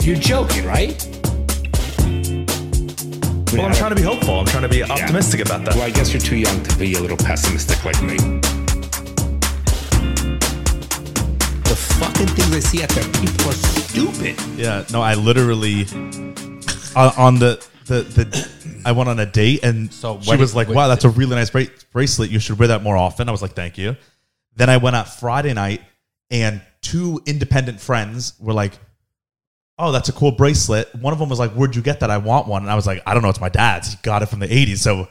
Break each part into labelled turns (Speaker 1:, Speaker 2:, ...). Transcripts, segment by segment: Speaker 1: You're joking, right?
Speaker 2: Well, I'm trying to be hopeful. I'm trying to be optimistic about that.
Speaker 1: Well, I guess you're too young to be a little pessimistic like me. The fucking things I see out there, people are stupid.
Speaker 2: Yeah, no, I literally on, on the the the I went on a date and
Speaker 3: So
Speaker 2: she
Speaker 3: what-
Speaker 2: was like,
Speaker 3: what-
Speaker 2: "Wow, that's a really nice bra- bracelet. You should wear that more often." I was like, "Thank you." Then I went out Friday night and two independent friends were like, "Oh, that's a cool bracelet." One of them was like, "Where'd you get that? I want one." And I was like, "I don't know. It's my dad's. He got it from the '80s, so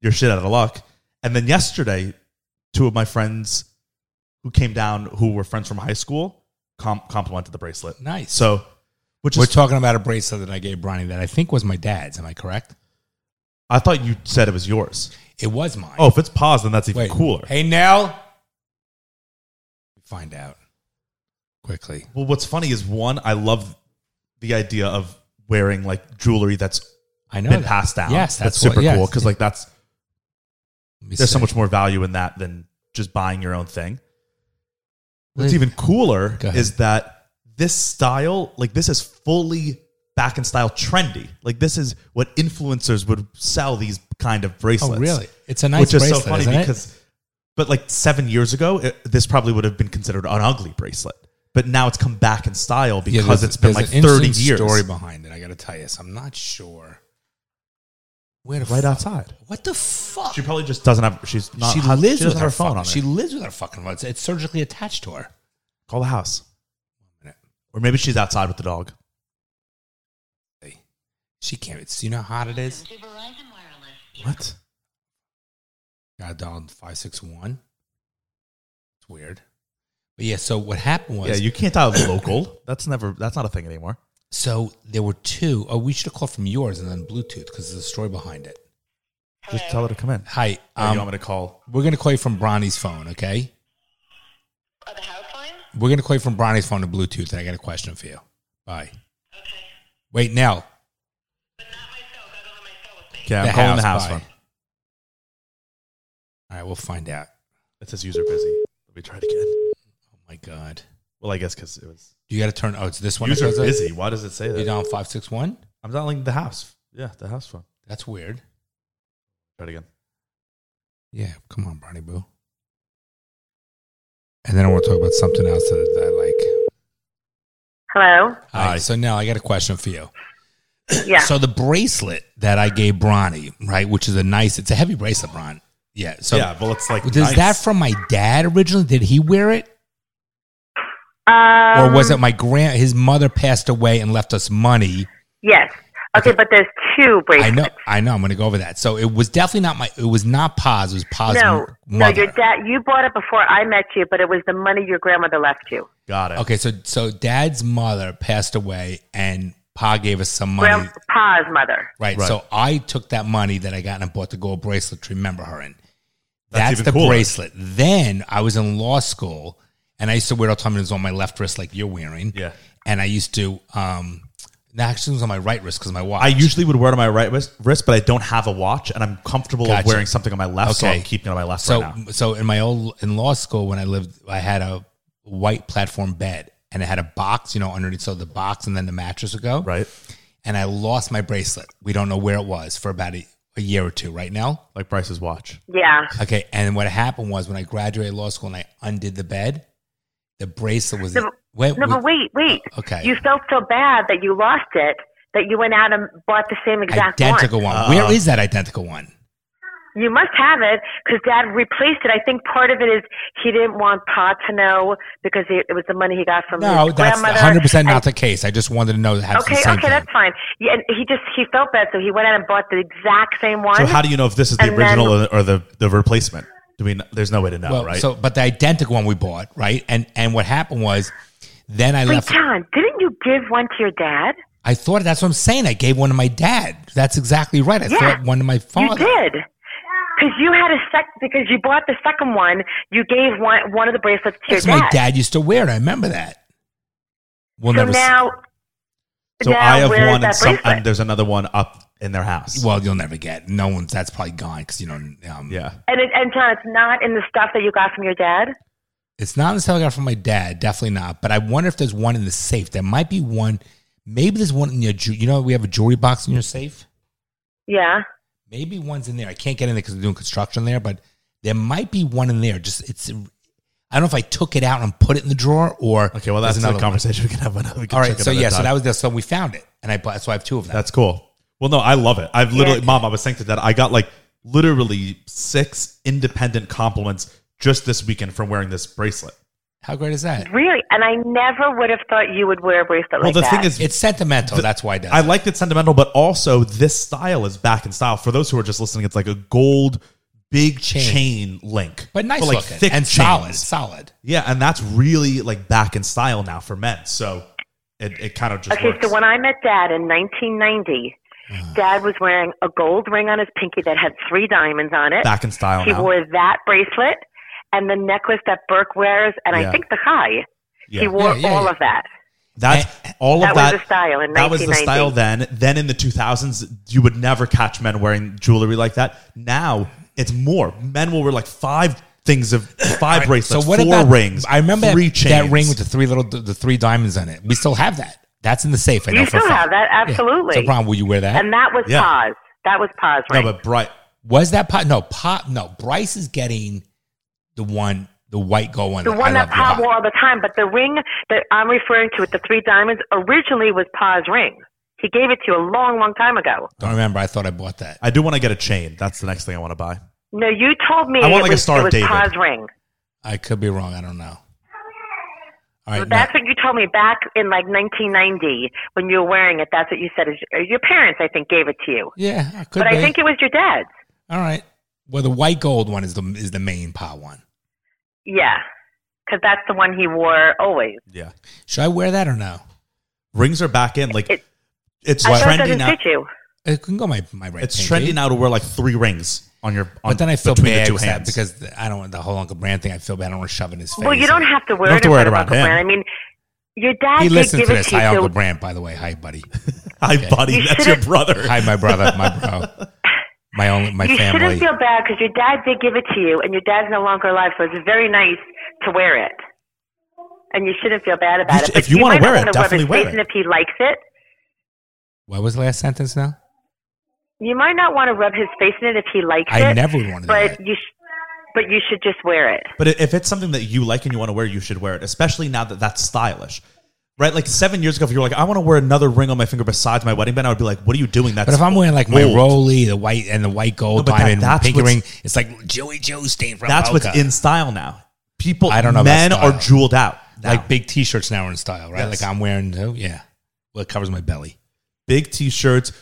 Speaker 2: you're shit out of luck." And then yesterday, two of my friends who came down who were friends from high school com- complimented the bracelet.
Speaker 3: Nice.
Speaker 2: So, which
Speaker 3: We're
Speaker 2: is
Speaker 3: talking about a bracelet that I gave Bronny that I think was my dad's. Am I correct?
Speaker 2: I thought you said it was yours.
Speaker 3: It was mine.
Speaker 2: Oh, if it's paused, then that's even
Speaker 3: Wait.
Speaker 2: cooler.
Speaker 3: Hey, Nell. Find out quickly.
Speaker 2: Well, what's funny is one, I love the idea of wearing like jewelry that's
Speaker 3: I know.
Speaker 2: been
Speaker 3: that.
Speaker 2: passed down.
Speaker 3: Yes,
Speaker 2: that's,
Speaker 3: that's what-
Speaker 2: super
Speaker 3: yes.
Speaker 2: cool because like that's
Speaker 3: Let me
Speaker 2: there's so
Speaker 3: see.
Speaker 2: much more value in that than just buying your own thing. What's
Speaker 3: Let-
Speaker 2: even cooler
Speaker 3: Go ahead.
Speaker 2: is that this style, like this, is fully back in style, trendy. Like this is what influencers would sell these kind of
Speaker 3: Oh,
Speaker 2: bracelets.
Speaker 3: really? It's a nice
Speaker 2: which is
Speaker 3: bracelet,
Speaker 2: so funny
Speaker 3: isn't it?
Speaker 2: because, but like seven years ago, it, this probably would have been considered an ugly bracelet. But now it's come back in style
Speaker 3: Yeah,
Speaker 2: because
Speaker 3: there's-
Speaker 2: it's been like
Speaker 3: there's an
Speaker 2: thirty
Speaker 3: interesting
Speaker 2: years.
Speaker 3: Story behind it. I got to tell you, so I'm not sure. Where the
Speaker 2: right
Speaker 3: fuck?
Speaker 2: outside.
Speaker 3: What the fuck?
Speaker 2: She probably just doesn't have. She's not.
Speaker 3: she
Speaker 2: She
Speaker 3: lives
Speaker 2: doesn't
Speaker 3: with
Speaker 2: have her phone
Speaker 3: fuck-
Speaker 2: on. Her.
Speaker 3: She lives with her fucking phone. It's, it's surgically attached to her.
Speaker 2: call the house, or maybe she's outside with the dog.
Speaker 3: She can't. It's, you know how hot it is.
Speaker 4: To Verizon Wireless.
Speaker 2: What?
Speaker 3: Got dialed five six one. It's weird, but yeah. So what happened was,
Speaker 2: Yeah, you can't dial local. That's never. That's not a thing anymore.
Speaker 3: so there were two. Oh, we should have called from yours and then Bluetooth because there's a story behind it.
Speaker 2: Just tell her to come in.
Speaker 3: Hi,
Speaker 2: Or
Speaker 3: um,
Speaker 2: you want me to call?
Speaker 3: we're gonna call you from Bronny's phone. Okay,
Speaker 4: Oh, the house line?
Speaker 3: we're gonna call you from Bronny's phone to Bluetooth. And I got a question for you. Bye.
Speaker 4: Okay.
Speaker 3: Wait, Nell.
Speaker 4: But not my cell. I don't have my cell with me.
Speaker 2: Okay, I'm calling the house
Speaker 3: bye.
Speaker 2: phone.
Speaker 3: All right, we'll find out.
Speaker 2: It says user busy. Let me try it again.
Speaker 3: Oh my god,
Speaker 2: Well, I guess because it was
Speaker 3: you got to turn. Oh, it's this one. that
Speaker 2: user
Speaker 3: does it?
Speaker 2: busy. Why does it say
Speaker 3: You
Speaker 2: that?
Speaker 3: down five six one?
Speaker 2: I'm dialing the house. Yeah, the house phone.
Speaker 3: That's weird.
Speaker 2: Try it again.
Speaker 3: Yeah, come on, Barney Boo. And then I want to talk about something else that, that I like.
Speaker 4: Hello?
Speaker 3: All
Speaker 2: Hi.
Speaker 3: right, so now I got a question for you.
Speaker 4: Yeah.
Speaker 3: So the bracelet that I gave Bronny, right, which is a nice, it's a heavy bracelet, Bron. Yeah. So
Speaker 2: yeah, well, it's like
Speaker 3: was
Speaker 2: nice.
Speaker 3: that from my dad originally? Did he wear it,
Speaker 4: um,
Speaker 3: or was it my grand? His mother passed away and left us money.
Speaker 4: Yes. Okay,
Speaker 3: Okay.
Speaker 4: but there's two
Speaker 3: I
Speaker 4: bracelets.
Speaker 3: know, I know. I'm going to go over that. So it was definitely not my. It was not Pa's. It was Pa's
Speaker 4: No,
Speaker 3: m-
Speaker 4: no,
Speaker 3: mother.
Speaker 4: your dad. You bought it before I met you, but it was the money your grandmother left you.
Speaker 2: Got it.
Speaker 3: Okay, so so dad's mother passed away, and Pa gave us some money.
Speaker 4: Grandpa's mother.
Speaker 3: Right.
Speaker 2: Right.
Speaker 3: So I took that money that I got and I bought the gold bracelet to remember her in.
Speaker 2: That's
Speaker 3: That's,
Speaker 2: even
Speaker 3: the
Speaker 2: cooler.
Speaker 3: bracelet. Then I was in law school and I used to wear it all the time. and It was on my left wrist, like you're wearing.
Speaker 2: Yeah.
Speaker 3: And I used to, um, no, actually, it was on my right wrist because my watch.
Speaker 2: I usually would wear it on my right wrist, wrist, but I don't have a watch, and I'm comfortable
Speaker 3: Gotcha.
Speaker 2: wearing something on my left, so I'm
Speaker 3: Okay.
Speaker 2: keeping it on my left
Speaker 3: so,
Speaker 2: right now.
Speaker 3: so in my old, in law school, when I lived, I had a white platform bed and it had a box, you know, underneath. So the box and then the mattress would go.
Speaker 2: Right?
Speaker 3: And I lost my bracelet. We don't know where it was for about a, a year or two, right now.
Speaker 2: Like Bryce's watch.
Speaker 4: Yeah.
Speaker 3: Okay, and what happened was when I graduated law school and I undid the bed, the bracelet was
Speaker 4: No,
Speaker 3: wait,
Speaker 4: No, but
Speaker 3: wait,
Speaker 4: wait, wait.
Speaker 3: Okay.
Speaker 4: You felt so bad that you lost it that you went out and bought the same exact
Speaker 3: identical
Speaker 4: one.
Speaker 3: one.
Speaker 2: Uh,
Speaker 3: Where is that identical one?
Speaker 4: You must have it because Dad replaced it. I think part of it is he didn't want Pa to know because he, it was the money he got from
Speaker 3: No,
Speaker 4: his
Speaker 3: that's
Speaker 4: grandmother.
Speaker 3: one hundred percent
Speaker 4: and
Speaker 3: not the case. I just wanted to know. Have
Speaker 4: Okay,
Speaker 3: the same
Speaker 4: okay,
Speaker 3: thing.
Speaker 4: that's fine. Yeah, and he just he felt bad, so he went out and bought the exact same one.
Speaker 2: So how do you know if this is the
Speaker 4: And
Speaker 2: original or, or the, the replacement? Do we? kn- There's no way to know,
Speaker 3: well,
Speaker 2: right?
Speaker 3: so but the identical one we bought, right? And and what happened was, then I
Speaker 4: Wait,
Speaker 3: left.
Speaker 4: John, didn't you give one to your dad?
Speaker 3: I thought that's what I'm saying. I gave one to my dad. That's exactly right. I
Speaker 4: Yeah,
Speaker 3: thought one to my
Speaker 4: You
Speaker 3: father.
Speaker 4: did. Because you had a sec, because you bought the second one, you gave one one of the bracelets to your
Speaker 3: That's
Speaker 4: dad.
Speaker 3: what my dad used to wear. it. I remember that. We'll
Speaker 4: so
Speaker 3: never. s-
Speaker 4: now,
Speaker 2: So
Speaker 4: now
Speaker 2: I have
Speaker 4: where is
Speaker 2: one, and,
Speaker 4: that
Speaker 2: some,
Speaker 4: bracelet?
Speaker 2: and there's another one up in their house.
Speaker 3: well, you'll never get. No one's. That's probably gone because you know. Um,
Speaker 2: yeah.
Speaker 4: and it, and John, it's not in the stuff that you got from your dad.
Speaker 3: It's not in the cell I got from my dad, definitely not. But I wonder if there's one in the safe. There might be one. Maybe there's one in your ju- you know we have a jewelry box in your safe.
Speaker 4: Yeah.
Speaker 3: Maybe one's in there. I can't get in there because they're doing construction there, but there might be one in there. Just it's I don't know if I took it out and put it in the drawer or
Speaker 2: Okay, well that's
Speaker 3: there's
Speaker 2: another
Speaker 3: one.
Speaker 2: conversation we can have another. We can
Speaker 3: All
Speaker 2: check
Speaker 3: right,
Speaker 2: it
Speaker 3: so
Speaker 2: another
Speaker 3: yeah, so
Speaker 2: time.
Speaker 3: that was the so we found it, and I that's why I have two of them.
Speaker 2: That's cool. Well, no, I love it. I've literally,
Speaker 4: Yeah.
Speaker 2: mom, I was saying to that I got like literally six independent compliments just this weekend from wearing this bracelet.
Speaker 3: How great is that?
Speaker 4: Really? And I never would have thought you would wear a bracelet
Speaker 2: Well,
Speaker 4: like
Speaker 2: the
Speaker 4: that.
Speaker 2: thing is,
Speaker 3: It's sentimental. that's why I does.
Speaker 2: I
Speaker 3: I,
Speaker 2: liked it sentimental, but also this style is back in style. For those who are just listening, it's like a gold big
Speaker 3: Chain.
Speaker 2: chain, link,
Speaker 3: but nice
Speaker 2: For, like
Speaker 3: looking
Speaker 2: thick
Speaker 3: and solid,
Speaker 2: chains.
Speaker 3: solid.
Speaker 2: Yeah, and that's really like back in style now for men. So it, it kind of just
Speaker 4: Okay,
Speaker 2: works. Mm.
Speaker 4: so when I met Dad in 1990, Dad was wearing a gold ring on his pinky that had three diamonds on it.
Speaker 2: back in style
Speaker 4: he
Speaker 2: now.
Speaker 4: wore that bracelet and the necklace that Burke wears, and
Speaker 2: Yeah.
Speaker 4: I think the high. He
Speaker 2: yeah.
Speaker 3: Yeah,
Speaker 4: wore
Speaker 3: yeah,
Speaker 4: all
Speaker 3: yeah.
Speaker 4: of that.
Speaker 2: That's
Speaker 3: Eh,
Speaker 2: all
Speaker 4: That
Speaker 2: of
Speaker 4: was
Speaker 2: that.
Speaker 4: the style in
Speaker 2: that was the
Speaker 4: 1990.
Speaker 2: style then. Then in the 2000s, you would never catch men wearing jewelry like that. Now it's more. Men will wear like five things of five bracelets, four rings.
Speaker 3: I remember
Speaker 2: three
Speaker 3: that, that
Speaker 2: chains.
Speaker 3: ring with the three little the three diamonds on it. We still have that. That's in the safe. I
Speaker 4: You
Speaker 3: know for a
Speaker 4: still
Speaker 3: fact.
Speaker 4: have that,
Speaker 3: Yeah.
Speaker 4: absolutely.
Speaker 3: So, Ron, will you wear that?
Speaker 4: and that was
Speaker 2: Yeah.
Speaker 4: Paz. That was Paz
Speaker 2: no,
Speaker 4: ring.
Speaker 2: but bright.
Speaker 3: was that pot? No, pot. No, Bryce is getting the one, the white gold one.
Speaker 4: the
Speaker 3: I
Speaker 4: one that
Speaker 3: love your
Speaker 4: Paz
Speaker 3: hot.
Speaker 4: wore all the time, but the ring that I'm referring to with the three diamonds originally was Paz ring. He gave it to you a long, long time ago.
Speaker 3: Don't remember. I thought I bought that.
Speaker 2: I do want to get a chain. That's the next thing I want to buy.
Speaker 4: No, you told me
Speaker 2: I want,
Speaker 4: it
Speaker 2: like, a
Speaker 4: was,
Speaker 2: Star
Speaker 4: it
Speaker 2: of
Speaker 4: was
Speaker 2: David.
Speaker 4: Paz ring.
Speaker 3: I could be wrong. I don't know. All right,
Speaker 4: So
Speaker 3: no.
Speaker 4: that's what you told me back in like 1990 when you were wearing it. That's what you said. Is your, your parents, I think, gave it to you.
Speaker 3: yeah, I could
Speaker 4: But
Speaker 3: be.
Speaker 4: I think it was your dad's.
Speaker 3: All right. Well, the white gold one is the is the main pot one.
Speaker 4: Yeah, because that's the one he wore always.
Speaker 2: Yeah,
Speaker 3: Should I wear that or no?
Speaker 2: rings are back in. Like
Speaker 4: It-
Speaker 2: it's
Speaker 4: I thought it
Speaker 2: trendy
Speaker 4: doesn't
Speaker 2: now.
Speaker 4: fit you.
Speaker 3: It can go my my right.
Speaker 2: It's
Speaker 3: pinky.
Speaker 2: trendy now to wear like three rings on your. On,
Speaker 3: But then I feel
Speaker 2: between
Speaker 3: bad
Speaker 2: the two
Speaker 3: because that-
Speaker 2: hands
Speaker 3: because the- I don't want the whole Uncle Brand thing. I feel bad. I don't want to shove it in his face.
Speaker 4: Well, you don't have to wear
Speaker 2: You
Speaker 4: it
Speaker 2: don't
Speaker 4: in
Speaker 2: have
Speaker 4: front
Speaker 2: to wear it
Speaker 4: of Uncle
Speaker 2: around
Speaker 4: Brand. I mean, your dad
Speaker 3: He
Speaker 4: did
Speaker 3: listens
Speaker 4: give
Speaker 3: to
Speaker 4: it
Speaker 3: this.
Speaker 4: to you.
Speaker 3: Hi,
Speaker 4: so-
Speaker 3: Uncle Brand. By the way, hi, buddy.
Speaker 2: hi, buddy,
Speaker 4: You
Speaker 2: that's your
Speaker 4: shouldn't-
Speaker 2: brother.
Speaker 3: hi, my brother. My bro. My only my
Speaker 4: you
Speaker 3: family.
Speaker 4: shouldn't feel bad because your dad did give it to you, and your dad's no longer alive, so it's very nice to wear it. And you shouldn't feel bad about
Speaker 2: You
Speaker 4: it.
Speaker 2: should-
Speaker 4: But
Speaker 2: if you wanna
Speaker 4: might not
Speaker 2: wear it,
Speaker 4: wanna rub his
Speaker 2: definitely wear
Speaker 4: face
Speaker 2: it.
Speaker 4: in If he likes it,
Speaker 3: what was the last sentence now?
Speaker 4: you might not want to rub his face in it if he likes it.
Speaker 3: I never would want to do
Speaker 4: But
Speaker 3: that.
Speaker 4: you, sh- but you should just wear it.
Speaker 2: But if it's something that you like and you want to wear, you should wear it, especially now that that's stylish. Right? Like seven years ago, if you were like, I want to wear another ring on my finger besides my wedding band, I would be like, what are you doing? That's
Speaker 3: But if I'm wearing like my
Speaker 2: old.
Speaker 3: Roly, the white and the white
Speaker 2: No,
Speaker 3: gold
Speaker 2: but that-
Speaker 3: diamond
Speaker 2: that's
Speaker 3: pinky
Speaker 2: what's-
Speaker 3: ring, it's like Joey Joe stain from
Speaker 2: that's what's
Speaker 3: Boca.
Speaker 2: in style now. People,
Speaker 3: I don't know about
Speaker 2: men
Speaker 3: style.
Speaker 2: are jeweled out. now.
Speaker 3: Like big T-shirts now are in style, right?
Speaker 2: Yes.
Speaker 3: Like I'm wearing, oh yeah, well it covers my belly.
Speaker 2: big t shirts,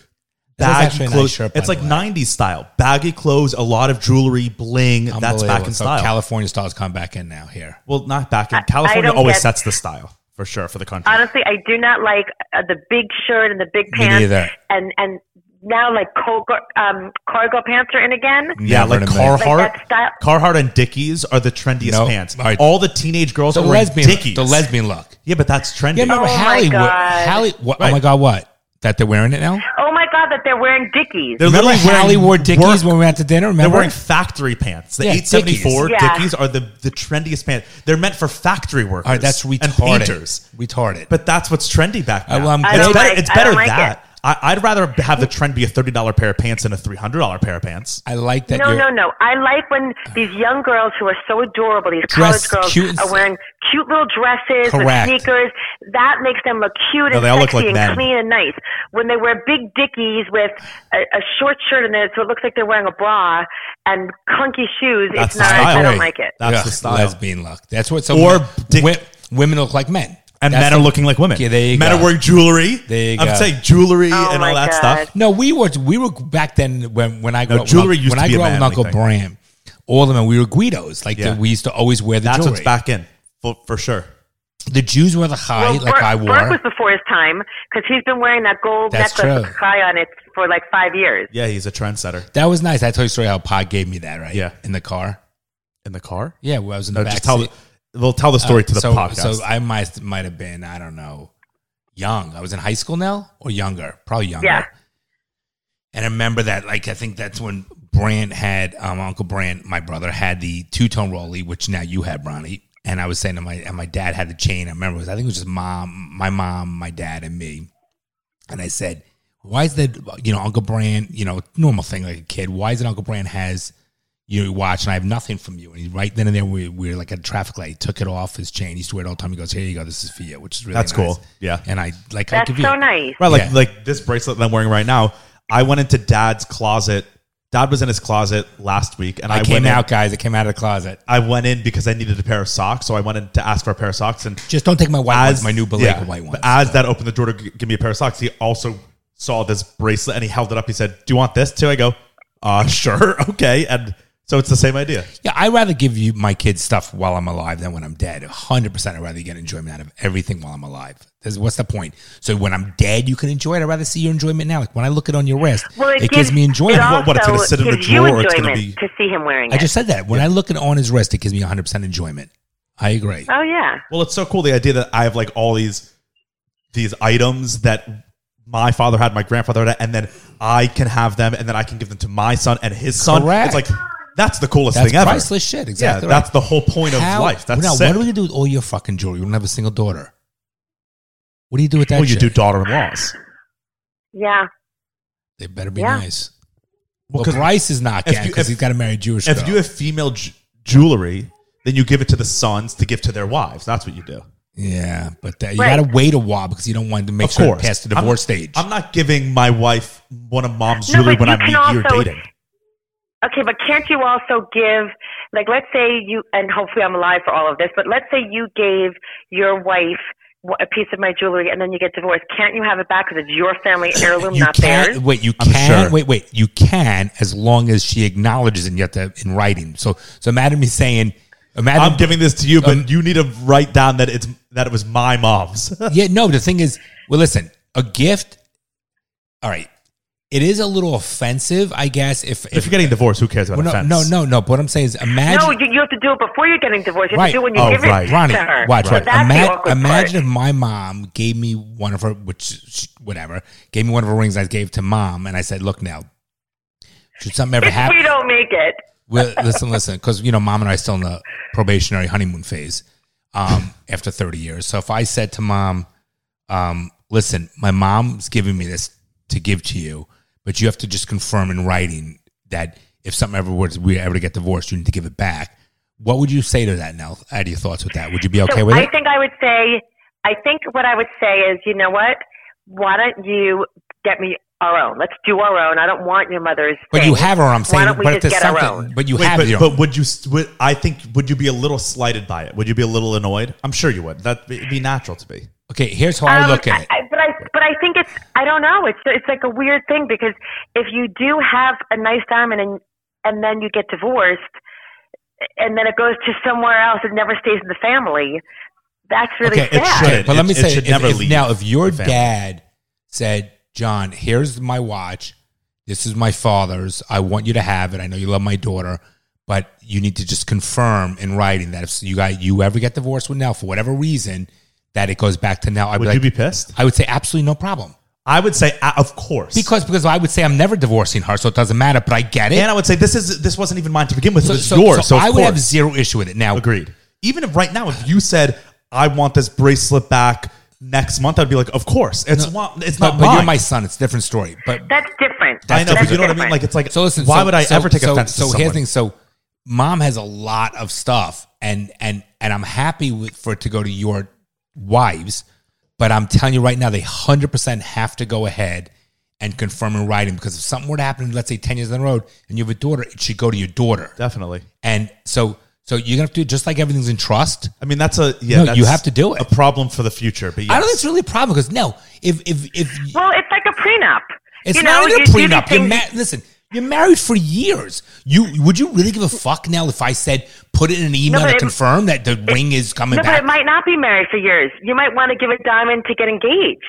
Speaker 3: That is
Speaker 2: baggy
Speaker 3: actually a nice
Speaker 2: clothes.
Speaker 3: shirt, by
Speaker 2: it's
Speaker 3: the
Speaker 2: like
Speaker 3: way.
Speaker 2: 90s style. Baggy clothes, a lot of jewelry, bling. That's
Speaker 3: Unbelievable.
Speaker 2: back in
Speaker 3: So
Speaker 2: style.
Speaker 3: California styles come back in now here.
Speaker 2: well, not back in.
Speaker 4: I- I
Speaker 2: California
Speaker 4: don't
Speaker 2: always
Speaker 4: get-
Speaker 2: sets the style for sure for the country.
Speaker 4: Honestly, I do not like uh, the big shirt and the big
Speaker 3: Me
Speaker 4: pants.
Speaker 3: neither.
Speaker 4: And and now like col- um, cargo pants are in again.
Speaker 2: Yeah,
Speaker 3: Never
Speaker 2: like
Speaker 3: in a million.
Speaker 2: Carhartt,
Speaker 4: Like that style-
Speaker 2: Carhartt and Dickies are the trendiest
Speaker 3: No.
Speaker 2: pants.
Speaker 3: All right.
Speaker 2: All the teenage girls
Speaker 3: The
Speaker 2: are wearing
Speaker 3: lesbian,
Speaker 2: Dickies.
Speaker 3: the lesbian look.
Speaker 2: yeah, but that's trendy.
Speaker 3: Yeah, remember
Speaker 4: Oh my
Speaker 3: Hallie? Wo-
Speaker 4: God.
Speaker 3: Hallie? What,
Speaker 2: Right.
Speaker 3: Oh my God! What? That they're wearing it now?
Speaker 4: Oh my God, that they're wearing Dickies.
Speaker 2: They're
Speaker 3: Remember
Speaker 2: literally
Speaker 3: Hallie
Speaker 2: wearing
Speaker 3: wore Dickies
Speaker 2: work-
Speaker 3: when we went to dinner?
Speaker 2: They're
Speaker 3: Remember?
Speaker 2: wearing factory pants. The
Speaker 3: Yeah,
Speaker 2: 874
Speaker 4: Dickies. Yeah.
Speaker 2: Dickies are the, the trendiest pants. They're meant for factory workers.
Speaker 3: All right, that's retarded.
Speaker 2: And painters.
Speaker 3: Retarded.
Speaker 2: But that's what's trendy back now.
Speaker 3: Uh, well, I'm I
Speaker 2: it's
Speaker 3: don't
Speaker 2: better,
Speaker 4: like-
Speaker 2: it's
Speaker 4: I
Speaker 2: better
Speaker 4: don't like
Speaker 2: that.
Speaker 4: it.
Speaker 2: I, I'd rather have the trend be a $30 pair of pants than a $300 pair of pants.
Speaker 3: I like that.
Speaker 4: No,
Speaker 3: you're,
Speaker 4: no, no. I like when these young girls who are so adorable, these
Speaker 3: Dressed
Speaker 4: college girls,
Speaker 3: cute and-
Speaker 4: are wearing cute little dresses
Speaker 3: Correct.
Speaker 4: with sneakers. That makes them look cute
Speaker 2: No,
Speaker 4: and
Speaker 2: they all look
Speaker 4: sexy
Speaker 2: like
Speaker 4: and
Speaker 2: men.
Speaker 4: clean and nice. When they wear big dickies with a, a short shirt in it, so it looks like they're wearing a bra and clunky shoes,
Speaker 2: That's
Speaker 4: it's
Speaker 2: the
Speaker 4: not.
Speaker 2: style.
Speaker 4: I
Speaker 2: Wait.
Speaker 4: don't like it.
Speaker 2: That's
Speaker 3: Ugh,
Speaker 2: the style.
Speaker 3: Lesbian look. That's what. So
Speaker 2: Or
Speaker 3: men-
Speaker 2: dick-
Speaker 3: wi- women look like men,
Speaker 2: And
Speaker 3: That's
Speaker 2: men
Speaker 3: the-
Speaker 2: are looking like women.
Speaker 3: Yeah, there you
Speaker 2: men
Speaker 3: go.
Speaker 2: are wearing jewelry.
Speaker 3: There you
Speaker 2: I'm
Speaker 3: go.
Speaker 2: saying jewelry
Speaker 4: Oh
Speaker 2: and
Speaker 4: my
Speaker 2: all that
Speaker 4: God.
Speaker 2: stuff.
Speaker 3: No, we were we were back then when when I grew
Speaker 2: No,
Speaker 3: up.
Speaker 2: jewelry
Speaker 3: when,
Speaker 2: used
Speaker 3: when
Speaker 2: to
Speaker 3: I
Speaker 2: be a
Speaker 3: grew up with
Speaker 2: manly
Speaker 3: Uncle
Speaker 2: thing.
Speaker 3: Bram, all the men we were Guidos. Like
Speaker 2: Yeah.
Speaker 3: the, we used to always wear the
Speaker 2: That's
Speaker 3: jewelry.
Speaker 2: what's back in for, for sure.
Speaker 3: The Jews were the high,
Speaker 4: Well,
Speaker 3: like
Speaker 4: Burke,
Speaker 3: I wore.
Speaker 4: Burke was before his time because he's been wearing that gold
Speaker 3: That's
Speaker 4: necklace
Speaker 3: true.
Speaker 4: with Kai on it for like five years.
Speaker 2: Yeah, he's a trendsetter
Speaker 3: that was nice. I told you a story how Pod gave me that right.
Speaker 2: Yeah.
Speaker 3: in the car.
Speaker 2: in the car.
Speaker 3: Yeah, well, I was in the
Speaker 2: No,
Speaker 3: back
Speaker 2: just tell
Speaker 3: seat.
Speaker 2: the, we'll tell the story to the
Speaker 3: so,
Speaker 2: podcast.
Speaker 3: So I might might have been I don't know young. I was in high school now or younger, probably younger.
Speaker 4: Yeah.
Speaker 3: And I remember that like I think that's when Brant had um, Uncle Brant, my brother had the two tone Rolly, which now you had Bronny. And I was saying to my and my dad had the chain. I remember it was I think it was just mom, my mom, my dad, and me. and I said, "Why is that? You know, Uncle Brand. You know, normal thing like a kid. Why is it Uncle Brand has your watch and I have nothing from you?" And he, right then and there, we, we were like at a traffic light. He took it off his chain. He used to wear it all the time. He goes, "Here you go. This is for you," which is really
Speaker 2: That's
Speaker 3: nice.
Speaker 2: cool. Yeah.
Speaker 3: And I like I
Speaker 4: That's
Speaker 3: give you
Speaker 4: so nice.
Speaker 2: Right, like
Speaker 3: Yeah.
Speaker 2: like this bracelet that I'm wearing right now. I went into Dad's closet. Dad was in his closet last week, and I,
Speaker 3: I, came
Speaker 2: went
Speaker 3: out,
Speaker 2: In,
Speaker 3: guys. I came out of the closet.
Speaker 2: I went in because I needed a pair of socks, so I went in to ask for a pair of socks. And
Speaker 3: Just don't take my white
Speaker 2: as
Speaker 3: ones, my new Baleka
Speaker 2: yeah,
Speaker 3: white ones.
Speaker 2: but as Dad opened the door to g- give me a pair of socks, he also saw this bracelet and he held it up. He said, "Do you want this too?" I go, "Uh, sure, okay." And so it's the same idea.
Speaker 3: Yeah, I'd rather give you my kids stuff while I'm alive than when I'm dead. 100% I'd rather get enjoyment out of everything while I'm alive. This- what's the point? So when I'm dead, you can enjoy it. I'd rather see your enjoyment now. Like when I look it on your wrist,
Speaker 4: Well,
Speaker 3: it, gives, me enjoyment.
Speaker 4: It also
Speaker 2: What- what, it's gonna sit in a
Speaker 4: gives you
Speaker 2: drawer, it's gonna
Speaker 4: enjoyment
Speaker 2: be-
Speaker 4: to see him wearing it.
Speaker 3: I just said that. When I look it on his wrist, it gives me 100% enjoyment. I agree.
Speaker 4: oh yeah.
Speaker 2: Well, it's so cool the idea that I have like all these these items that my father had, my grandfather had, and then I can have them, and then I can give them to my son and his son.
Speaker 3: Correct.
Speaker 2: It's like that's the coolest
Speaker 3: That's
Speaker 2: thing ever.
Speaker 3: priceless shit. Exactly.
Speaker 2: yeah,
Speaker 3: right.
Speaker 2: that's the whole point of
Speaker 3: How-
Speaker 2: life. That's
Speaker 3: now,
Speaker 2: sick.
Speaker 3: what are we going to do with all your fucking jewelry? You don't have a single daughter. What do you do with that
Speaker 2: well, you
Speaker 3: shit?
Speaker 2: do daughter-in-laws.
Speaker 4: Yeah.
Speaker 3: They better be
Speaker 4: Yeah.
Speaker 3: nice.
Speaker 2: Well,
Speaker 3: Well,
Speaker 2: 'cause
Speaker 3: Bryce is not
Speaker 2: if
Speaker 3: getting
Speaker 2: you-
Speaker 3: because
Speaker 2: if-
Speaker 3: he's got to marry a Jewish
Speaker 2: If
Speaker 3: girl.
Speaker 2: you have female j- jewelry, then you give it to the sons to give to their wives. That's what you do.
Speaker 3: Yeah, but that, you
Speaker 4: Right.
Speaker 3: got to wait a while because you don't want to make
Speaker 2: of
Speaker 3: sure
Speaker 2: course,
Speaker 3: it past the
Speaker 2: I'm-
Speaker 3: divorce stage.
Speaker 2: I'm not giving my wife one of mom's
Speaker 4: No,
Speaker 2: jewelry
Speaker 4: but
Speaker 2: when
Speaker 4: you
Speaker 2: I'm a
Speaker 4: can
Speaker 2: year
Speaker 4: also-
Speaker 2: dating.
Speaker 4: Okay, but can't you also give, like, let's say you, and hopefully I'm alive for all of this, but let's say you gave your wife wh- a piece of my jewelry and then you get divorced. Can't you have it back because it's your family heirloom,
Speaker 3: you
Speaker 4: not
Speaker 3: can
Speaker 4: theirs?
Speaker 3: wait. You
Speaker 2: I'm
Speaker 3: can
Speaker 2: sure.
Speaker 3: wait. Wait. You can as long as she acknowledges and you have to in writing. So so imagine me saying, imagine
Speaker 2: I'm giving this to you, but
Speaker 3: Um,
Speaker 2: you need to write down that it's that it was my mom's.
Speaker 3: yeah, no, the thing is, well, listen, a gift. All right, it is a little offensive, I guess. If
Speaker 2: If you're getting divorced, who cares
Speaker 3: well,
Speaker 2: about
Speaker 3: no,
Speaker 2: offense?
Speaker 3: no, no, no. But what I'm saying is, imagine
Speaker 4: no, you, you have to do it before you're getting divorced. You have
Speaker 3: Right.
Speaker 4: to do it when you
Speaker 2: Oh,
Speaker 4: give
Speaker 2: right.
Speaker 4: it
Speaker 3: Ronnie,
Speaker 4: to her.
Speaker 3: watch,
Speaker 4: So
Speaker 3: right.
Speaker 4: that's the
Speaker 3: Ima-
Speaker 4: awkward
Speaker 3: imagine if
Speaker 4: part.
Speaker 3: my mom gave me one of her, which, she, whatever, gave me one of her rings I gave to mom, and I said, look now, should something ever
Speaker 4: If we
Speaker 3: happen,
Speaker 4: don't make it.
Speaker 3: well, listen, listen, because, you know, mom and I are still in the probationary honeymoon phase um, after 30 years. So if I said to mom, um, listen, my mom's giving me this to give to you, but you have to just confirm in writing that if something ever was, we ever to get divorced, you need to give it back. What would you say to that now? Out of your thoughts with that, would you be okay
Speaker 4: so
Speaker 3: with
Speaker 4: I
Speaker 3: it?
Speaker 4: think I would say, I think what I would say is, you know what? Why don't you get me our own? Let's do our own. I don't want your mother's.
Speaker 3: But you
Speaker 4: thing.
Speaker 3: have her. I'm saying.
Speaker 4: don't we
Speaker 3: but if
Speaker 4: just
Speaker 3: there's
Speaker 4: get our
Speaker 3: something,
Speaker 4: own?
Speaker 3: but you
Speaker 2: Wait,
Speaker 3: have
Speaker 2: but,
Speaker 3: your.
Speaker 2: but would you? s- Would, I think would you be a little slighted by it? Would you be a little annoyed? I'm sure you would. That'd be, it'd be natural to be.
Speaker 3: okay, here's how I
Speaker 4: Um,
Speaker 3: look at it.
Speaker 4: I, but I but I think it's I don't know. It's it's like a weird thing because if you do have a nice diamond and and then you get divorced and then it goes to somewhere else, it never stays in the family. That's really
Speaker 3: okay, it
Speaker 4: sad.
Speaker 3: should.
Speaker 2: Shouldn't.
Speaker 3: But let
Speaker 2: It-
Speaker 3: me
Speaker 2: it
Speaker 3: say,
Speaker 2: should
Speaker 3: if,
Speaker 2: never
Speaker 3: if-
Speaker 2: leave
Speaker 3: now, if your
Speaker 2: the family.
Speaker 3: dad said, "John, here's my watch. This is my father's. I want you to have it. I know you love my daughter, but you need to just confirm in writing that if you got you ever get divorced with Nell for whatever reason, that it goes back to Nell." I'd
Speaker 2: Would
Speaker 3: be
Speaker 2: you
Speaker 3: like,
Speaker 2: be pissed?
Speaker 3: I would say absolutely no problem
Speaker 2: I would say, uh, of course,
Speaker 3: because because I would say I'm never divorcing her, so it doesn't matter. But I get it.
Speaker 2: and I would say this is this wasn't even mine to begin with. it was yours, so, of
Speaker 3: I would have
Speaker 2: course.
Speaker 3: zero issue with it. Now,
Speaker 2: agreed. Even if right now, if you said, "I want this bracelet back next month," I'd be like, "Of course, it's not. It's
Speaker 3: but,
Speaker 2: not
Speaker 3: but
Speaker 2: mine."
Speaker 3: you're my son. It's a different story. But
Speaker 4: That's different.
Speaker 2: I know,
Speaker 4: That's
Speaker 2: but you know what I mean.
Speaker 4: different.
Speaker 2: Like it's like,
Speaker 3: so listen.
Speaker 2: why
Speaker 3: so-
Speaker 2: would I
Speaker 3: so-
Speaker 2: ever take
Speaker 3: so,
Speaker 2: offense
Speaker 3: So
Speaker 2: to
Speaker 3: here's
Speaker 2: someone?
Speaker 3: the thing. So mom has a lot of stuff, and and and I'm happy with, for it to go to your wives. But I'm telling you right now, they hundred percent have to go ahead and confirm in writing because if something were to happen, let's say ten years down the road, and you have a daughter, it should go to your daughter.
Speaker 2: Definitely.
Speaker 3: And so so you're gonna have to do just like everything's in trust.
Speaker 2: I mean, that's a yeah.
Speaker 3: No,
Speaker 2: that's
Speaker 3: you have to do it.
Speaker 2: A problem for the future, but yes.
Speaker 3: I don't think it's really a problem because no, if if if
Speaker 4: well, it's like a prenup.
Speaker 3: It's
Speaker 4: you
Speaker 3: not
Speaker 4: know,
Speaker 3: even a
Speaker 4: you do
Speaker 3: prenup.
Speaker 4: these
Speaker 3: You're ma-
Speaker 4: things-
Speaker 3: listen, you're married for years. You would you really give a fuck now if I said put it in an email
Speaker 4: No, but
Speaker 3: to
Speaker 4: it-
Speaker 3: confirm that the ring is coming
Speaker 4: No, but
Speaker 3: back?
Speaker 4: it might not be married for years. You might want to give a diamond to get engaged.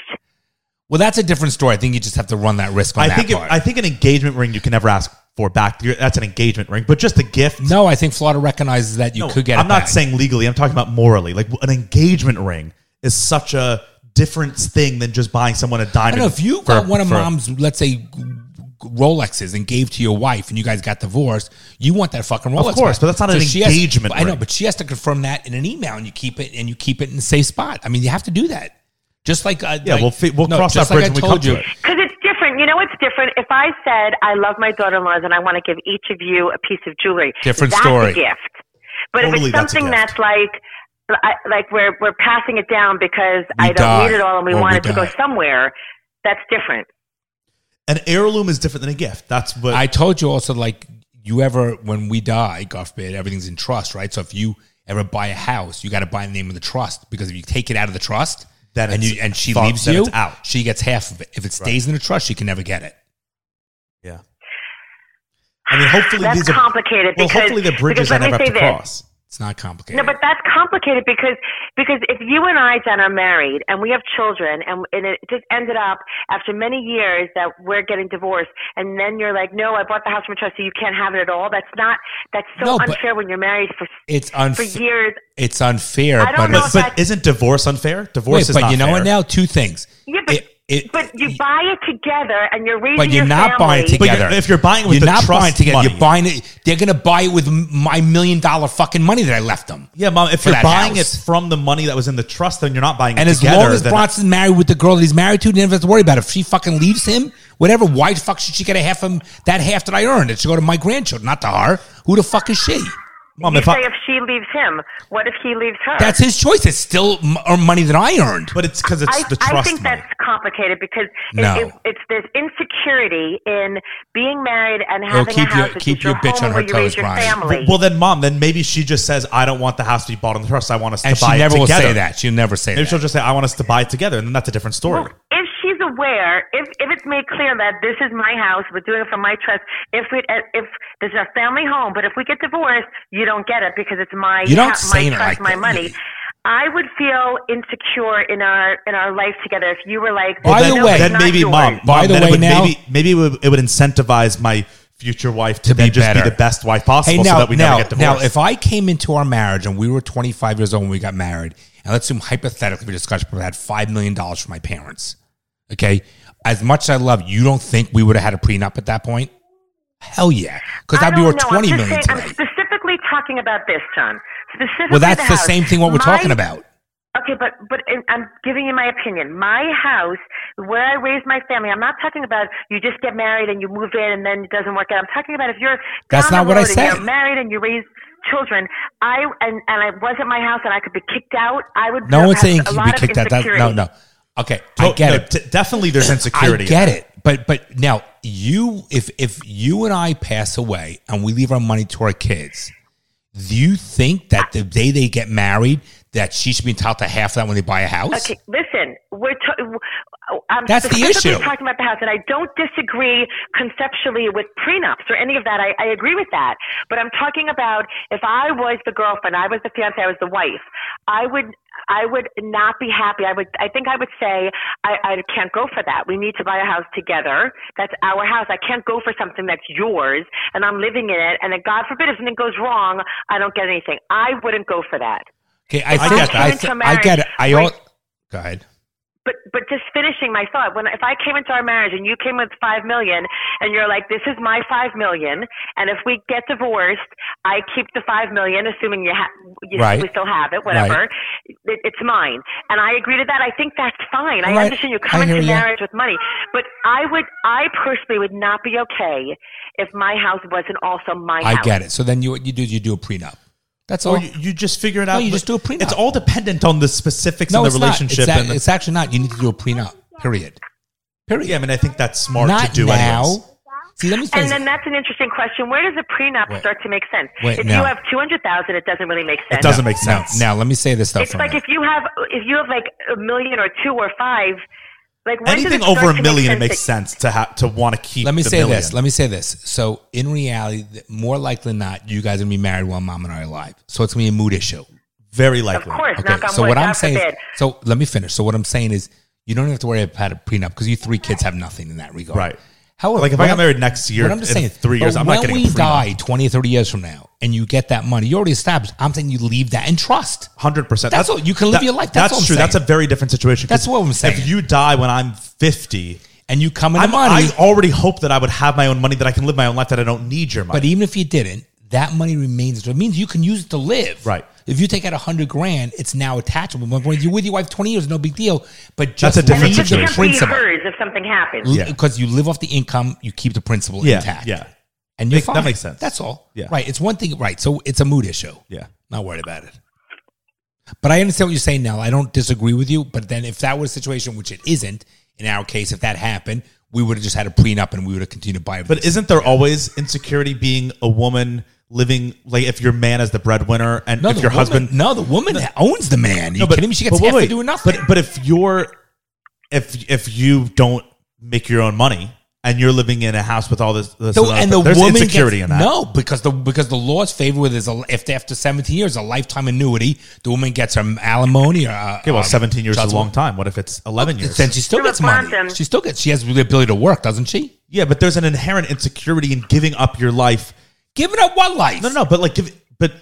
Speaker 3: well, that's a different story. I think you just have to run that risk on
Speaker 2: I
Speaker 3: that
Speaker 2: think it,
Speaker 3: part.
Speaker 2: I think an engagement ring you can never ask for back. You're- That's an engagement ring, but just a gift.
Speaker 3: no, I think Florida recognizes that you
Speaker 2: No,
Speaker 3: could get.
Speaker 2: I'm
Speaker 3: it
Speaker 2: not
Speaker 3: back.
Speaker 2: saying legally. I'm talking about morally. Like an engagement ring is such a different thing than just buying someone a
Speaker 3: I
Speaker 2: diamond.
Speaker 3: don't know if you
Speaker 2: for-
Speaker 3: got one of
Speaker 2: for-
Speaker 3: mom's, let's say. Rolexes and gave to your wife, and you guys got divorced. You want that fucking Rolex,
Speaker 2: course,
Speaker 3: back.
Speaker 2: but that's not an
Speaker 3: she has-
Speaker 2: engagement
Speaker 3: I know,
Speaker 2: ring.
Speaker 3: but she has to confirm that in an email, and you keep it and you keep it in a safe spot. I mean, you have to do that. Just like I,
Speaker 2: Yeah,
Speaker 3: like-
Speaker 2: we'll fi- we'll cross
Speaker 3: just
Speaker 2: that
Speaker 3: like
Speaker 2: bridge
Speaker 3: I
Speaker 2: when we
Speaker 3: told
Speaker 2: come to
Speaker 3: you.
Speaker 2: it.
Speaker 4: Because it's different. You know, it's different. If I said, I love my daughter in laws and I want to give each of you a piece of jewelry,
Speaker 3: Different
Speaker 4: that's
Speaker 3: story.
Speaker 4: a gift. But
Speaker 2: Totally,
Speaker 4: if it's
Speaker 2: that's a
Speaker 4: something
Speaker 2: gift.
Speaker 4: that's, like, I, like we're, we're passing it down because
Speaker 3: We
Speaker 4: I don't
Speaker 3: die
Speaker 4: need it all and we
Speaker 3: or
Speaker 4: want
Speaker 3: we
Speaker 4: it to go
Speaker 3: die.
Speaker 4: somewhere, that's different.
Speaker 2: An heirloom is different than a gift. That's what
Speaker 3: I told you also, like you ever when we die, God forbid, everything's in trust, right? So if you ever buy a house, you got to buy the name of the trust because if you take it out of the trust,
Speaker 2: Then
Speaker 3: and
Speaker 2: it's
Speaker 3: you and she
Speaker 2: fucked,
Speaker 3: leaves
Speaker 2: then
Speaker 3: you
Speaker 2: it's out.
Speaker 3: she gets half of it. If it stays in the trust, she can never get it.
Speaker 2: Yeah. I mean, hopefully
Speaker 4: That's
Speaker 2: these are
Speaker 4: complicated
Speaker 2: Well,
Speaker 4: because-
Speaker 2: hopefully the
Speaker 4: because
Speaker 2: bridges I
Speaker 4: let me
Speaker 2: never have
Speaker 4: say
Speaker 2: to
Speaker 4: this.
Speaker 2: cross.
Speaker 3: It's not complicated.
Speaker 4: No, but that's complicated because because if you and I, Jen, are married and we have children, and, and it just ended up after many years that we're getting divorced, and then you're like, no, I bought the house from a trust, so you can't have it at all. That's not that's
Speaker 3: No,
Speaker 4: so
Speaker 3: but-
Speaker 4: unfair when you're married for
Speaker 3: it's
Speaker 4: for
Speaker 3: unfair.
Speaker 4: years.
Speaker 3: It's unfair.
Speaker 4: I don't
Speaker 3: but
Speaker 4: know
Speaker 3: it's-
Speaker 2: But,
Speaker 4: if
Speaker 2: but
Speaker 4: that's-
Speaker 2: isn't divorce unfair? Divorce
Speaker 3: Wait,
Speaker 2: is
Speaker 3: but
Speaker 2: not
Speaker 3: you know
Speaker 2: fair.
Speaker 3: what? Now two things.
Speaker 4: Yeah, but
Speaker 3: It- it-
Speaker 4: but you buy it together, and you're raising
Speaker 3: But you're
Speaker 4: your
Speaker 3: not buying it
Speaker 4: family.
Speaker 2: But
Speaker 3: together.
Speaker 2: you're- if you're buying it with
Speaker 3: you're
Speaker 2: the
Speaker 3: not
Speaker 2: trust
Speaker 3: buying it together. You're
Speaker 2: money.
Speaker 3: buying it. They're gonna buy it with m- my million dollar fucking money that I left them.
Speaker 2: Yeah, mom. If
Speaker 3: For
Speaker 2: you're
Speaker 3: that
Speaker 2: buying
Speaker 3: house.
Speaker 2: it from the money that was in the trust, then you're not buying
Speaker 3: And
Speaker 2: it
Speaker 3: as
Speaker 2: together.
Speaker 3: long as
Speaker 2: then-
Speaker 3: Bronson's married with the girl that he's married to, he never has to worry about it. If she fucking leaves him, whatever, why the fuck should she get a half of that half that I earned? It should go to my grandchildren, not to her. Who the fuck is she?
Speaker 2: Mom,
Speaker 4: You
Speaker 2: if I-
Speaker 4: say if she leaves him, what if he leaves her?
Speaker 3: um, That's his choice. It's still m- or money that I earned.
Speaker 2: but it's because it's
Speaker 4: I,
Speaker 2: the
Speaker 4: I
Speaker 2: trust
Speaker 4: think
Speaker 2: money.
Speaker 4: that's complicated because it,
Speaker 3: No.
Speaker 4: it, it's there's insecurity in being married and
Speaker 3: Well,
Speaker 4: having
Speaker 3: keep
Speaker 4: a
Speaker 3: your-
Speaker 4: house. which
Speaker 3: keep
Speaker 4: is your
Speaker 3: your bitch
Speaker 4: home
Speaker 3: on
Speaker 4: where
Speaker 3: her
Speaker 4: you raise
Speaker 3: toes,
Speaker 4: your
Speaker 3: Brian.
Speaker 4: Family.
Speaker 2: Well, then, mom. Then maybe she just says, "I don't want the house to be bought on the trust. I want us
Speaker 3: and
Speaker 2: to
Speaker 3: she
Speaker 2: buy it
Speaker 3: never
Speaker 2: together."
Speaker 3: will say that. She'll never say
Speaker 2: Maybe
Speaker 3: that.
Speaker 2: she'll just say, "I want us to buy it together," and then that's a different story.
Speaker 4: Well, if she's aware, if if it's made clear that this is my house, we're doing it for my trust. If we uh, if this is our family home, but if we get divorced, you don't get it because it's my
Speaker 3: You don't
Speaker 4: ha-
Speaker 3: say it
Speaker 4: my
Speaker 3: like
Speaker 4: trust, my
Speaker 3: that.
Speaker 4: money. I would feel insecure in our in our life together if you were like,
Speaker 3: By
Speaker 4: no,
Speaker 3: the
Speaker 4: it's
Speaker 3: way-
Speaker 2: then
Speaker 4: not
Speaker 2: maybe,
Speaker 4: yours.
Speaker 2: mom.
Speaker 3: By
Speaker 2: mom,
Speaker 3: the
Speaker 2: then it
Speaker 3: way,
Speaker 2: would
Speaker 3: now-
Speaker 2: maybe maybe it would, it would incentivize my future wife to,
Speaker 3: be
Speaker 2: then just
Speaker 3: better.
Speaker 2: be the best wife
Speaker 3: Hey,
Speaker 2: possible,
Speaker 3: now,
Speaker 2: so that we
Speaker 3: now,
Speaker 2: never get
Speaker 3: now,
Speaker 2: divorced.
Speaker 3: if I came into our marriage and we were 25 years old when we got married, and let's assume hypothetically we discussed, but I had $5 million from my parents, okay? As much as I love you, you don't think we would have had a prenup at that point? Hell yeah. Because
Speaker 4: I
Speaker 3: I'd be
Speaker 4: don't
Speaker 3: worth
Speaker 4: know. I'm
Speaker 3: $20
Speaker 4: just
Speaker 3: million
Speaker 4: saying-
Speaker 3: today.
Speaker 4: I'm specifically talking about this, John. Specifically
Speaker 3: Well, that's the
Speaker 4: house.
Speaker 3: same thing what we're
Speaker 4: My-
Speaker 3: talking about.
Speaker 4: Okay, but but and I'm giving you my opinion. My house, where I raised my family. I'm not talking about you just get married and you move in and then it doesn't work out. I'm talking about if you're
Speaker 3: That's
Speaker 4: down
Speaker 3: not
Speaker 4: the
Speaker 3: what I
Speaker 4: road and
Speaker 3: said.
Speaker 4: You're married and you raise children. I and and it wasn't my house and I could be kicked out. I would.
Speaker 3: No
Speaker 4: have
Speaker 3: one's saying
Speaker 4: a
Speaker 3: you
Speaker 4: lot
Speaker 3: be
Speaker 4: of
Speaker 3: kicked out. That, no,
Speaker 4: insecurity.
Speaker 3: no. Okay, I
Speaker 2: Oh,
Speaker 3: get
Speaker 2: no,
Speaker 3: it.
Speaker 2: d- definitely, there's insecurity.
Speaker 3: I get it, but but now you, if if you and I pass away and we leave our money to our kids, do you think that the day they get married that she should be entitled to half that when they buy a house?
Speaker 4: Okay, listen, we're um, t- I'm
Speaker 3: That's the
Speaker 4: specifically
Speaker 3: issue.
Speaker 4: talking about the house, and I don't disagree conceptually with prenups or any of that. I, I agree with that, but I'm talking about if I was the girlfriend, I was the fiance, I was the wife, I would. I would not be happy. I would. I think I would say I, I can't go for that. We need to buy a house together. That's our house. I can't go for something that's yours, and I'm living in it. And then God forbid if something goes wrong, I don't get anything. I wouldn't go for that.
Speaker 3: Okay, I,
Speaker 2: I
Speaker 3: think,
Speaker 2: get that.
Speaker 3: I, thi- I get it. I all,
Speaker 4: Like-
Speaker 3: go ahead.
Speaker 4: but but just finishing my thought when if i came into our marriage and you came with five million and you're like this is my five million and if we get divorced i keep the five million assuming you, ha- you
Speaker 3: Right.
Speaker 4: we still have it whatever it, it's mine and i agree to that i think that's fine
Speaker 3: All
Speaker 4: i
Speaker 3: right.
Speaker 4: understand you
Speaker 3: I
Speaker 4: come
Speaker 3: hear
Speaker 4: into
Speaker 3: ya.
Speaker 4: marriage with money but i would i personally would not be okay if my house wasn't also my
Speaker 3: I
Speaker 4: house
Speaker 3: get it. So then you what you do is you do a prenup. That's all.
Speaker 2: Or Oh, you, you just figure it out.
Speaker 3: you
Speaker 2: but
Speaker 3: just do a prenup.
Speaker 2: It's all dependent on the specifics
Speaker 3: no,
Speaker 2: of
Speaker 3: it's
Speaker 2: the
Speaker 3: not.
Speaker 2: relationship.
Speaker 3: It's, a-
Speaker 2: and the-
Speaker 3: it's actually not. You need to do a prenup. Period. Period.
Speaker 2: yeah, I mean, I think that's smart
Speaker 3: not
Speaker 2: to do
Speaker 3: now.
Speaker 2: anyways.
Speaker 3: See, let me say
Speaker 4: and
Speaker 3: this.
Speaker 4: then that's an interesting question. Where does a prenup
Speaker 3: Wait.
Speaker 4: start to make sense?
Speaker 3: Wait,
Speaker 4: if
Speaker 3: now.
Speaker 4: you have two hundred thousand, it doesn't really make sense.
Speaker 2: doesn't make
Speaker 3: Now-
Speaker 2: sense.
Speaker 3: Now, let me say this stuff.
Speaker 4: It's like if you have if you have like a million or two or five, like when does
Speaker 2: Anything
Speaker 4: it start
Speaker 2: over a
Speaker 4: to make
Speaker 2: million, it
Speaker 4: sense
Speaker 2: makes
Speaker 4: that-
Speaker 2: sense to ha- to want to keep.
Speaker 3: Let me
Speaker 2: the
Speaker 3: say
Speaker 2: million.
Speaker 3: this. Let me say this. So in reality, th- more likely than not, you guys are gonna be married while mom and I are alive. So it's gonna be a mood issue.
Speaker 2: Very
Speaker 4: Of
Speaker 2: likely.
Speaker 4: course,
Speaker 3: Okay.
Speaker 4: knock on
Speaker 3: So
Speaker 4: wood.
Speaker 3: what
Speaker 4: God
Speaker 3: I'm saying. Is,
Speaker 4: forbid.
Speaker 3: so let me finish. So what I'm saying is, you don't have to worry about a prenup because you three kids have nothing in that regard.
Speaker 2: Right.
Speaker 3: However,
Speaker 2: Like, if I
Speaker 3: what
Speaker 2: got
Speaker 3: I'm-
Speaker 2: married next year,
Speaker 3: what I'm just
Speaker 2: in
Speaker 3: saying,
Speaker 2: three years,
Speaker 3: but
Speaker 2: I'm not
Speaker 3: when
Speaker 2: getting a
Speaker 3: we
Speaker 2: prenup.
Speaker 3: die 20, 30 years from now, and you get that money, you already established. I'm saying you leave that in trust.
Speaker 2: Hundred percent.
Speaker 3: That's all. You can live your life. That's all I'm
Speaker 2: true.
Speaker 3: saying.
Speaker 2: That's a very different situation. 'cause
Speaker 3: That's what I'm saying.
Speaker 2: If you die when I'm fifty,
Speaker 3: And you come in
Speaker 2: I'm,
Speaker 3: money.
Speaker 2: I already hope that I would have my own money that I can live my own life that I don't need your money.
Speaker 3: But even if you didn't, that money remains. So It means you can use it to live.
Speaker 2: Right.
Speaker 3: If you take out a hundred grand, it's now attachable. When when you're with your wife twenty years, no big deal. But just
Speaker 2: That's a different
Speaker 4: And it
Speaker 3: leave
Speaker 4: just
Speaker 3: the
Speaker 2: situation.
Speaker 4: becomes be
Speaker 3: principal
Speaker 4: hers if something happens.
Speaker 2: Yeah.
Speaker 3: because you live off the income, you keep the principal
Speaker 2: Yeah,
Speaker 3: intact.
Speaker 2: yeah.
Speaker 3: and you're
Speaker 2: Make- that
Speaker 3: fine.
Speaker 2: makes sense.
Speaker 3: That's all.
Speaker 2: Yeah.
Speaker 3: right. It's one thing. Right, so it's a mood issue.
Speaker 2: Yeah.
Speaker 3: Not worried about it. But I understand what you're saying now. I don't disagree with you. But then if that was a situation, which it isn't, in our case, if that happened, we would have just had a prenup and we would have continued to buy.
Speaker 2: But isn't there always insecurity being a woman living like if your man is the breadwinner and if
Speaker 3: the
Speaker 2: your
Speaker 3: woman,
Speaker 2: husband
Speaker 3: No, the woman owns the man. Are you
Speaker 2: No, but-
Speaker 3: kidding me? She
Speaker 2: but
Speaker 3: gets
Speaker 2: wait,
Speaker 3: half for
Speaker 2: wait.
Speaker 3: doing nothing.
Speaker 2: But but if you're if if you don't make your own money and you're living in a house with all this, this
Speaker 3: So,
Speaker 2: other
Speaker 3: and the
Speaker 2: stuff, there's
Speaker 3: woman
Speaker 2: insecurity
Speaker 3: gets,
Speaker 2: in that.
Speaker 3: No, because the because the law is favored with is a, if after 17 years a lifetime annuity, the woman gets her alimony or uh,
Speaker 2: Okay, well,
Speaker 3: um,
Speaker 2: 17 years is
Speaker 3: child
Speaker 2: a long time. What if it's 11 years?
Speaker 3: Then she still
Speaker 4: You're
Speaker 3: gets money.
Speaker 4: responsive.
Speaker 3: She still gets. She has the ability to work, doesn't she?
Speaker 2: yeah, but there's an inherent insecurity in giving up your life.
Speaker 3: Giving up one life.
Speaker 2: No, no, no, but like give but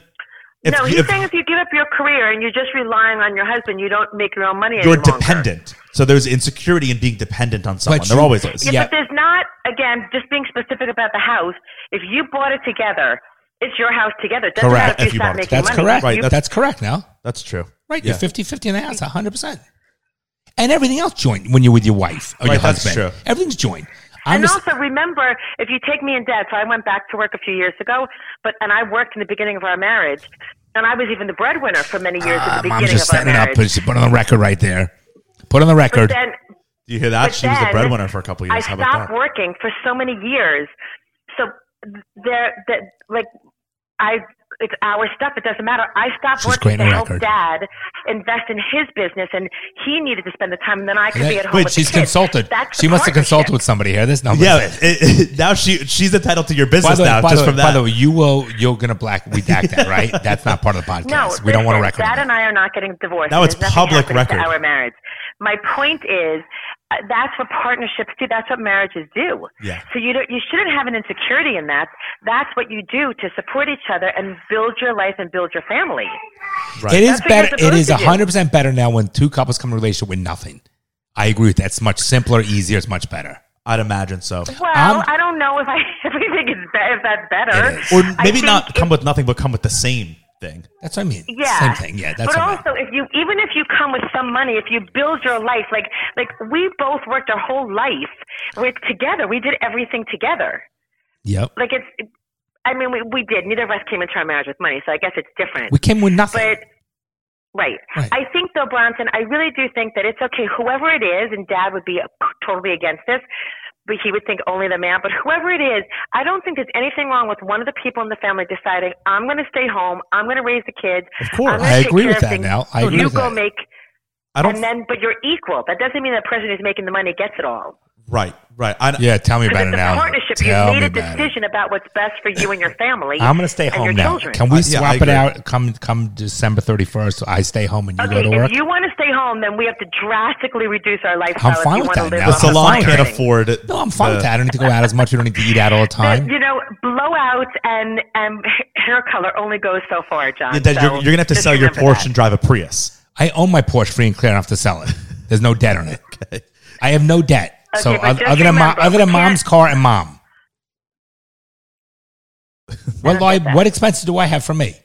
Speaker 2: if,
Speaker 4: no,
Speaker 2: you-
Speaker 4: he's
Speaker 2: if
Speaker 4: saying if you give up your career and you're just relying on your husband, you don't make your own money.
Speaker 2: you're
Speaker 4: any longer.
Speaker 2: dependent, so there's insecurity in being dependent on someone.
Speaker 3: But
Speaker 2: there
Speaker 3: you-
Speaker 2: always is.
Speaker 4: Yeah,
Speaker 3: Yeah.
Speaker 4: but there's not. Again, just being specific about the house. If you bought it together, it's your house together. It doesn't
Speaker 2: Correct,
Speaker 4: matter
Speaker 2: if
Speaker 4: if
Speaker 2: you
Speaker 4: you
Speaker 2: bought
Speaker 4: stop
Speaker 2: it.
Speaker 4: making
Speaker 3: That's
Speaker 4: money.
Speaker 3: correct.
Speaker 2: Right,
Speaker 4: You-
Speaker 3: that's, correct now.
Speaker 2: That's true.
Speaker 3: Right.
Speaker 2: Yeah.
Speaker 3: You're 50 50 in the house, 100%. And everything else joint when you're with your wife or
Speaker 2: Right,
Speaker 3: your
Speaker 2: that's
Speaker 3: husband.
Speaker 2: true.
Speaker 3: Everything's joined. I'm
Speaker 4: and
Speaker 3: just-
Speaker 4: also remember, if you take me and Dad, so I went back to work a few years ago, but and I worked in the beginning of our marriage, and I was even the breadwinner for many years at the
Speaker 3: Um, I'm
Speaker 4: beginning
Speaker 3: Ah, just
Speaker 4: of our
Speaker 3: setting it up.
Speaker 4: marriage.
Speaker 3: Put, put on the record right there. Put on the
Speaker 4: but
Speaker 3: record.
Speaker 4: then,
Speaker 2: Do you hear that?
Speaker 4: But
Speaker 2: She was the
Speaker 4: then
Speaker 2: breadwinner for a couple of years.
Speaker 4: I
Speaker 2: How about
Speaker 4: stopped
Speaker 2: that?
Speaker 4: working for so many years. So th- there, that like I, it's our stuff. It doesn't matter. I stopped
Speaker 3: She's great
Speaker 4: working to
Speaker 3: on
Speaker 4: help
Speaker 3: record.
Speaker 4: Dad invest in his business, and he needed to spend the time, and then I could
Speaker 3: That-
Speaker 4: be at home.
Speaker 3: wait,
Speaker 4: with
Speaker 3: she's
Speaker 4: the kids.
Speaker 3: consulted.
Speaker 4: That's
Speaker 3: She
Speaker 4: the
Speaker 3: must have consulted
Speaker 4: partnership.
Speaker 3: with somebody here. This number.
Speaker 2: Yeah, it, it, now she she's entitled to your
Speaker 3: By
Speaker 2: business
Speaker 3: the, way,
Speaker 2: now
Speaker 3: by,
Speaker 2: just
Speaker 3: the way,
Speaker 2: from
Speaker 3: by
Speaker 2: that.
Speaker 3: the way, you will, you're going to black redact that, right? That's not part of the podcast.
Speaker 4: No,
Speaker 3: we don't want to record
Speaker 4: listen, Dad
Speaker 3: that.
Speaker 4: and I are not getting divorced.
Speaker 2: Now it's
Speaker 4: There's nothing
Speaker 2: public
Speaker 4: happening to
Speaker 2: record.
Speaker 4: Our marriage. My point is, uh, that's what partnerships do. That's what marriages do.
Speaker 2: Yeah.
Speaker 4: So you don't, you shouldn't have an insecurity in that. That's what you do to support each other and build your life and build your family.
Speaker 2: Right.
Speaker 3: It is
Speaker 4: That's what you're
Speaker 3: better. It is
Speaker 4: supposed to do.
Speaker 3: 100% better now when two couples come in a relationship with nothing. I agree with that. It's much simpler, easier. It's much better.
Speaker 2: I'd imagine so.
Speaker 4: Well,
Speaker 3: I'm-
Speaker 4: I don't know if I if we think it's be- if that's better.
Speaker 3: It is.
Speaker 2: Or
Speaker 4: I
Speaker 2: maybe
Speaker 4: think
Speaker 2: not
Speaker 4: if-
Speaker 2: come with nothing, but come with the same thing.
Speaker 3: That's what I mean.
Speaker 4: Yeah.
Speaker 3: Same thing. Yeah. That's
Speaker 4: but
Speaker 3: what I mean.
Speaker 4: also, if you even if you come with some money, if you build your life, like like we both worked our whole life with together. We did everything together.
Speaker 3: Yep.
Speaker 4: like it's i mean we, we did neither of us came into our marriage with money so i guess it's different
Speaker 3: We came with nothing.
Speaker 4: but right.
Speaker 3: Right.
Speaker 4: i think though bronson i really do think that it's okay whoever it is and dad would be totally against this but he would think only the man but whoever it is i don't think there's anything wrong with one of the people in the family deciding i'm going to stay home i'm going to raise the kids
Speaker 2: Of course.
Speaker 4: I'm gonna
Speaker 3: I
Speaker 4: take
Speaker 3: agree
Speaker 4: care
Speaker 3: with
Speaker 4: of
Speaker 3: that
Speaker 4: things.
Speaker 3: now. I agree
Speaker 4: you
Speaker 3: with
Speaker 4: go
Speaker 3: that.
Speaker 4: make
Speaker 2: I don't.
Speaker 4: and then but you're equal that doesn't mean the person who's making the money gets it all
Speaker 2: right, right. I,
Speaker 3: yeah. Tell me about
Speaker 4: because
Speaker 3: it
Speaker 4: it's a
Speaker 3: now.
Speaker 4: partnership
Speaker 3: Tell
Speaker 4: you've
Speaker 3: me
Speaker 4: made a
Speaker 3: about it.
Speaker 4: decision about what's best for you and your family
Speaker 3: I'm gonna stay
Speaker 4: and
Speaker 3: home
Speaker 4: your
Speaker 3: now.
Speaker 4: children.
Speaker 3: Can we
Speaker 2: Uh, yeah, I
Speaker 3: swap it
Speaker 2: agree.
Speaker 3: out? Come come December 31st. So I stay home and you
Speaker 4: Okay,
Speaker 3: go to work.
Speaker 4: if you want to stay home, then we have to drastically reduce our lifestyle.
Speaker 3: I'm fine
Speaker 4: if you
Speaker 3: with
Speaker 4: want
Speaker 3: that
Speaker 4: to live
Speaker 3: now.
Speaker 4: on
Speaker 2: the
Speaker 3: I'm
Speaker 2: salon
Speaker 3: fine
Speaker 2: can't
Speaker 3: with it.
Speaker 2: afford it.
Speaker 3: no, I'm fine
Speaker 2: the-
Speaker 3: with that. I don't need to go out as much. You don't need to eat out all the time.
Speaker 4: You know, blowouts and and hair color only goes so far, John.
Speaker 2: Yeah, that
Speaker 4: so
Speaker 2: you're, you're gonna have to
Speaker 4: just
Speaker 2: sell your
Speaker 4: remember
Speaker 2: Porsche
Speaker 4: that.
Speaker 2: and drive a Prius.
Speaker 3: I own my Porsche free and clear enough to sell it. There's no debt on it. I have no debt.
Speaker 4: Okay,
Speaker 3: so
Speaker 4: but
Speaker 3: oth-
Speaker 4: just
Speaker 3: other than mom,
Speaker 4: remember,
Speaker 3: other than
Speaker 4: we
Speaker 3: mom's
Speaker 4: can't-
Speaker 3: car and mom, what do I,
Speaker 4: get that.
Speaker 3: what expenses do I have for me?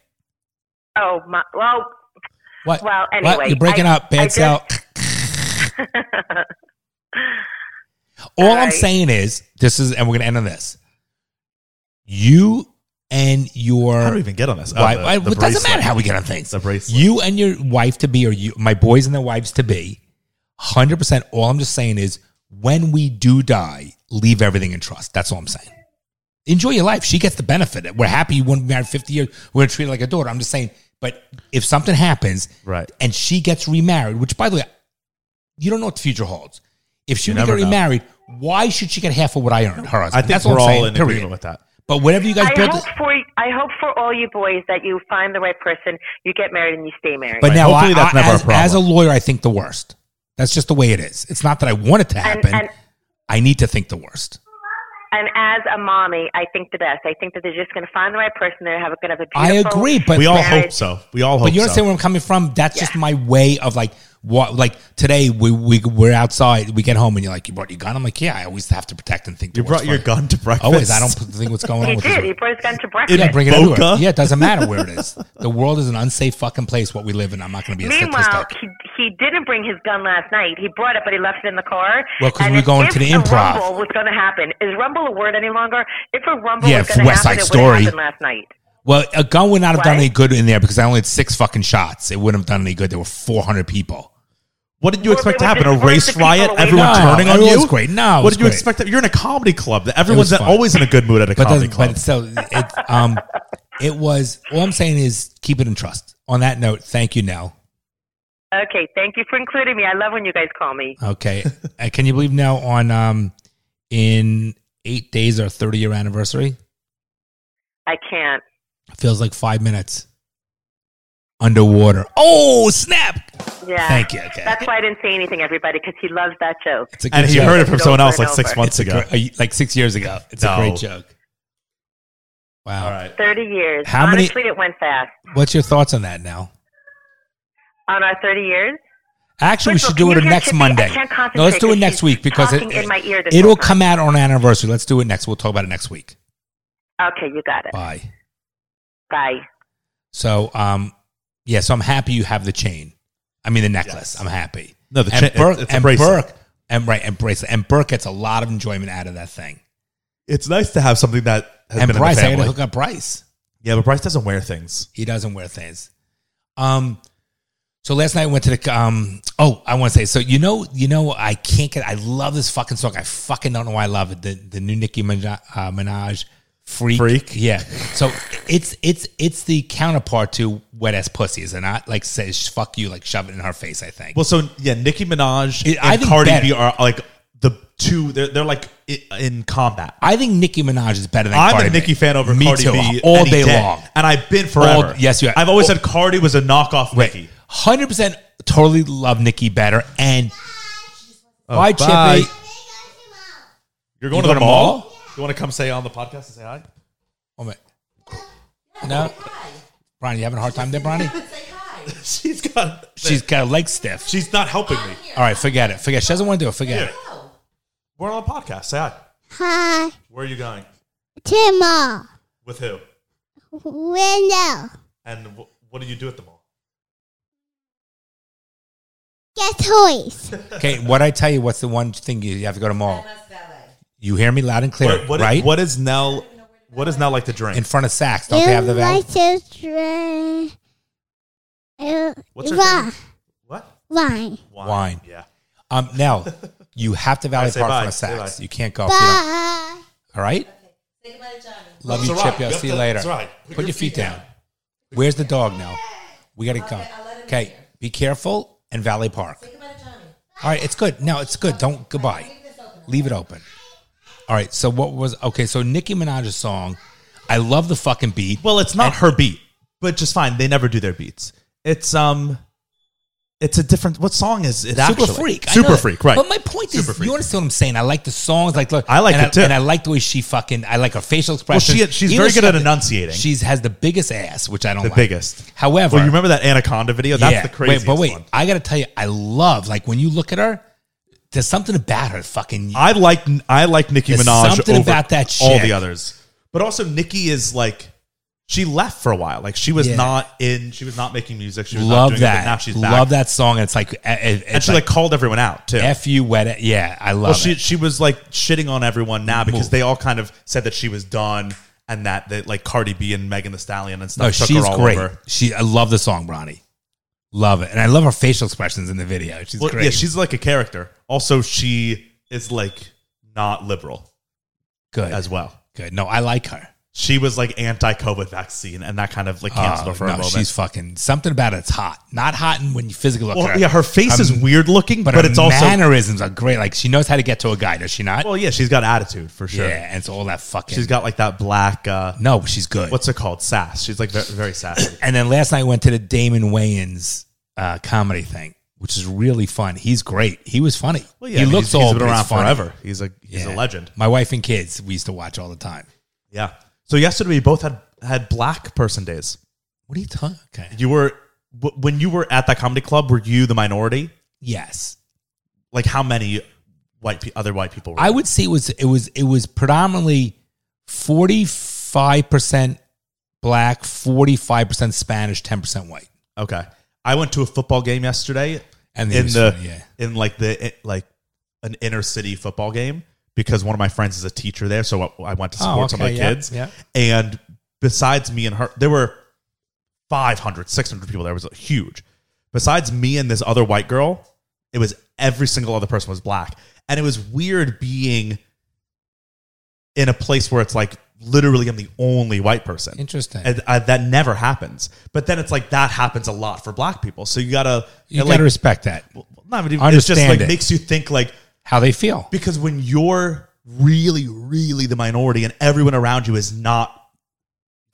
Speaker 4: Oh my! Well,
Speaker 3: What?
Speaker 4: Well,
Speaker 3: What?
Speaker 4: anyway,
Speaker 3: you're breaking
Speaker 4: I-
Speaker 3: up. Bad
Speaker 4: I just-
Speaker 3: sell. All I'm
Speaker 4: Right.
Speaker 3: saying is this is, and we're going to end on this. You and your
Speaker 2: How do we even get on this? Oh,
Speaker 3: Why-
Speaker 2: the-
Speaker 3: why-
Speaker 2: the
Speaker 3: it doesn't
Speaker 2: bracelet.
Speaker 3: matter how we get on things.
Speaker 2: The bracelet.
Speaker 3: You and your wife to be, or you, my boys and their wives to be, hundred percent. All I'm just saying is, when we do die, leave everything in trust. That's all I'm saying. Enjoy your life. She gets the benefit. We're happy when we married 50 years. We're gonna treat her like a daughter. I'm just saying. But if something happens,
Speaker 2: Right.
Speaker 3: and she gets remarried, which by the way, you don't know what the future holds. If she
Speaker 2: You
Speaker 3: would get
Speaker 2: never know.
Speaker 3: remarried, why should she get half of what I earned? Her husband.
Speaker 2: I think
Speaker 3: That's
Speaker 2: we're
Speaker 3: all
Speaker 2: all
Speaker 3: I'm saying,
Speaker 2: in
Speaker 3: period.
Speaker 2: agreement with that.
Speaker 3: But whatever you guys
Speaker 4: I
Speaker 3: built,
Speaker 4: hope for I hope for all you boys that you find the right person, you get married, and you stay married.
Speaker 3: But now,
Speaker 2: Hopefully
Speaker 3: I,
Speaker 2: that's
Speaker 3: I-
Speaker 2: never a
Speaker 3: as,
Speaker 2: problem.
Speaker 3: as a lawyer, I think the worst. That's just the way it is. It's not that I want it to
Speaker 4: and,
Speaker 3: happen.
Speaker 4: and
Speaker 3: I need to think the worst.
Speaker 4: and as a mommy, I think the best. I think that they're just going to find the right person. They're have, going to have a
Speaker 3: I
Speaker 4: beautiful.
Speaker 3: agree, but
Speaker 2: We all
Speaker 4: Marriage.
Speaker 2: hope so. We all hope.
Speaker 3: but you understand
Speaker 2: so.
Speaker 3: where I'm coming from. That's just my way of like What like today we we we're outside. We get home and you're like, you brought your gun. I'm like, yeah, I always have to protect and think.
Speaker 2: You brought your gun to breakfast.
Speaker 3: Always, I don't think what's going on
Speaker 4: He
Speaker 3: with
Speaker 4: did.
Speaker 3: this.
Speaker 4: He brought his gun to
Speaker 2: In
Speaker 4: breakfast.
Speaker 3: Yeah, bring it
Speaker 2: Boca?
Speaker 3: everywhere. Yeah, it doesn't matter where it is. The world is an unsafe fucking place. What we live in. I'm not going to be a
Speaker 4: Meanwhile,
Speaker 3: statistic.
Speaker 4: he, he didn't bring his gun last night. He brought it, but he left it in the car.
Speaker 3: Well, 'cause
Speaker 4: And
Speaker 3: we were going
Speaker 4: if
Speaker 3: to the
Speaker 4: a
Speaker 3: improv.
Speaker 4: Rumble was going to happen. Is rumble a word any longer? If a rumble
Speaker 3: Yeah,
Speaker 4: was going to
Speaker 3: West Side
Speaker 4: happen, it would
Speaker 3: Story.
Speaker 4: have happened last night.
Speaker 3: Well, a gun would not have done
Speaker 4: What?
Speaker 3: any good in there because I only had six fucking shots. It wouldn't have done any good. There were 400 people.
Speaker 2: What did you
Speaker 4: Well,
Speaker 2: expect to
Speaker 4: they were
Speaker 2: happen? A
Speaker 4: just forced
Speaker 2: race
Speaker 4: to keep
Speaker 2: riot?
Speaker 4: away from
Speaker 2: Everyone
Speaker 3: No,
Speaker 2: turning on
Speaker 3: it
Speaker 2: you?
Speaker 3: was great. No, it
Speaker 2: what
Speaker 3: was
Speaker 2: did you
Speaker 3: great.
Speaker 2: expect? You're in a comedy club. Everyone's
Speaker 3: fun.
Speaker 2: always in a good mood at a
Speaker 3: But doesn't.
Speaker 2: comedy
Speaker 3: But
Speaker 2: club.
Speaker 3: it's still, it, um, it was. All I'm saying is keep it in trust. On that note, thank you, Nell.
Speaker 4: Okay, thank you for including me. I love when you guys call me.
Speaker 3: Okay, Uh, can you believe now on um, in eight days our 30 year anniversary?
Speaker 4: I can't.
Speaker 3: Feels like five minutes. Underwater. Oh snap!
Speaker 4: Yeah.
Speaker 3: Thank you. Okay.
Speaker 4: That's why I didn't say anything, everybody, because he loves that joke.
Speaker 3: It's a good
Speaker 2: And he
Speaker 3: joke.
Speaker 2: heard it from someone else like
Speaker 4: Over and
Speaker 2: six
Speaker 4: over.
Speaker 2: months
Speaker 3: It's a
Speaker 2: ago.
Speaker 3: gr- uh, like six years ago. It's
Speaker 2: No.
Speaker 3: a great joke. Wow.
Speaker 2: All right.
Speaker 4: 30 years.
Speaker 3: How many-
Speaker 4: Honestly, it went fast.
Speaker 3: What's your thoughts on that now?
Speaker 4: On our 30 years?
Speaker 3: Actually, we
Speaker 4: First of
Speaker 3: should
Speaker 4: all,
Speaker 3: do it
Speaker 4: can you
Speaker 3: next
Speaker 4: hear Tiffany? I
Speaker 3: Monday.
Speaker 4: can't
Speaker 3: No, let's
Speaker 4: concentrate
Speaker 3: do it
Speaker 4: 'cause
Speaker 3: next
Speaker 4: she's
Speaker 3: week because it,
Speaker 4: talking in my ear this
Speaker 3: it'll
Speaker 4: whole time.
Speaker 3: come out on our anniversary. Let's do it next. We'll talk about it next week.
Speaker 4: Okay, you got it.
Speaker 3: Bye.
Speaker 4: Bye.
Speaker 3: So, um, yeah, so I'm happy you have the chain. I mean, the necklace.
Speaker 2: Yes.
Speaker 3: I'm happy.
Speaker 2: No, the
Speaker 3: and
Speaker 2: chain-
Speaker 3: Burke,
Speaker 2: it's- it's a
Speaker 3: and
Speaker 2: bracelet.
Speaker 3: Burke, and right, and bracelet. And Burke gets a lot of enjoyment out of that thing.
Speaker 2: It's nice to have something that has
Speaker 3: and
Speaker 2: been
Speaker 3: Bryce,
Speaker 2: in the
Speaker 3: I got to
Speaker 2: family.
Speaker 3: hook up Bryce.
Speaker 2: Yeah, but Bryce doesn't wear things.
Speaker 3: He doesn't wear things. Um, so last night I went to the um. Oh, I want to say so. You know, you know, I can't get. I love this fucking song. I fucking don't know why I love it. The the new Nicki Minaj, uh, Minaj freak.
Speaker 2: Freak?
Speaker 3: Yeah. So it's it's it's the counterpart to wet ass pussy. Is it not? Like says fuck you. Like shove it in her face. I think.
Speaker 2: Well, so yeah, Nicki Minaj
Speaker 3: It- I
Speaker 2: and
Speaker 3: think
Speaker 2: Cardi
Speaker 3: better.
Speaker 2: B are like the two. They're they're like i- in combat.
Speaker 3: I think Nicki Minaj is better than.
Speaker 2: I'm
Speaker 3: Cardi
Speaker 2: a
Speaker 3: B.
Speaker 2: Nicki fan over
Speaker 3: Me
Speaker 2: Cardi
Speaker 3: too,
Speaker 2: B
Speaker 3: all
Speaker 2: any
Speaker 3: day, long.
Speaker 2: and I've been forever.
Speaker 3: All- yes, you have.
Speaker 2: I've always
Speaker 3: Oh.
Speaker 2: said Cardi was a knockoff Nicki.
Speaker 3: Hundred percent. Totally love Nicki better. And bye,
Speaker 2: Oh, bye.
Speaker 3: Chippy.
Speaker 2: You're going
Speaker 3: You
Speaker 2: to
Speaker 3: go
Speaker 2: the
Speaker 3: to
Speaker 2: mall?
Speaker 3: mall?
Speaker 2: You want to come say on the podcast and say hi?
Speaker 3: Oh, man. No. Bronny, you having a hard time there, Bronny?
Speaker 2: She's got.
Speaker 3: She's got a leg stiff. She,
Speaker 2: she's not helping me.
Speaker 3: all right, forget it. Forget. It. She doesn't want to do it. Forget it.
Speaker 2: We're on a podcast. Say hi.
Speaker 5: Hi,
Speaker 2: Where are you going?
Speaker 5: Timma.
Speaker 2: With who?
Speaker 5: Window.
Speaker 2: And w- what do you do at the mall?
Speaker 5: Get toys.
Speaker 3: Okay, what I tell you? What's the one thing you, you have to go to mall? You hear me loud and clear,
Speaker 2: What, what,
Speaker 3: right?
Speaker 2: what is Nell? What is Nell like to drink?
Speaker 3: In front of Saks, don't they have the
Speaker 5: my
Speaker 3: valve?
Speaker 5: children.
Speaker 2: What's her
Speaker 5: Wine.
Speaker 2: name? What?
Speaker 5: Wine.
Speaker 3: Wine.
Speaker 2: Yeah.
Speaker 3: Um, now you have to Valley
Speaker 2: Alright, say
Speaker 3: Park in
Speaker 2: bye.
Speaker 3: front of
Speaker 2: Say
Speaker 3: Saks.
Speaker 2: bye.
Speaker 3: You can't go. if you don't-
Speaker 5: Bye.
Speaker 3: all right. Love you,
Speaker 2: It's all right.
Speaker 3: Chippy. I'll
Speaker 2: You have
Speaker 3: see you
Speaker 2: to-
Speaker 3: later.
Speaker 2: it's all right.
Speaker 3: Put, your feet down. Where's the dog now? We gotta come. Okay, be careful and Valley Park. All right, it's good. No, it's good. Don't goodbye. Leave it open. All right. So what was okay? So Nicki Minaj's song. I love the fucking beat.
Speaker 2: Well, it's not her beat, but just fine. They never do their beats. It's um, it's a different. What song is it?
Speaker 3: Super
Speaker 2: actually?
Speaker 3: freak. I know
Speaker 2: Super
Speaker 3: that.
Speaker 2: frelook freak. Right.
Speaker 3: But my point
Speaker 2: Super
Speaker 3: is,
Speaker 2: Freak.
Speaker 3: you understand what I'm saying? I like the songs. Like look,
Speaker 2: I like
Speaker 3: and
Speaker 2: it too.
Speaker 3: and I like the way she fucking. I like her facial
Speaker 2: well,
Speaker 3: expression.
Speaker 2: she she's very good at enunciating.
Speaker 3: She's has the biggest ass, which I don't.
Speaker 2: the
Speaker 3: like.
Speaker 2: biggest.
Speaker 3: However,
Speaker 2: Well, you remember that Anaconda video? That's the craziest
Speaker 3: Wait, but wait,
Speaker 2: one.
Speaker 3: I gotta tell you, I love like when you look at her. There's something about her, fucking.
Speaker 2: I like I like Nicki
Speaker 3: There's
Speaker 2: Minaj
Speaker 3: something
Speaker 2: over
Speaker 3: about that
Speaker 2: all
Speaker 3: chick.
Speaker 2: the others. But also Nicki is like she left for a while. Like she was
Speaker 3: Yeah.
Speaker 2: not in. She was not making music. She was not
Speaker 3: love
Speaker 2: doing It, but now
Speaker 3: that.
Speaker 2: she's back.
Speaker 3: Love that song. And it's like, it- it-
Speaker 2: And
Speaker 3: it's
Speaker 2: she like, called everyone out too.
Speaker 3: f you wet it. Yeah, I love
Speaker 2: well, she
Speaker 3: it.
Speaker 2: she was like shitting on everyone now because
Speaker 3: Move.
Speaker 2: they all kind of said that she was done and that that like Cardi B and Megan the Stallion and stuff.
Speaker 3: No,
Speaker 2: took
Speaker 3: she's
Speaker 2: her all
Speaker 3: great.
Speaker 2: Over.
Speaker 3: She, I love the song, Bronny. Love it, and I love her facial expressions in the video. She's
Speaker 2: Well,
Speaker 3: great.
Speaker 2: yeah, she's like a character. Also, she is like not liberal
Speaker 3: good.
Speaker 2: as well.
Speaker 3: good. No, I like her.
Speaker 2: She was like anti-COVID vaccine and that kind of like canceled
Speaker 3: Oh,
Speaker 2: her for
Speaker 3: no,
Speaker 2: a moment.
Speaker 3: she's fucking something about it's hot. Not hot and when you physically look
Speaker 2: Well,
Speaker 3: at her.
Speaker 2: yeah, her face is
Speaker 3: Um,
Speaker 2: weird looking,
Speaker 3: but,
Speaker 2: but,
Speaker 3: her
Speaker 2: it's also
Speaker 3: mannerisms are great. Like she knows how to get to a guy. Does she not?
Speaker 2: well, yeah, she's got attitude for sure.
Speaker 3: Yeah, and it's all that fucking.
Speaker 2: She's got like that black. Uh,
Speaker 3: no, she's good.
Speaker 2: what's it called? Sass. She's like very, very sassy.
Speaker 3: and then last night I went to the Damon Wayans uh, comedy thing, which is really fun. He's great. He was funny.
Speaker 2: Well, yeah,
Speaker 3: he
Speaker 2: I mean,
Speaker 3: looks
Speaker 2: he's,
Speaker 3: old,
Speaker 2: he's
Speaker 3: but
Speaker 2: been
Speaker 3: he's
Speaker 2: around
Speaker 3: funny.
Speaker 2: forever. He's a he's
Speaker 3: Yeah.
Speaker 2: a legend.
Speaker 3: My wife and kids, we used to watch all the time.
Speaker 2: Yeah. So yesterday we both had had black person days.
Speaker 3: What are you talking? Okay.
Speaker 2: You were w- when you were at that comedy club, were you the minority?
Speaker 3: Yes.
Speaker 2: Like how many white pe- other white people were?
Speaker 3: I would say it was it was it was predominantly forty five percent black, forty five percent Spanish, ten percent white.
Speaker 2: okay. I went to a football game yesterday
Speaker 3: And
Speaker 2: in
Speaker 3: was-
Speaker 2: the
Speaker 3: yeah,
Speaker 2: in like the it- like an inner city football game because one of my friends is a teacher there, so I, I went to
Speaker 3: Oh,
Speaker 2: support some of
Speaker 3: okay,
Speaker 2: the
Speaker 3: yeah,
Speaker 2: kids.
Speaker 3: yeah.
Speaker 2: And besides me and her, there were 500, 600 people there. It was huge. Besides me and this other white girl, it was every single other person was black, and it was weird being in a place where it's like literally I'm the only white person.
Speaker 3: interesting.
Speaker 2: And I, that never happens. But then it's like that happens a lot for black people. So you gotta
Speaker 3: you
Speaker 2: it,
Speaker 3: gotta
Speaker 2: like,
Speaker 3: respect that
Speaker 2: not even, it's just
Speaker 3: Understand
Speaker 2: like
Speaker 3: it.
Speaker 2: makes you think like
Speaker 3: how they feel.
Speaker 2: because when you're really really the minority and everyone around you is not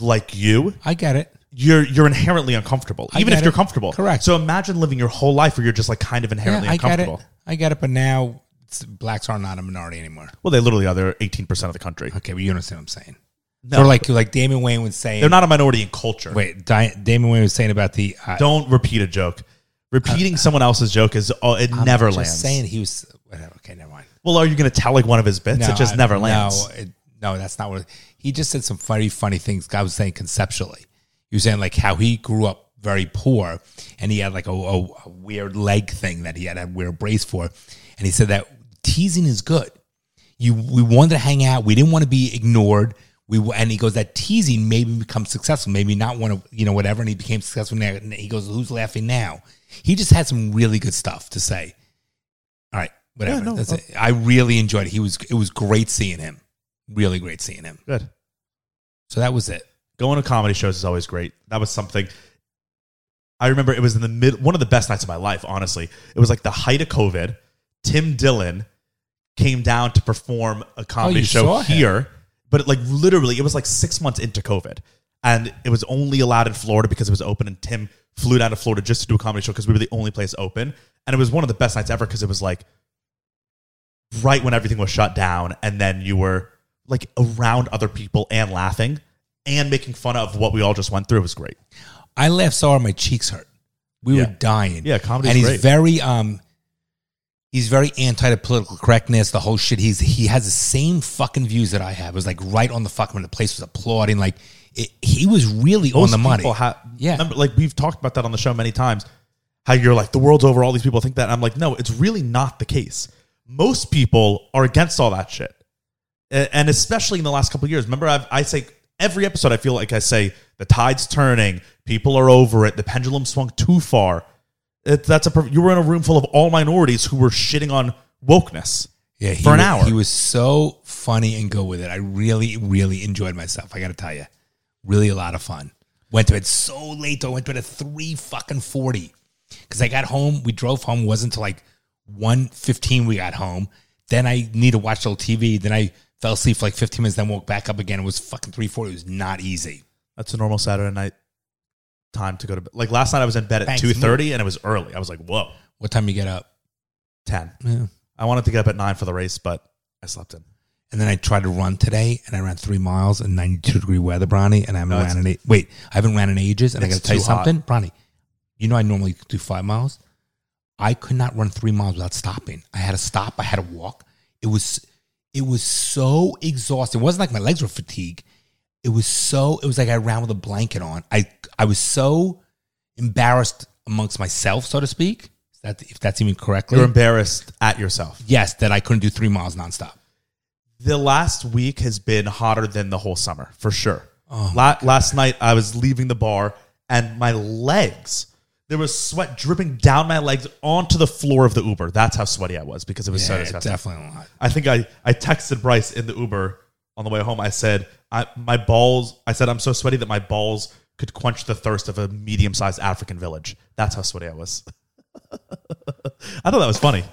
Speaker 2: like you
Speaker 3: I get it.
Speaker 2: you're you're inherently uncomfortable
Speaker 3: I
Speaker 2: even if
Speaker 3: get
Speaker 2: you're
Speaker 3: it.
Speaker 2: comfortable
Speaker 3: Correct.
Speaker 2: so imagine living your whole life where you're just like kind of
Speaker 3: Yeah,
Speaker 2: inherently
Speaker 3: I get it.
Speaker 2: uncomfortable
Speaker 3: I get it. But now it's- blacks are not a minority anymore.
Speaker 2: well they literally are they're 18% of the country
Speaker 3: Okay, but you understand what I'm saying.
Speaker 2: no
Speaker 3: Or like like Damon Wayne was saying.
Speaker 2: they're not a minority in culture
Speaker 3: Wait, Di- Damon Wayne was saying about the. Uh,
Speaker 2: don't repeat a joke repeating someone else's joke is oh, it
Speaker 3: I'm
Speaker 2: never
Speaker 3: just
Speaker 2: lands
Speaker 3: Saying he was whatever. Okay, never mind.
Speaker 2: well are you going to tell like one of his bits it just
Speaker 3: I-
Speaker 2: never lands
Speaker 3: No, it, no, that's not what he just said. Some very funny things. God was saying conceptually. He was saying like how he grew up very poor, and he had like a, a, a weird leg thing that he had to wear a brace for, and he said that teasing is good. You, we wanted to hang out. We didn't want to be ignored. We w- and he goes that teasing made me become successful. Made me not want to, you know, whatever. And he became successful. Now and he goes, "Who's laughing now?" He just had some really good stuff to say. All right, whatever.
Speaker 2: no,
Speaker 3: That's
Speaker 2: uh,
Speaker 3: it. I really enjoyed it. He was it was great seeing him. Really great seeing him.
Speaker 2: good
Speaker 3: So that was it.
Speaker 2: going to comedy shows is always great. That was something I remember. It was in the mid, one of the best nights of my life. Honestly, it was like the height of COVID. Tim Dillon came down to perform a comedy
Speaker 3: you
Speaker 2: show
Speaker 3: saw him.
Speaker 2: here, but it, like literally, it was like six months into COVID, and it was only allowed in Florida because it was open. And Tim flew down to Florida just to do a comedy show because we were the only place open, and it was one of the best nights ever because it was like right when everything was shut down and then you were like around other people and laughing and making fun of what we all just went through It was great.
Speaker 3: I laughed so hard my cheeks hurt. We
Speaker 2: Yeah.
Speaker 3: were dying.
Speaker 2: Yeah, comedy's
Speaker 3: And he's
Speaker 2: great.
Speaker 3: very um he's very anti to political correctness, the whole shit. He's he has the same fucking views that I have. It was like right on the fucking when the place was applauding. Like it, he was really on the money.
Speaker 2: people ha-
Speaker 3: Yeah.
Speaker 2: remember, like we've talked about that on the show many times. How you're like the world's over, all these people think that. And I'm like, no, it's really not the case. Most people are against all that shit, A- and especially in the last couple of years. Remember, I've, I say every episode, I feel like I say the tide's turning, people are over it, the pendulum swung too far. It, that's a per- you were in a room full of all minorities who were shitting on wokeness.
Speaker 3: yeah, he
Speaker 2: for an
Speaker 3: wa-
Speaker 2: hour.
Speaker 3: He was so funny and go with it. I really, really enjoyed myself. I gotta tell you. Really a lot of fun. Went to bed so late though. I went to bed at three fucking forty. Cause I got home, we drove home, it wasn't till like 1.15 we got home. Then I need to watch a little TV. Then I fell asleep for like 15 minutes, then woke back up again. It was fucking 3.40. It was not easy.
Speaker 2: That's a normal Saturday night time to go to bed. Like last night, I was in bed at
Speaker 3: Thanks,
Speaker 2: two thirty, and it was early. I was like, "Whoa,
Speaker 3: What time you get up?
Speaker 2: 10.
Speaker 3: Yeah.
Speaker 2: I wanted to get up at nine for the race, but I slept in.
Speaker 3: And then I tried to run today and I ran three miles in 92 degree weather, Bronny. And I haven't
Speaker 2: No, it's-
Speaker 3: ran in eight. Wait, I haven't ran in ages. And I
Speaker 2: It's
Speaker 3: got to tell you
Speaker 2: too hot.
Speaker 3: something, Bronny. You know, I normally do five miles. I could not run three miles without stopping. I had to stop. I had to walk. It was, it was so exhausting. It wasn't like my legs were fatigued. It was so, it was like I ran with a blanket on. I, I was so embarrassed amongst myself, so to speak. Is That, if that's even correctly.
Speaker 2: You're embarrassed at yourself.
Speaker 3: yes, that I couldn't do three miles nonstop.
Speaker 2: The last week has been hotter than the whole summer, for sure. La- last night, I was leaving the bar and my legs, there was sweat dripping down my legs onto the floor of the Uber. That's how sweaty I was because it was so
Speaker 3: Yeah,
Speaker 2: disgusting.
Speaker 3: definitely a lot.
Speaker 2: I think I, I texted Bryce in the Uber on the way home. I said, I, my balls, I said, I'm so sweaty that my balls could quench the thirst of a medium sized African village. That's how sweaty I was. I thought that was funny.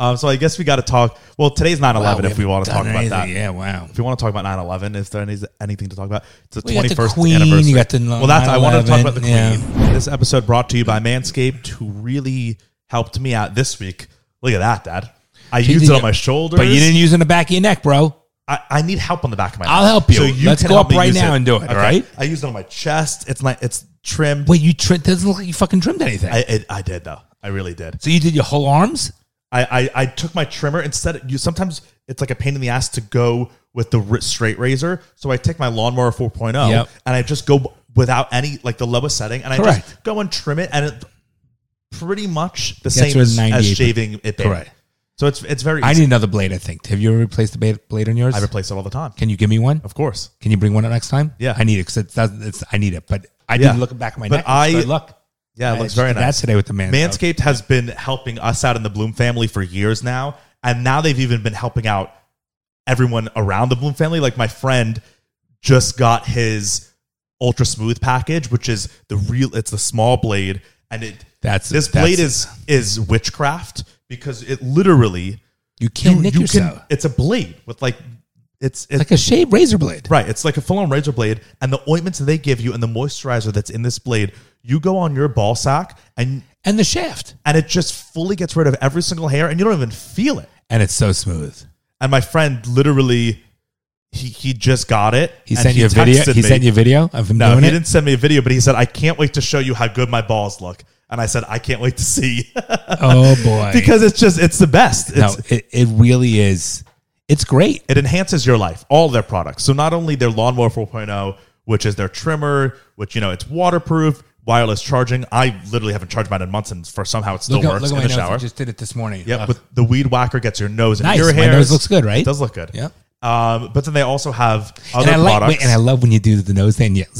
Speaker 2: Um, so I guess we got to talk. Well, today's 9
Speaker 3: Wow,
Speaker 2: 11 if we
Speaker 3: haven't
Speaker 2: want to
Speaker 3: done
Speaker 2: talk about
Speaker 3: anything.
Speaker 2: that.
Speaker 3: Yeah, wow.
Speaker 2: If you want to talk about 9 11, is there any, anything to talk about? It's the
Speaker 3: Well, you got the
Speaker 2: 21st
Speaker 3: Queen, you
Speaker 2: anniversary.
Speaker 3: got the
Speaker 2: well, that's, I wanted to talk about the Queen.
Speaker 3: 9/11,
Speaker 2: This episode brought to you by Manscaped, who really helped me out this week. Look at that, Dad. I used it on my shoulders.
Speaker 3: But you didn't use it in the back of your neck, bro.
Speaker 2: I, I need help on the back of my.
Speaker 3: I'll
Speaker 2: neck.
Speaker 3: help you. Let's
Speaker 2: can
Speaker 3: go
Speaker 2: help
Speaker 3: up
Speaker 2: me
Speaker 3: right
Speaker 2: use
Speaker 3: now and do it, all right?
Speaker 2: I used it on my chest. It's not. It's trimmed.
Speaker 3: Wait, you trimmed? Doesn't look like you fucking trimmed anything.
Speaker 2: I, I I did though. I really did.
Speaker 3: so you did your whole arms?
Speaker 2: I, I, I took my trimmer instead. Of, you sometimes it's like a pain in the ass to go with the ri- straight razor, so I take my lawnmower 4.0
Speaker 3: Yep.
Speaker 2: and I just go b- without any like the lowest setting, and I
Speaker 3: Correct.
Speaker 2: just go and trim it, and it pretty much the
Speaker 3: Gets
Speaker 2: same
Speaker 3: rid of
Speaker 2: as, as
Speaker 3: 98%.
Speaker 2: shaving it. Baby.
Speaker 3: Correct.
Speaker 2: So it's it's very. Easy.
Speaker 3: I need another blade. I think. Have you ever replaced the ba- blade on yours?
Speaker 2: I replace it all the time.
Speaker 3: Can you give me one?
Speaker 2: Of course.
Speaker 3: Can you bring one up next time?
Speaker 2: Yeah.
Speaker 3: I need it because it doesn't. It's, I need it, but I
Speaker 2: Yeah.
Speaker 3: didn't look back at my
Speaker 2: But
Speaker 3: neck. I
Speaker 2: I-
Speaker 3: look.
Speaker 2: Yeah, it
Speaker 3: I
Speaker 2: looks
Speaker 3: just
Speaker 2: very
Speaker 3: did
Speaker 2: nice.
Speaker 3: That today with the man.
Speaker 2: Manscaped has been helping us out in the Bloom family for years now, and now they've even been helping out everyone around the Bloom family. Like my friend just got his ultra smooth package, which is the real. It's the small blade, and it
Speaker 3: That's
Speaker 2: this
Speaker 3: that's-
Speaker 2: blade is is witchcraft because it literally
Speaker 3: you can't nick yourself.
Speaker 2: It's a blade with like it's it's
Speaker 3: like a shaved razor blade.
Speaker 2: Right. It's like a full on razor blade, and the ointments that they give you and the moisturizer that's in this blade, you go on your ball sack and
Speaker 3: And the shaft.
Speaker 2: and it just fully gets rid of every single hair and you don't even feel it.
Speaker 3: And it's so smooth.
Speaker 2: And my friend literally he he just got it.
Speaker 3: He
Speaker 2: and
Speaker 3: sent you a video.
Speaker 2: texted
Speaker 3: He
Speaker 2: me.
Speaker 3: sent you a video of him
Speaker 2: No,
Speaker 3: doing
Speaker 2: he
Speaker 3: it.
Speaker 2: didn't send me a video, but he said, I can't wait to show you how good my balls look. And I said, I can't wait to see.
Speaker 3: Oh boy!
Speaker 2: because it's just it's the best. It's,
Speaker 3: no, it, it really is. It's great.
Speaker 2: it enhances your life all their products so not only their lawnmower 4.0 which is their trimmer which you know it's waterproof wireless charging i literally haven't charged mine in months and for somehow it still
Speaker 3: Look, at-
Speaker 2: works
Speaker 3: look at my
Speaker 2: in the
Speaker 3: nose. I
Speaker 2: shower
Speaker 3: just did it this morning. Uh,
Speaker 2: yep
Speaker 3: Ugh.
Speaker 2: with the weed whacker gets your nose and
Speaker 3: nice.
Speaker 2: your
Speaker 3: my
Speaker 2: hair
Speaker 3: nose looks good, right?
Speaker 2: it does look good
Speaker 3: Yep.
Speaker 2: um, but then they also have
Speaker 3: And
Speaker 2: other
Speaker 3: I like,
Speaker 2: products
Speaker 3: wait, and I love when you do the nose thing. You,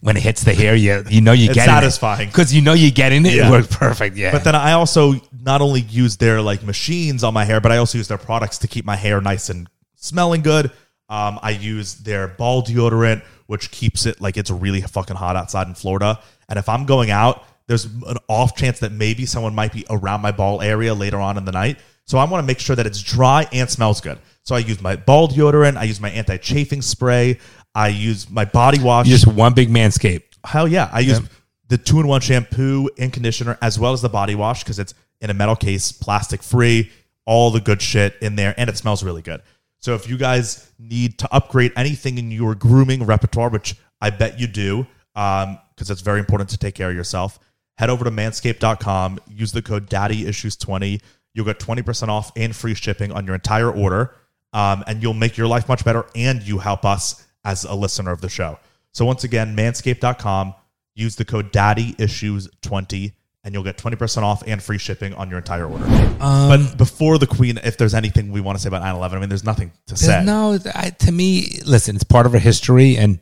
Speaker 3: when it hits the hair, you you know you
Speaker 2: It's
Speaker 3: get
Speaker 2: satisfying.
Speaker 3: because you know you get in it. It
Speaker 2: Yeah.
Speaker 3: works perfect. Yeah.
Speaker 2: but then i also not only use their like machines on my hair but i also use their products to keep my hair nice and smelling good um, i use their ball deodorant which keeps it like it's really fucking hot outside in florida and if i'm going out there's an off chance that maybe someone might be around my ball area later on in the night so i want to make sure that it's dry and smells good so i use my ball deodorant i use my anti-chafing spray i use my body wash
Speaker 3: you just one big manscape.
Speaker 2: Hell yeah. I use the two in one shampoo and conditioner as well as the body wash because it's in a metal case, plastic free, all the good shit in there, and it smells really good. So if you guys need to upgrade anything in your grooming repertoire, which I bet you do, because it's very important to take care of yourself, head over to manscaped.com, use the code daddyissues20. You'll get 20% off and free shipping on your entire order, um, and you'll make your life much better, and you help us as a listener of the show. So once again, manscaped.com, use the code daddyissues20 and you'll get 20% off and free shipping on your entire order.
Speaker 3: Um,
Speaker 2: but before the queen, if there's anything we want to say about 9-11, I mean, there's nothing to say.
Speaker 3: No, I, to me, listen, it's part of our history, and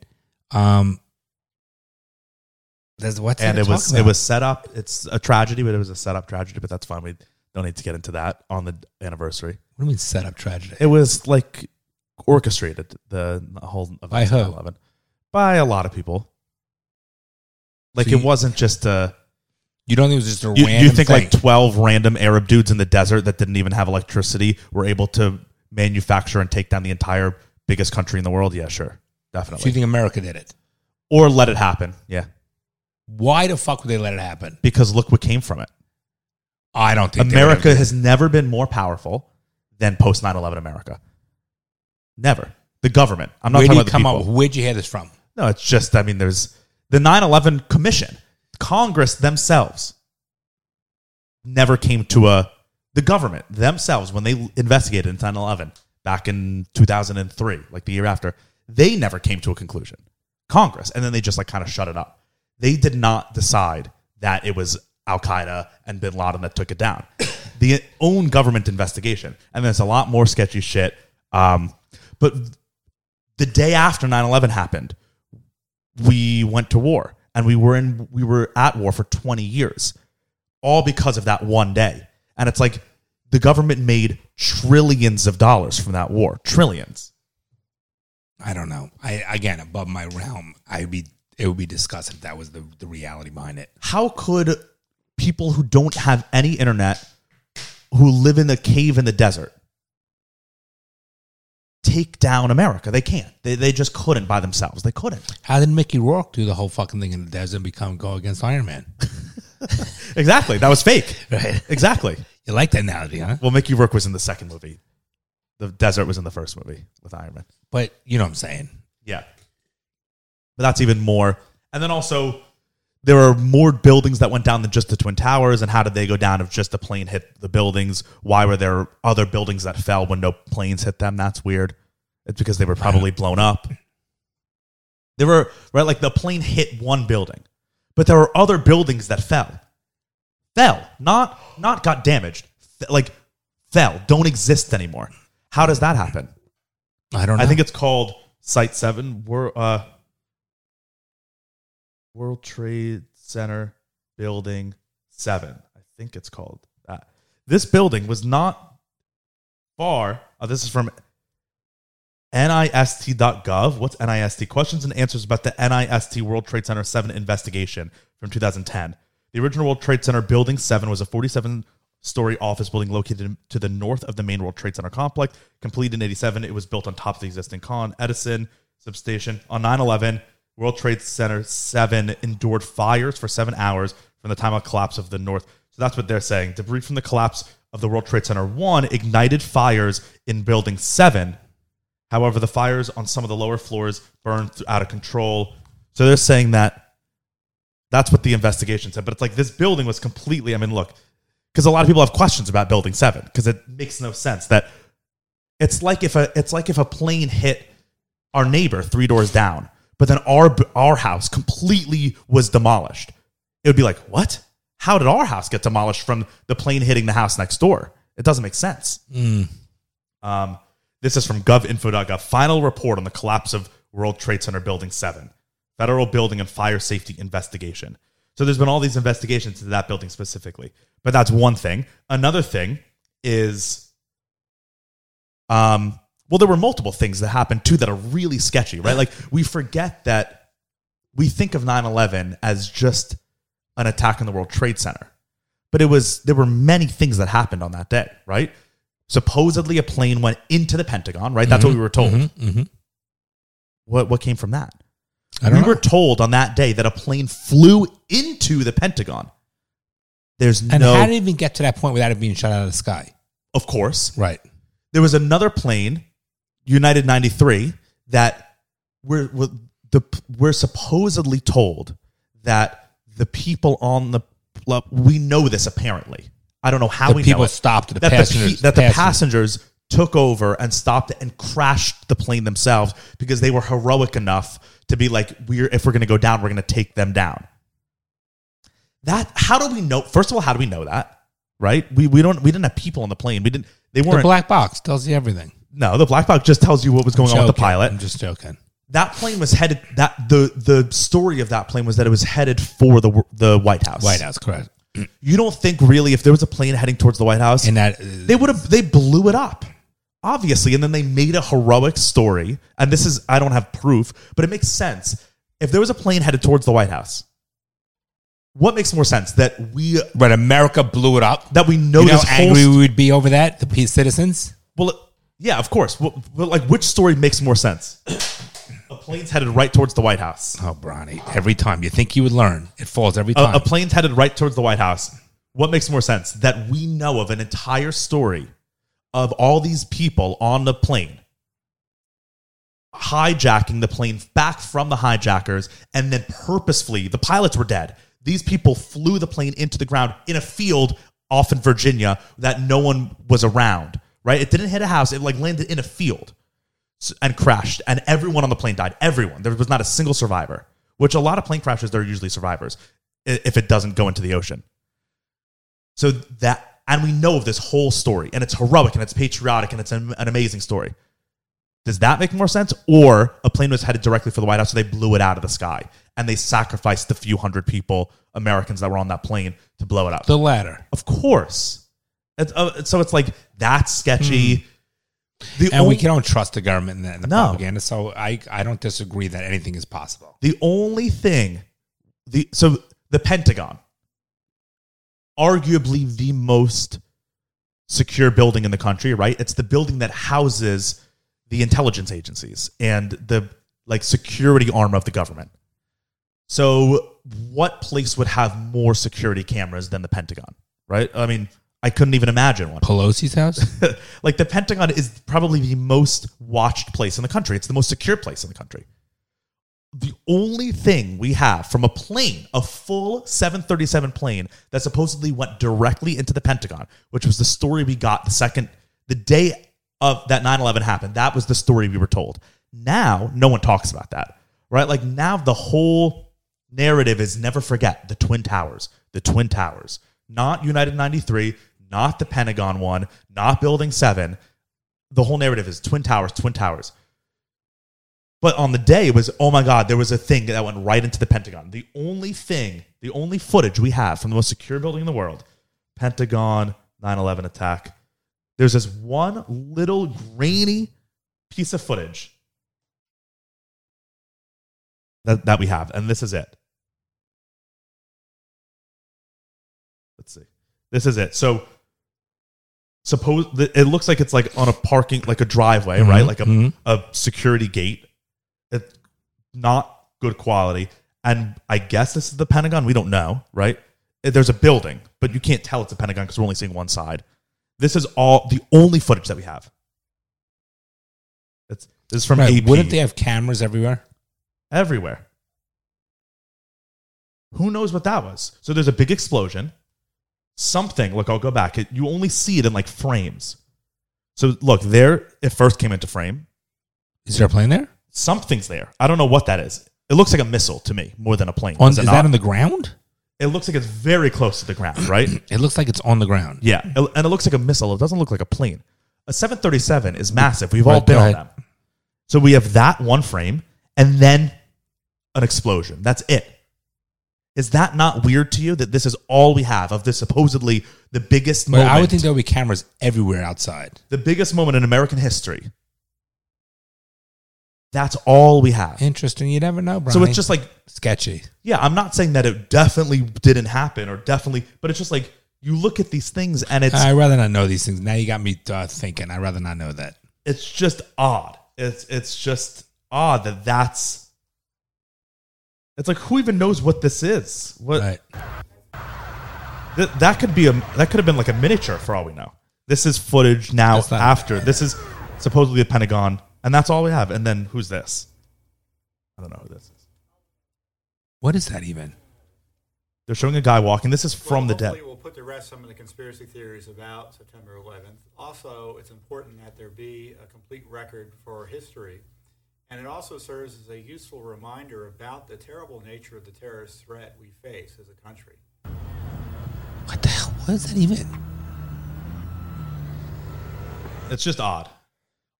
Speaker 3: um, there's what's
Speaker 2: and
Speaker 3: there
Speaker 2: it
Speaker 3: to
Speaker 2: was
Speaker 3: talk
Speaker 2: it
Speaker 3: about?
Speaker 2: was set up. It's a tragedy, but it was a set up tragedy, but that's fine. We don't need to get into that on the anniversary.
Speaker 3: What do you mean set up tragedy?
Speaker 2: It was like orchestrated the whole event
Speaker 3: By
Speaker 2: of
Speaker 3: who?
Speaker 2: 9/11. by a lot of people. Like
Speaker 3: So
Speaker 2: it
Speaker 3: you-
Speaker 2: wasn't just a
Speaker 3: you don't think it was just a
Speaker 2: You,
Speaker 3: random
Speaker 2: you think
Speaker 3: thing?
Speaker 2: like 12 random Arab dudes in the desert that didn't even have electricity were able to manufacture and take down the entire biggest country in the world? Yeah, sure.
Speaker 3: so you
Speaker 2: Definitely.
Speaker 3: think America did it?
Speaker 2: Or let it happen. Yeah.
Speaker 3: Why the fuck would they let it happen?
Speaker 2: Because look what came from it.
Speaker 3: I don't think they would
Speaker 2: America
Speaker 3: have-
Speaker 2: has never been more powerful than post 9 11 America. Never. The government. I'm not
Speaker 3: Where do
Speaker 2: talking
Speaker 3: you
Speaker 2: about the
Speaker 3: come
Speaker 2: people.
Speaker 3: up? Where'd you hear this from?
Speaker 2: No, it's just, I mean, there's the 9 11 Commission, Congress themselves never came to a, the government themselves, when they investigated 9 11 back in 2003, like the year after, they never came to a conclusion. Congress. And then they just like kind of shut it up. They did not decide that it was Al Qaeda and bin Laden that took it down. the own government investigation. And there's a lot more sketchy shit. Um, but the day after 9 11 happened, we went to war and we were in we were at war for 20 years all because of that one day and it's like the government made trillions of dollars from that war trillions
Speaker 3: I don't know. I again above my realm. I would be it would be discussed if that was the, the reality behind it.
Speaker 2: how could people who don't have any internet who live in a cave in the desert take down america they can't they, they just couldn't by themselves they couldn't
Speaker 3: How did Mickey Rourke do the whole fucking thing in the desert and become go against Iron Man?
Speaker 2: exactly that was fake
Speaker 3: Right.
Speaker 2: exactly
Speaker 3: You like that analogy, huh?
Speaker 2: well mickey rourke was in the second movie the desert was in the first movie with iron man
Speaker 3: But you know what I'm saying.
Speaker 2: Yeah. But that's even more. And then also there are more buildings that went down than just the Twin Towers, and how did they go down if just a plane hit the buildings? Why were there other buildings that fell when no planes hit them? That's weird. It's because they were probably blown up. There were right like the plane hit one building, but there were other buildings that fell, fell not not got damaged, F- like fell don't exist anymore. How does that happen?
Speaker 3: I don't know.
Speaker 2: I think it's called Site Seven. Wor- uh, World Trade Center Building Seven. I think it's called that. This building was not far. Oh, this is from NIST.gov. What's NIST? Questions and answers about the NIST World Trade Center 7 investigation from 2010. The original World Trade Center Building 7 was a 47 story office building located in- to the north of the main World Trade Center complex. Completed in 87, it was built on top of the existing Con Edison substation. On 9 11, World Trade Center 7 endured fires for seven hours from the time of collapse of the north. So that's what they're saying. Debris from the collapse of the World Trade Center 1 ignited fires in Building 7. However, the fires on some of the lower floors burned th- out of control. So they're saying that that's what the investigation said. But it's like this building was completely, I mean, look, because a lot of people have questions about building seven because it makes no sense that it's like if a it's like if a plane hit our neighbor three doors down, but then our our house completely was demolished. It would be like, what? How did our house get demolished from the plane hitting the house next door? It doesn't make sense.
Speaker 3: Mm-hmm,
Speaker 2: Um, this is from govinfo.gov. Final report on the collapse of World Trade Center Building 7. Federal Building and Fire Safety Investigation. So there's been all these investigations to that building specifically. But that's one thing. Another thing is um well there were multiple things that happened too that are really sketchy, right? Like we forget that we think of 9/11 as just an attack on the World Trade Center. But it was there were many things that happened on that day, right? Supposedly a plane went into the Pentagon, right? That's what we were told.
Speaker 3: hmm
Speaker 2: What what came from that?
Speaker 3: I don't
Speaker 2: we
Speaker 3: know.
Speaker 2: were told on that day that a plane flew into the Pentagon. There's
Speaker 3: and
Speaker 2: no,
Speaker 3: how did it even get to that point without it being shot out of the sky?
Speaker 2: of course.
Speaker 3: Right.
Speaker 2: There was another plane, United 93, that we're, we're, the, we're supposedly told that the people on the, pl- we know this apparently. I don't know how
Speaker 3: The
Speaker 2: we know
Speaker 3: people
Speaker 2: it.
Speaker 3: stopped. The
Speaker 2: that,
Speaker 3: passengers.
Speaker 2: the, pe- that the
Speaker 3: passengers.
Speaker 2: passengers took over and stopped and crashed the plane themselves because they were heroic enough to be like, we're if we're going to go down, we're going to take them down. That how do we know? First of all, how do we know that? Right? We we don't we didn't have people on the plane. We didn't. They
Speaker 3: The
Speaker 2: weren't.
Speaker 3: black box tells you everything.
Speaker 2: no, the black box just tells you what was going on with the
Speaker 3: Joking.
Speaker 2: pilot
Speaker 3: I'm just joking.
Speaker 2: that plane was headed that the the story of that plane was that it was headed for the the White House.
Speaker 3: White House, correct.
Speaker 2: You don't think really if there was a plane heading towards the White House
Speaker 3: And that uh,
Speaker 2: they would have they blew it up. Obviously, and then they made a heroic story. And this is I don't have proof, but it makes sense. If there was a plane headed towards the White House, what makes more sense that we
Speaker 3: but America blew it up.
Speaker 2: that we know
Speaker 3: you know
Speaker 2: this
Speaker 3: how
Speaker 2: whole
Speaker 3: angry
Speaker 2: st-
Speaker 3: we would be over that, the peace citizens.
Speaker 2: Well, yeah, of course. Well, but like which story makes more sense? a plane's headed right towards the White House.
Speaker 3: Oh, Bronny! Every time you think you would learn, it falls every
Speaker 2: a,
Speaker 3: time.
Speaker 2: a plane's headed right towards the White House. What makes more sense? That we know of an entire story of all these people on the plane hijacking the plane back from the hijackers and then purposefully, the pilots were dead. These people flew the plane into the ground in a field off in Virginia that no one was around, right? It didn't hit a house, it like landed in a field s- and crashed, and everyone on the plane died. Everyone. There was not a single survivor, which a lot of plane crashes, there are usually survivors i- if it doesn't go into the ocean. So that, and we know of this whole story, and it's heroic and it's patriotic and it's an, an amazing story. Does that make more sense? Or a plane was headed directly for the White House, so they blew it out of the sky and they sacrificed the few hundred people, Americans that were on that plane, to blow it up.
Speaker 3: the latter.
Speaker 2: of course. It's, uh, so it's like that's sketchy. The
Speaker 3: Hmm. And we
Speaker 2: only-
Speaker 3: we don't trust the government and the, and the
Speaker 2: Oh. No.
Speaker 3: propaganda. So I, I don't disagree that anything is possible.
Speaker 2: The only thing, the so the Pentagon, arguably the most secure building in the country, right? It's the building that houses the intelligence agencies and the like security arm of the government. So, what place would have more security cameras than the Pentagon, right? I mean, I couldn't even imagine one.
Speaker 3: Pelosi's house?
Speaker 2: like the Pentagon is probably the most watched place in the country. It's the most secure place in the country. the only thing we have from a plane, a full 737 plane that supposedly went directly into the Pentagon, which was the story we got the second, the day of that 9 11 happened. That was the story we were told. Now, no one talks about that, right? Like now, the whole narrative is never forget the Twin Towers, the Twin Towers, not United 93, not the Pentagon one, not Building 7. The whole narrative is Twin Towers, Twin Towers. But on the day, it was, oh my God, there was a thing that went right into the Pentagon. The only thing, the only footage we have from the most secure building in the world Pentagon 9 11 attack. There's this one little grainy piece of footage that, that we have. And this is it. Let's see. This is it. So suppose th- it looks like it's like on a parking, like a driveway, right?
Speaker 3: Mhm,
Speaker 2: Like a,
Speaker 3: mhm.
Speaker 2: a security gate. It's not good quality. And I guess this is the Pentagon. We don't know, right? There's a building, but you can't tell it's the Pentagon because we're only seeing one side. This is all the only footage that we have. It's, this is from
Speaker 3: Right,
Speaker 2: AP
Speaker 3: Wouldn't they have cameras everywhere?
Speaker 2: everywhere. Who knows what that was? So there's a big explosion. Something, look, I'll go back. It, you only see it in like frames. So look, there it first came into frame.
Speaker 3: Is there a plane there?
Speaker 2: Something's there. I don't know what that is. It looks like a missile to me more than a plane.
Speaker 3: On,
Speaker 2: Is
Speaker 3: is
Speaker 2: it
Speaker 3: that
Speaker 2: not?
Speaker 3: on the ground?
Speaker 2: it looks like it's very close to the ground, right?
Speaker 3: It looks like it's on the ground.
Speaker 2: yeah. It- And it looks like a missile. It doesn't look like a plane. A 737 is massive. We've all
Speaker 3: Right,
Speaker 2: been
Speaker 3: go
Speaker 2: on them.
Speaker 3: ahead.
Speaker 2: So we have that one frame and then an explosion. That's it. Is that not weird to you that this is all we have of this supposedly the biggest
Speaker 3: But
Speaker 2: moment,
Speaker 3: I would think there would be cameras everywhere outside.
Speaker 2: the biggest moment in American history? That's all we have.
Speaker 3: Interesting. You never know, Brian.
Speaker 2: so it's just like,
Speaker 3: sketchy.
Speaker 2: yeah, I'm not saying that it definitely didn't happen or definitely, but it's just like you look at these things and it's
Speaker 3: I'd rather not know these things. Now you got me uh, thinking. I'd rather not know that.
Speaker 2: it's just odd. It's it's just odd that that's. It's like who even knows what this is? What
Speaker 3: Right.
Speaker 2: th- that could be a that could have been like a miniature for all we know. This is footage now
Speaker 3: That's not-
Speaker 2: after this is supposedly the Pentagon, and that's all we have. And then who's this? I don't know who this is.
Speaker 3: What is that even?
Speaker 2: They're showing a guy walking. This is from the
Speaker 6: Well,
Speaker 2: dead.
Speaker 6: Hopefully, we'll put to rest some of the conspiracy theories about September 11th. Also, it's important that there be a complete record for history, and it also serves as a useful reminder about the terrible nature of the terrorist threat we face as a country.
Speaker 3: What the hell? What is that even?
Speaker 2: It's just odd.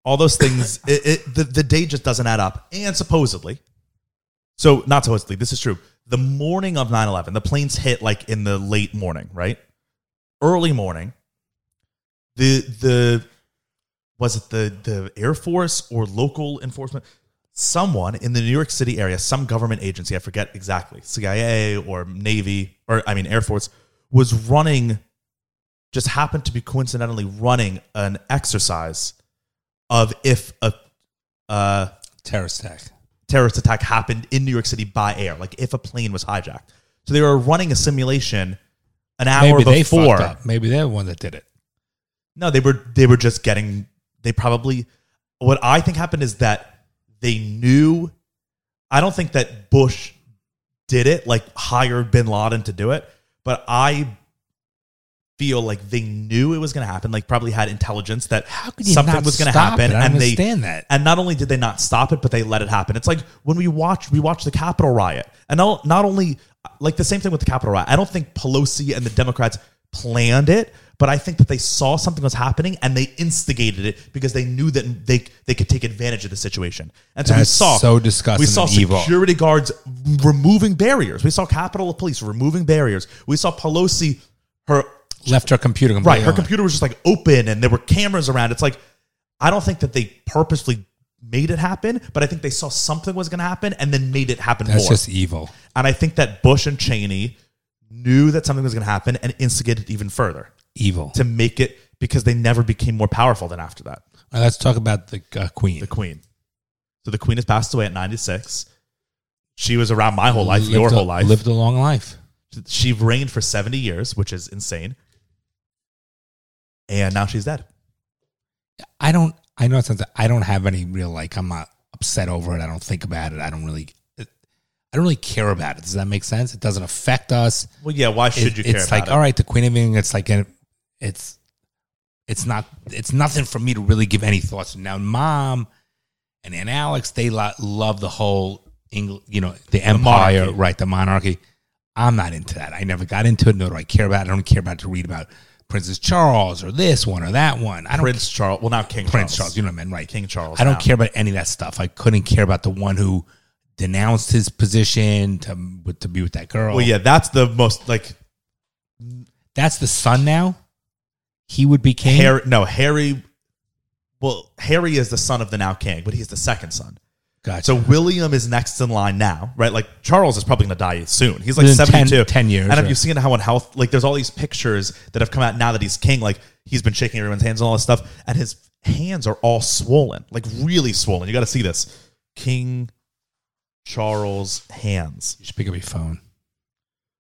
Speaker 2: All those things, it, it, the, the day just doesn't add up. And supposedly, so not supposedly, this is true. The morning of 9 11, the planes hit like in the late morning, right? Early morning. The, the, was it the, the Air Force or local enforcement? Someone in the New York City area, some government agency, I forget exactly, CIA or Navy, or I mean Air Force, was running just happened to be coincidentally running an exercise of if a uh,
Speaker 3: Terrorist attack.
Speaker 2: terrorist attack happened in New York City by air, like if a plane was hijacked. So they were running a simulation an hour
Speaker 3: Maybe they
Speaker 2: before.
Speaker 3: fucked up. Maybe they're the one that did it.
Speaker 2: No, they were they were just getting they probably what I think happened is that they knew I don't think that Bush did it, like hired bin Laden to do it, but I feel like they knew it was gonna happen, like probably had intelligence that
Speaker 3: How could you
Speaker 2: something
Speaker 3: not
Speaker 2: was gonna
Speaker 3: stop
Speaker 2: happen
Speaker 3: it? I don't
Speaker 2: and they
Speaker 3: understand that.
Speaker 2: and not only did they not stop it, but they let it happen. It's like when we watch we watch the Capitol riot, and not, not only like the same thing with the Capitol riot. I don't think Pelosi and the Democrats planned it, but I think that they saw something was happening and they instigated it because they knew that they they could take advantage of the situation. And so we
Speaker 3: That's
Speaker 2: saw
Speaker 3: so disgusting
Speaker 2: We saw
Speaker 3: and evil.
Speaker 2: security guards removing barriers. We saw Capitol Police removing barriers. We saw Pelosi her
Speaker 3: Left her computer completely
Speaker 2: Right. Her
Speaker 3: on.
Speaker 2: computer was just like open and there were cameras around. It's like, I don't think that they purposely made it happen, but I think they saw something was going to happen and then made it happen
Speaker 3: That's
Speaker 2: more.
Speaker 3: just evil.
Speaker 2: and I think that Bush and Cheney knew that something was going to happen and instigated it even further
Speaker 3: Evil.
Speaker 2: to make it because they never became more powerful than after that.
Speaker 3: All right, let's talk about the uh, queen.
Speaker 2: The Queen. So the Queen has passed away at 96. She was around my whole life, your
Speaker 3: Lived a-
Speaker 2: whole life.
Speaker 3: Lived a long life.
Speaker 2: She reigned for 70 years, which is insane. And now she's dead.
Speaker 3: I don't. I know it sounds. I don't have any real like. I'm not upset over it. I don't think about it. I don't really. I don't really care about it. Does that make sense? It doesn't affect us.
Speaker 2: Well, yeah. Why should
Speaker 3: It-
Speaker 2: you care
Speaker 3: It's
Speaker 2: about
Speaker 3: like
Speaker 2: it?
Speaker 3: all right, the Queen of England. It's like an, it's it's not it's nothing for me to really give any thoughts. Now, Mom and Aunt Alex, they lo- love the whole England, you know, the empire,
Speaker 2: monarchy.
Speaker 3: right? The monarchy. I'm not into that. I never got into it. Nor do I care about. it. I don't care about to read about Princess Charles or this one or that one. I don't
Speaker 2: Prince Charles. Well, now King
Speaker 3: Prince
Speaker 2: Charles.
Speaker 3: Charles. You know what I mean, right?
Speaker 2: King Charles.
Speaker 3: I don't
Speaker 2: now.
Speaker 3: care about any of that stuff. I couldn't care about the one who denounced his position to with- to be with that girl.
Speaker 2: Well, yeah, that's the most like
Speaker 3: that's the son now. He would be king.
Speaker 2: Harry. No, Harry. Well, Harry is the son of the now king, but he's the second son.
Speaker 3: Gotcha.
Speaker 2: So William is next in line now, right? Like Charles is probably going to die soon. He's like
Speaker 3: Within 10
Speaker 2: seventy-two,
Speaker 3: 10 years,
Speaker 2: And if
Speaker 3: right.
Speaker 2: you've seen how in health, like there's all these pictures that have come out now that he's king. Like he's been shaking everyone's hands and all this stuff, and his hands are all swollen, like really swollen. You got to see this, King Charles' hands.
Speaker 3: you should pick up your phone.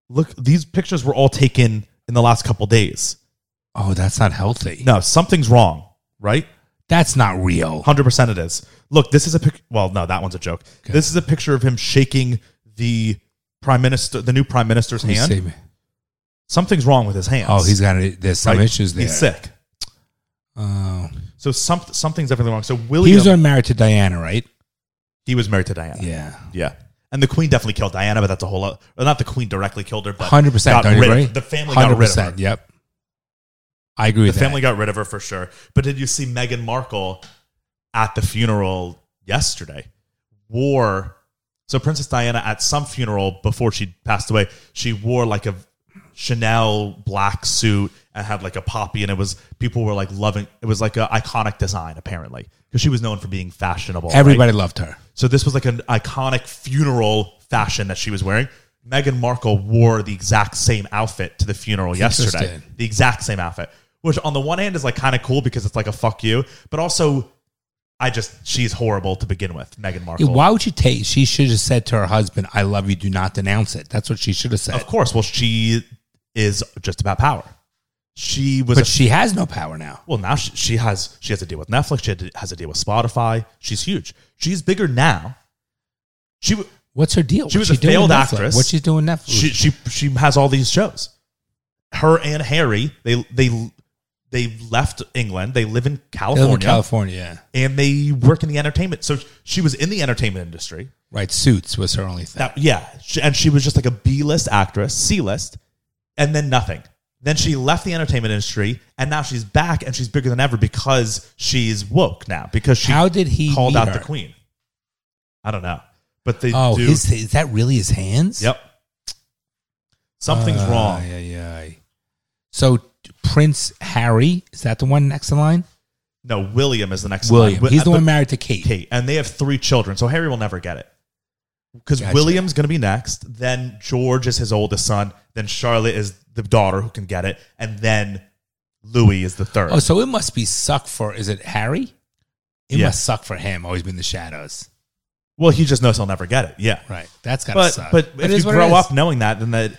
Speaker 2: Look, these pictures were all taken in the last couple days.
Speaker 3: Oh, that's not healthy.
Speaker 2: No, something's wrong, right?
Speaker 3: That's not real.
Speaker 2: Hundred percent, it is. Look, this is a pic. Well, no, that one's a joke.
Speaker 3: Okay.
Speaker 2: This is a picture of him shaking the prime minister, the new prime minister's
Speaker 3: Let me
Speaker 2: hand.
Speaker 3: see me.
Speaker 2: Something's wrong with his hands.
Speaker 3: Oh, he's got it. There's some
Speaker 2: Right?
Speaker 3: issues there.
Speaker 2: He's sick.
Speaker 3: Oh.
Speaker 2: So some, something's definitely wrong. So
Speaker 3: He
Speaker 2: William,
Speaker 3: was unmarried to Diana, right?
Speaker 2: he was married to Diana.
Speaker 3: Yeah.
Speaker 2: yeah. And the queen definitely killed Diana, but that's a whole lot. Well, not the queen directly killed her, but
Speaker 3: Hundred percent.
Speaker 2: got
Speaker 3: Don't you
Speaker 2: rid of-
Speaker 3: agree?
Speaker 2: The family got rid of her.
Speaker 3: Yep. I agree
Speaker 2: The
Speaker 3: with that.
Speaker 2: family got rid of her for sure. But did you see Meghan Markle at the funeral yesterday? Wore so Princess Diana at some funeral before she passed away, she wore like a Chanel black suit and had like a poppy, and it was people were like loving. It was like an iconic design apparently because she was known for being fashionable. right?
Speaker 3: Everybody loved her.
Speaker 2: So this was like an iconic funeral fashion that she was wearing. Meghan Markle wore the exact same outfit to the funeral yesterday.
Speaker 3: Interesting.
Speaker 2: The exact same outfit, which on the one hand is like kind of cool because it's like a fuck you, but also I just she's horrible to begin with, Meghan
Speaker 3: Yeah,
Speaker 2: Markle.
Speaker 3: why would you take? She should have said to her husband, "I love you. Do not denounce it." That's what she should have said.
Speaker 2: Of course, well she is just about power. She was
Speaker 3: but
Speaker 2: a-
Speaker 3: she has no power now.
Speaker 2: well now she, she has she has to deal with Netflix, she had to, has to deal with Spotify. She's huge. She's bigger now. She w-
Speaker 3: What's her deal?
Speaker 2: She
Speaker 3: What's
Speaker 2: was a
Speaker 3: doing
Speaker 2: failed
Speaker 3: with Netflix?
Speaker 2: actress.
Speaker 3: What she's doing Netflix?
Speaker 2: she she she has all these shows. Her and Harry, they they they left England. They live in
Speaker 3: They live
Speaker 2: California,
Speaker 3: in California. Yeah.
Speaker 2: and they work in the entertainment. So she was in the entertainment industry.
Speaker 3: Right. Suits was her only thing.
Speaker 2: That yeah, she, and she was just like a B list actress, C list, and then nothing. Then she left the entertainment industry, and now she's back, and she's bigger than ever because she's woke now. Because she
Speaker 3: How did he
Speaker 2: called
Speaker 3: meet
Speaker 2: out
Speaker 3: her?
Speaker 2: the queen? I don't know, but they
Speaker 3: Oh,
Speaker 2: do.
Speaker 3: his, is that really his hands?
Speaker 2: yep, something's
Speaker 3: Ah,
Speaker 2: wrong.
Speaker 3: Yeah, yeah. So Prince Harry is that the one next in line?
Speaker 2: No, William is the next
Speaker 3: William.
Speaker 2: one.
Speaker 3: He's the
Speaker 2: But-
Speaker 3: one married to Kate.
Speaker 2: Kate, and they have three children, so Harry will never get it because
Speaker 3: Gotcha.
Speaker 2: William's going to be next. Then George is his oldest son. Then Charlotte is the daughter who can get it, and then Louis is the third.
Speaker 3: Oh, so it must be suck for. Is it Harry? It
Speaker 2: Yeah.
Speaker 3: must suck for him. Always been in the shadows.
Speaker 2: well, he just knows he'll never get it. Yeah,
Speaker 3: Right. That's gotta
Speaker 2: but
Speaker 3: suck.
Speaker 2: but,
Speaker 3: it
Speaker 2: if
Speaker 3: is
Speaker 2: you
Speaker 3: what it
Speaker 2: grow
Speaker 3: is.
Speaker 2: up knowing that, then that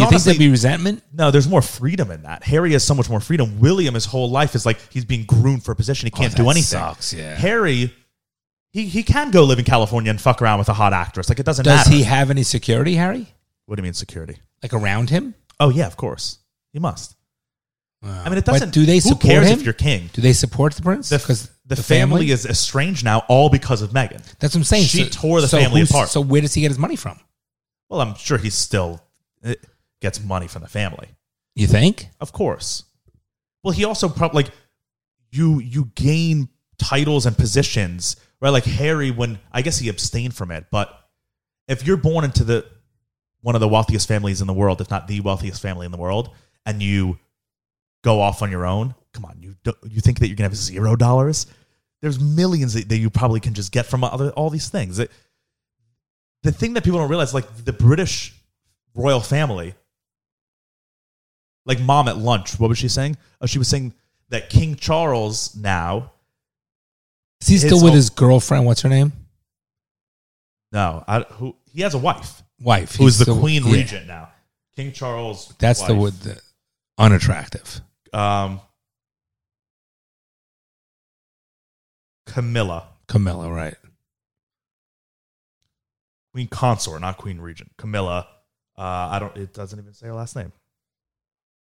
Speaker 3: you think
Speaker 2: honestly
Speaker 3: there'd be resentment?
Speaker 2: no, there's more freedom in that. Harry has so much more freedom. William, his whole life is like he's being groomed for a position. He can't
Speaker 3: Oh,
Speaker 2: do
Speaker 3: that
Speaker 2: anything.
Speaker 3: sucks, yeah.
Speaker 2: Harry, he he can go live in California and fuck around with a hot actress. Like it doesn't
Speaker 3: Does
Speaker 2: matter.
Speaker 3: he have any security, Harry?
Speaker 2: what do you mean security?
Speaker 3: Like around him?
Speaker 2: Oh yeah, of course. He must. I mean, it
Speaker 3: But
Speaker 2: doesn't.
Speaker 3: do they
Speaker 2: who
Speaker 3: support
Speaker 2: cares
Speaker 3: him?
Speaker 2: if you're king?
Speaker 3: Do they support the prince?
Speaker 2: The, the, family, is estranged now, all because of Meghan.
Speaker 3: That's what I'm saying.
Speaker 2: She tore the family
Speaker 3: who's-
Speaker 2: apart.
Speaker 3: So where does he get his money from?
Speaker 2: Well, I'm sure he still eh, gets money from the family,
Speaker 3: You think?
Speaker 2: of course. Well, he also probably like you. You gain titles and positions, right? Like Harry, when I guess he abstained from it, but if you're born into the one of the wealthiest families in the world, if not the wealthiest family in the world, and you go off on your own, come on, you do, you think that you're gonna have zero dollars? There's millions that, that you probably can just get from other, all these things. It- the thing that people don't realize, like the British royal family, like mom at lunch, what was she saying? Oh, she was saying that King Charles now.
Speaker 3: Is he still
Speaker 2: His
Speaker 3: with
Speaker 2: own-
Speaker 3: his girlfriend? What's her name?
Speaker 2: No, I, who he has a wife
Speaker 3: Wife.
Speaker 2: who's
Speaker 3: He's
Speaker 2: the
Speaker 3: still-
Speaker 2: queen
Speaker 3: yeah.
Speaker 2: regent now. King Charles.
Speaker 3: That's the,
Speaker 2: wife.
Speaker 3: word- the unattractive.
Speaker 2: um, Camilla.
Speaker 3: Camilla, right?
Speaker 2: Queen Consort, not Queen Regent. Camilla. Uh, I don't. It doesn't even say her last name.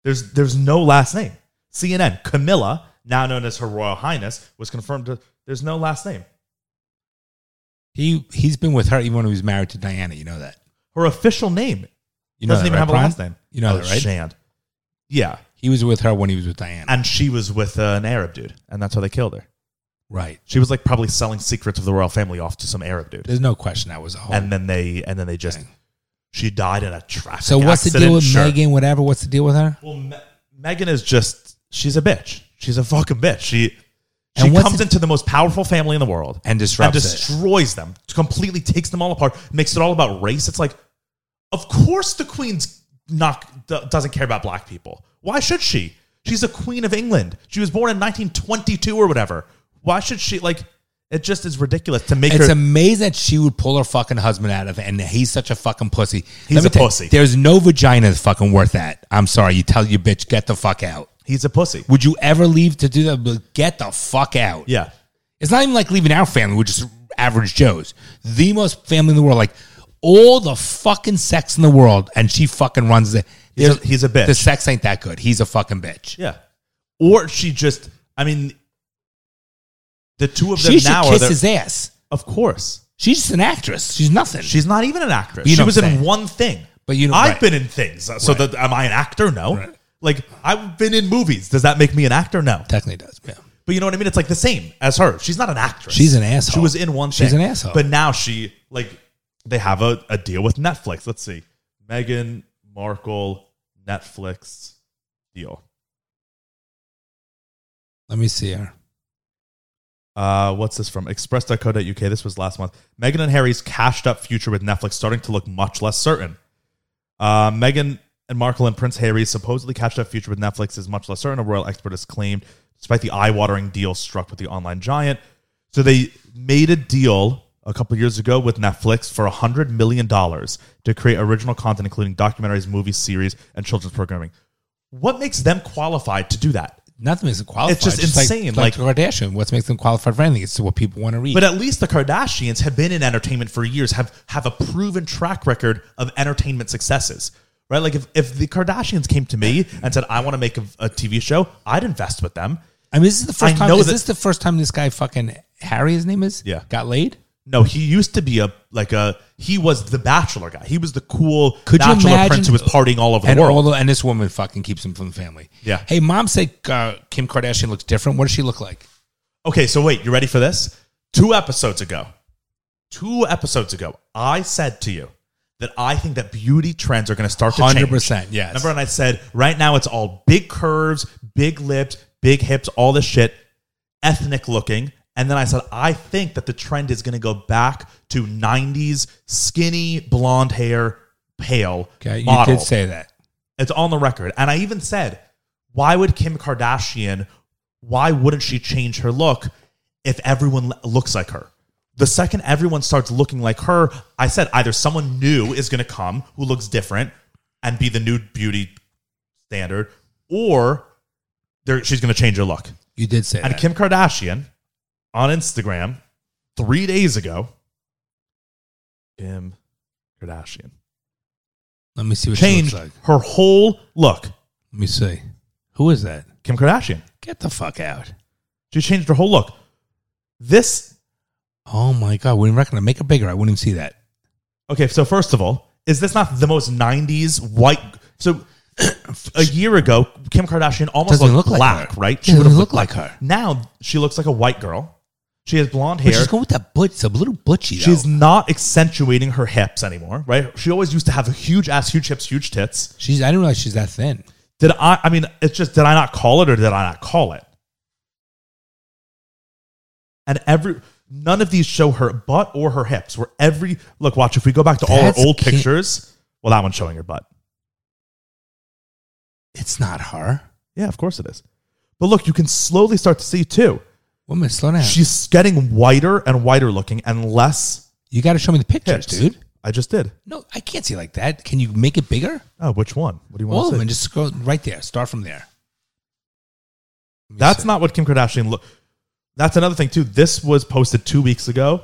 Speaker 2: There's there's no last name. CNN. Camilla, now known as Her Royal Highness, was confirmed. To, there's no last name.
Speaker 3: He he's been with her even when he was married to Diana. You know that.
Speaker 2: Her official name
Speaker 3: You know
Speaker 2: doesn't
Speaker 3: that,
Speaker 2: even
Speaker 3: right,
Speaker 2: have a
Speaker 3: Brian?
Speaker 2: last name.
Speaker 3: You know
Speaker 2: Oh,
Speaker 3: that, right?
Speaker 2: Shand. Yeah,
Speaker 3: He was with her when he was with Diana.
Speaker 2: and she was with uh, an Arab dude, and that's how they killed her.
Speaker 3: right.
Speaker 2: She was like probably selling secrets of the royal family off to some Arab dude,
Speaker 3: There's no question that was a whole.
Speaker 2: and then they and then they just she died in a traffic.
Speaker 3: so what's the
Speaker 2: accident.
Speaker 3: deal with
Speaker 2: Sure.
Speaker 3: Megan? Whatever. What's the deal with her?
Speaker 2: Well, Me- Megan is just she's a bitch. She's a fucking bitch. She she
Speaker 3: And what's
Speaker 2: comes
Speaker 3: the-
Speaker 2: into the most powerful family in the world
Speaker 3: And disrupts
Speaker 2: and
Speaker 3: it.
Speaker 2: destroys them. Completely takes them all apart. Makes it all about race. It's like, of course, the queen's not do- doesn't care about black people. Why should she? She's a queen of England. She was born in 1922 or whatever. Why should she like? It just is ridiculous to make
Speaker 3: It's
Speaker 2: her.
Speaker 3: amazing that she would pull her fucking husband out of it, and he's such a fucking pussy.
Speaker 2: He's
Speaker 3: Let me
Speaker 2: a
Speaker 3: tell you,
Speaker 2: pussy.
Speaker 3: there's no vagina that's fucking worth that. I'm sorry. You tell your bitch, get the fuck out.
Speaker 2: he's a pussy.
Speaker 3: Would you ever leave to do that? But Get the fuck out.
Speaker 2: Yeah.
Speaker 3: It's not even like leaving our family. We're just average Joes. The most family in the world. Like all the fucking sex in the world, and she fucking runs it.
Speaker 2: He's a- he's a bitch.
Speaker 3: The sex ain't that good. He's a fucking bitch.
Speaker 2: Yeah. Or she just, I mean, the two of them
Speaker 3: She should
Speaker 2: now are.
Speaker 3: kiss
Speaker 2: the-
Speaker 3: his ass.
Speaker 2: of course.
Speaker 3: She's just an actress. She's nothing.
Speaker 2: She's not even an actress.
Speaker 3: You know
Speaker 2: she
Speaker 3: what
Speaker 2: was
Speaker 3: I'm
Speaker 2: in
Speaker 3: saying.
Speaker 2: one thing.
Speaker 3: But you know-
Speaker 2: I've
Speaker 3: right.
Speaker 2: been in things. So
Speaker 3: Right.
Speaker 2: that, am I an actor? No.
Speaker 3: Right.
Speaker 2: Like, I've been in movies. Does that make me an actor? No.
Speaker 3: technically does. Yeah.
Speaker 2: But you know what I mean? It's like the same as her. She's not an actress.
Speaker 3: She's an asshole.
Speaker 2: She was in one
Speaker 3: She's
Speaker 2: thing.
Speaker 3: an asshole.
Speaker 2: But now she, like, they have a, a deal with Netflix. Let's see. Meghan Markle, Netflix deal.
Speaker 3: Let me see her.
Speaker 2: Uh, what's this from? Express.co.uk. This was last month. Meghan and Harry's cashed up future with Netflix starting to look much less certain. Uh, Meghan and Markle and Prince Harry's supposedly cashed up future with Netflix is much less certain, a royal expert has claimed, despite the eye watering deal struck with the online giant. So they made a deal a couple years ago with Netflix for $100 million to create original content, including documentaries, movies, series, and children's programming. What makes them qualified to do that?
Speaker 3: Nothing makes them qualified.
Speaker 2: It's just
Speaker 3: like-
Speaker 2: insane,
Speaker 3: Like, the Kardashian, what makes them qualified for anything? It's what people want to read.
Speaker 2: But uh, at least the Kardashians have been in entertainment for years, have have a proven track record of entertainment successes. Right? Like if, if the Kardashians came to me and said, I want to make a, a TV show, I'd invest with them.
Speaker 3: I mean, this is the first
Speaker 2: I
Speaker 3: time.
Speaker 2: know
Speaker 3: Is
Speaker 2: that-
Speaker 3: this the first time this guy fucking Harry? His name is
Speaker 2: Yeah.
Speaker 3: Got laid.
Speaker 2: No, he used to be a like a he was the bachelor guy. He was the cool
Speaker 3: Could you
Speaker 2: bachelor
Speaker 3: imagine-
Speaker 2: prince who was partying all over the
Speaker 3: and
Speaker 2: world.
Speaker 3: all the- and this woman fucking keeps him from the family.
Speaker 2: Yeah.
Speaker 3: Hey, mom said uh, Kim Kardashian looks different. What does she look like?
Speaker 2: Okay, so wait, you ready for this? Two episodes ago, two episodes ago, I said to you that I think that beauty trends are going to start to change.
Speaker 3: 100%, yes.
Speaker 2: Remember, and I said right now it's all big curves, big lips, big hips, all this shit, ethnic looking. And then I said I think that the trend is going to go back to '90s skinny blonde hair, pale
Speaker 3: Okay,
Speaker 2: model.
Speaker 3: you did say that.
Speaker 2: It's on the record. And I even said, why would Kim Kardashian, why wouldn't she change her look if everyone l- looks like her? The second everyone starts looking like her, I said either someone new is going to come who looks different and be the new beauty standard, or there- she's going to change her look.
Speaker 3: You did say
Speaker 2: And
Speaker 3: that.
Speaker 2: Kim Kardashian on Instagram three days ago, Kim Kardashian
Speaker 3: Let me see what
Speaker 2: changed
Speaker 3: she looks like.
Speaker 2: her whole look.
Speaker 3: Let me see. Who is that?
Speaker 2: Kim Kardashian.
Speaker 3: Get the fuck out.
Speaker 2: She changed her whole look. This
Speaker 3: Oh my god, we reckon I make it bigger. I wouldn't even see that.
Speaker 2: okay. So first of all, is this not the most '90s white? So a year ago, Kim Kardashian almost
Speaker 3: Doesn't
Speaker 2: looked
Speaker 3: look like
Speaker 2: black,
Speaker 3: her.
Speaker 2: right?
Speaker 3: Doesn't
Speaker 2: would've
Speaker 3: look
Speaker 2: looked
Speaker 3: like her.
Speaker 2: Now she looks like a white girl. She has blonde
Speaker 3: But
Speaker 2: hair.
Speaker 3: she's going with that butch, it's a little butchy. though.
Speaker 2: She's not accentuating her hips anymore, right? She always used to have a huge ass, huge hips, huge tits.
Speaker 3: she's. I didn't realize she's that thin.
Speaker 2: Did I? I mean, it's just did I not call it or did I not call it? And every none of these show her butt or her hips. Where every look, watch if we go back to all her
Speaker 3: That's
Speaker 2: old
Speaker 3: Kim-
Speaker 2: pictures. Well, that one's showing her butt.
Speaker 3: It's not her.
Speaker 2: Yeah, of course it is. But look, you can slowly start to see too.
Speaker 3: Woman, slow down.
Speaker 2: She's getting whiter and whiter looking and less
Speaker 3: you got to show me the pictures,
Speaker 2: hips,
Speaker 3: dude.
Speaker 2: I just did.
Speaker 3: No, I can't see like that. Can you make it bigger?
Speaker 2: Oh, which one? What do you
Speaker 3: All
Speaker 2: want
Speaker 3: of
Speaker 2: to
Speaker 3: them.
Speaker 2: see?
Speaker 3: Just scroll right there. Start from there. Let me
Speaker 2: That's
Speaker 3: see.
Speaker 2: not what Kim Kardashian look. That's another thing too. This was posted two weeks ago.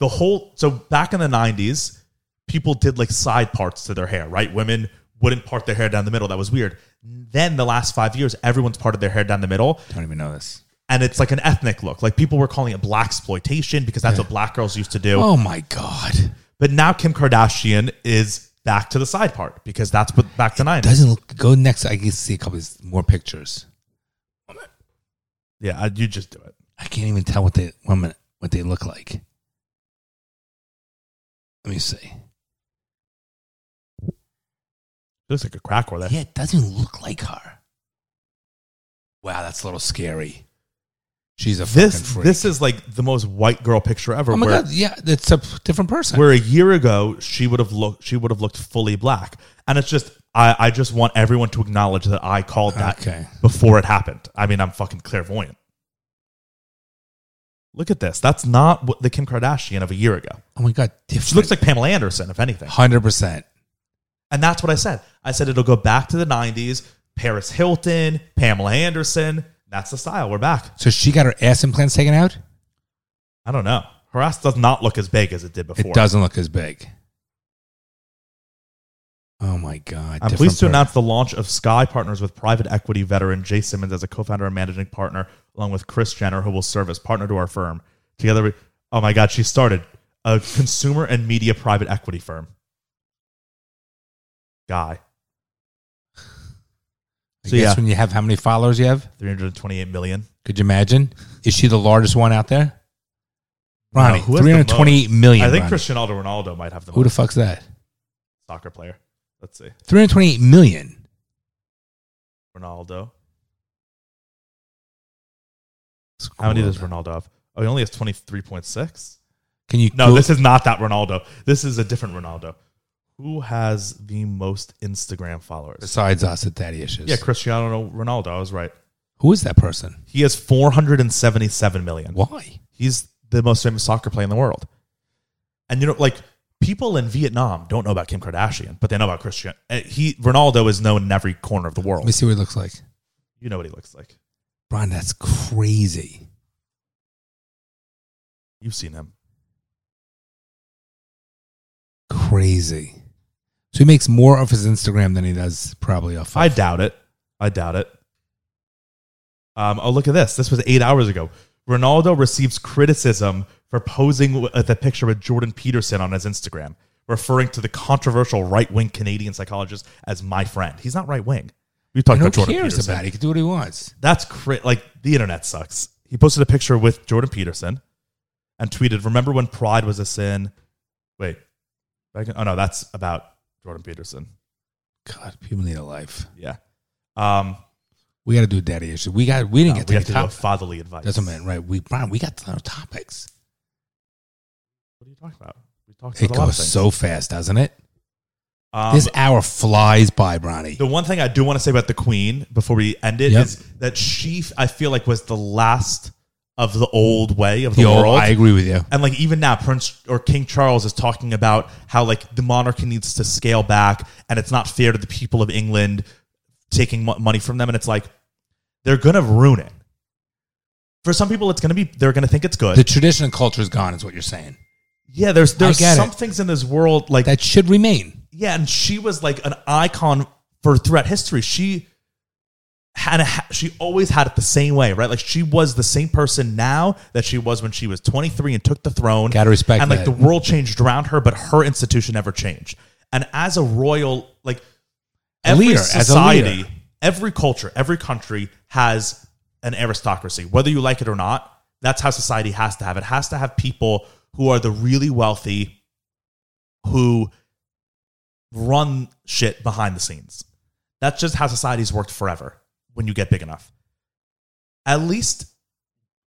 Speaker 2: the whole so back in the 90s people did like side parts to their hair right women wouldn't part their hair down the middle that was weird then the last five years everyone's parted their hair down the middle
Speaker 3: I don't even know this.
Speaker 2: and it's like an ethnic look like people were calling it black exploitation because that's what black girls used to do
Speaker 3: Oh my god,
Speaker 2: but now kim kardashian is back to the side part because that's what back to 90s
Speaker 3: doesn't look. Go next. I can see a couple of more pictures.
Speaker 2: yeah I- you just do it
Speaker 3: I can't even tell what they one minute what they look like. Let me see.
Speaker 2: looks like a crack or that
Speaker 3: Yeah, it doesn't look like her. Wow, that's a little scary. She's a fucking
Speaker 2: this
Speaker 3: freak.
Speaker 2: this is like the most white girl picture ever
Speaker 3: oh my
Speaker 2: where-
Speaker 3: god, yeah, that's a p- different person.
Speaker 2: where a year ago she would have looked she would have looked fully black and it's just i i just want everyone to acknowledge that i called that
Speaker 3: Okay.
Speaker 2: before it happened i mean i'm fucking clairvoyant look at this that's not what the kim kardashian of a year ago
Speaker 3: oh my god, different.
Speaker 2: she looks like pamela anderson if anything
Speaker 3: hundred percent.
Speaker 2: and that's what i said i said it'll go back to the 90s paris hilton pamela anderson that's the style we're back
Speaker 3: So she got her ass implants taken out.
Speaker 2: i don't know her ass does not look as big as it did before
Speaker 3: It doesn't look as big. Oh my god!
Speaker 2: I'm
Speaker 3: different
Speaker 2: pleased to
Speaker 3: person.
Speaker 2: announce the launch of Sky Partners with private equity veteran Jay Simmons as a co-founder and managing partner, along with Chris Jenner, who will serve as partner to our firm. Together, we, oh my God, she started a consumer and media private equity firm. Guy,
Speaker 3: I
Speaker 2: So,
Speaker 3: guess
Speaker 2: yeah.
Speaker 3: when you have how many followers you have?
Speaker 2: 328 million.
Speaker 3: Could you imagine? Is she the largest one out there? Ronnie,
Speaker 2: who has the
Speaker 3: three hundred twenty million.
Speaker 2: I think
Speaker 3: Ronnie.
Speaker 2: Cristiano Ronaldo might have the
Speaker 3: Who the
Speaker 2: most
Speaker 3: fuck's that?
Speaker 2: soccer player. Let's see,
Speaker 3: Three hundred twenty-eight million.
Speaker 2: Ronaldo. How many does Ronaldo have? Oh, he only has 23.6.
Speaker 3: Can you?
Speaker 2: No, this is not that Ronaldo. This is a different Ronaldo. Who has the most Instagram followers?
Speaker 3: besides us at Daddy Issues.
Speaker 2: Yeah, Cristiano Ronaldo. I was right.
Speaker 3: Who is that person?
Speaker 2: He has 477 million.
Speaker 3: Why?
Speaker 2: He's the most famous soccer player in the world. And you know, like people in Vietnam don't know about Kim Kardashian, but they know about Christian. uh, He Ronaldo is known in every corner of the
Speaker 3: Let me
Speaker 2: world.
Speaker 3: see what he looks like.
Speaker 2: You know what he looks like.
Speaker 3: Brian, that's crazy.
Speaker 2: You've seen him.
Speaker 3: Crazy. So he makes more of his Instagram than he does probably off.
Speaker 2: I doubt it. I doubt it. Um, oh, look at this. This was eight hours ago. Ronaldo receives criticism for posing w- with a picture with Jordan Peterson on his Instagram, referring to the controversial right wing Canadian psychologist as my friend. He's not right wing. We've talked
Speaker 3: And who
Speaker 2: about Jordan
Speaker 3: cares
Speaker 2: Peterson.
Speaker 3: about it? He can do what he wants.
Speaker 2: That's cri- like the internet sucks. He posted a picture with Jordan Peterson and tweeted, Remember when pride was a sin? Wait. Back in- oh, no, that's about Jordan Peterson.
Speaker 3: God, people need a life.
Speaker 2: Yeah. Um,
Speaker 3: We got to do Daddy Issues. We got. We didn't
Speaker 2: No,
Speaker 3: get to
Speaker 2: we have
Speaker 3: the
Speaker 2: to do a
Speaker 3: top.
Speaker 2: fatherly advice.
Speaker 3: That's what I meant, right? We Brian, we got to our topics.
Speaker 2: What are you talking about? We talked
Speaker 3: It
Speaker 2: about a lot of
Speaker 3: goes
Speaker 2: things.
Speaker 3: so fast, doesn't it?
Speaker 2: Um,
Speaker 3: this hour flies by, Bronny.
Speaker 2: the one thing I do want to say about the Queen before we end it is
Speaker 3: Yep.
Speaker 2: that she, I feel like, was the last of the old way of the,
Speaker 3: The old-
Speaker 2: world.
Speaker 3: I agree with you.
Speaker 2: and like even now, Prince or King Charles is talking about how like the monarchy needs to scale back, and it's not fair to the people of England taking mo- money from them. And it's like they're gonna ruin it. For some people, it's gonna be they're gonna think it's good.
Speaker 3: The tradition and culture is gone, is what you're saying.
Speaker 2: yeah, there's there's
Speaker 3: get it.
Speaker 2: some things in this world like
Speaker 3: That should remain.
Speaker 2: yeah, and she was like an icon for throughout history. She had a, ha- she always had it the same way, right? Like she was the same person now that she was when she was 23 and took the throne.
Speaker 3: Gotta respect
Speaker 2: And like
Speaker 3: that.
Speaker 2: the world changed around her, but her institution never changed. And as a royal, like
Speaker 3: A
Speaker 2: every
Speaker 3: leader, as a
Speaker 2: society,
Speaker 3: leader.
Speaker 2: every culture, every country has an aristocracy, whether you like it or not. That's how society has to have. It has to have people who are the really wealthy who run shit behind the scenes. That's just how society's worked forever when you get big enough. At least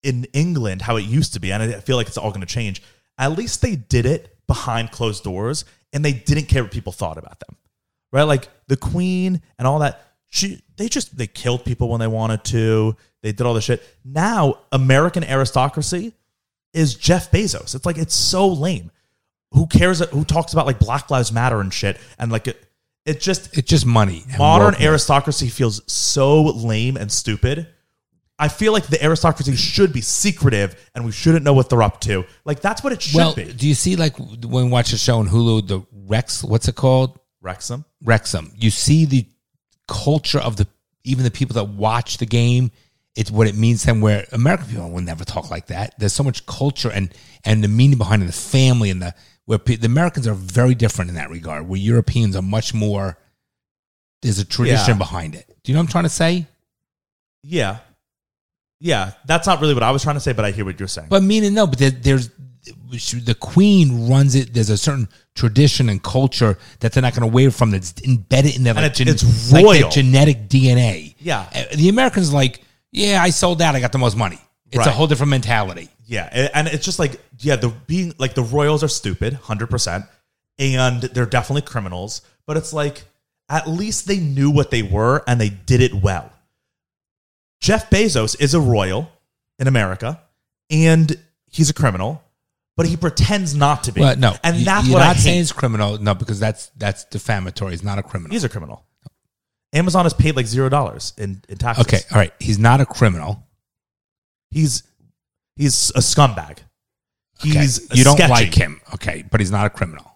Speaker 2: in England, how it used to be, and I feel like it's all going to change, at least they did it behind closed doors and they didn't care what people thought about them. Right? Like the Queen and all that. She, they just they killed people when they wanted to. They did all this shit. Now, American aristocracy is Jeff Bezos. It's like it's so lame. Who cares? Who talks about like Black Lives Matter and shit? And like it, it just
Speaker 3: It's just money. and
Speaker 2: modern
Speaker 3: wokeness.
Speaker 2: aristocracy feels so lame and stupid I feel like the aristocracy should be secretive and we shouldn't know what they're up to. Like that's what it should
Speaker 3: well,
Speaker 2: be.
Speaker 3: do you see like when we watch a show on Hulu, the Rex? What's it called?
Speaker 2: Wrexham.
Speaker 3: Wrexham. You see the culture of the even the people that watch the game. It's what it means to them. Where American people will never talk like that. There's so much culture and and the meaning behind it, the family and the where pe- the Americans are very different in that regard. Where Europeans are much more. There's a tradition
Speaker 2: Yeah.
Speaker 3: behind it. Do you know what I'm trying to say?
Speaker 2: Yeah. Yeah. That's not really what I was trying to say, but I hear what you're saying.
Speaker 3: But meaning no, but there, there's the queen runs it. There's a certain tradition and culture that they're not going to waver from. That's embedded in their
Speaker 2: And
Speaker 3: like,
Speaker 2: it- it's
Speaker 3: like their
Speaker 2: royal.
Speaker 3: genetic DNA.
Speaker 2: Yeah.
Speaker 3: Uh, the Americans like, yeah, I sold out. I got the most money. It's a
Speaker 2: Right.
Speaker 3: whole different mentality.
Speaker 2: Yeah, and, and it's just like yeah, the being like the Royals are stupid, hundred percent, and they're definitely criminals. But it's like at least they knew what they were and they did it well. Jeff Bezos is a royal in America, and he's a criminal, but he pretends not to be.
Speaker 3: Well, no,
Speaker 2: and
Speaker 3: you-
Speaker 2: that's
Speaker 3: you're
Speaker 2: what
Speaker 3: not
Speaker 2: I
Speaker 3: saying
Speaker 2: hate.
Speaker 3: is criminal. No, because that's that's defamatory. He's not a criminal.
Speaker 2: He's a criminal. Amazon has paid like zero dollars in, in taxes.
Speaker 3: okay, all right. He's not a criminal.
Speaker 2: he's he's a scumbag.
Speaker 3: Okay.
Speaker 2: He's
Speaker 3: you don't
Speaker 2: sketchy.
Speaker 3: like him. Okay, but he's not a criminal.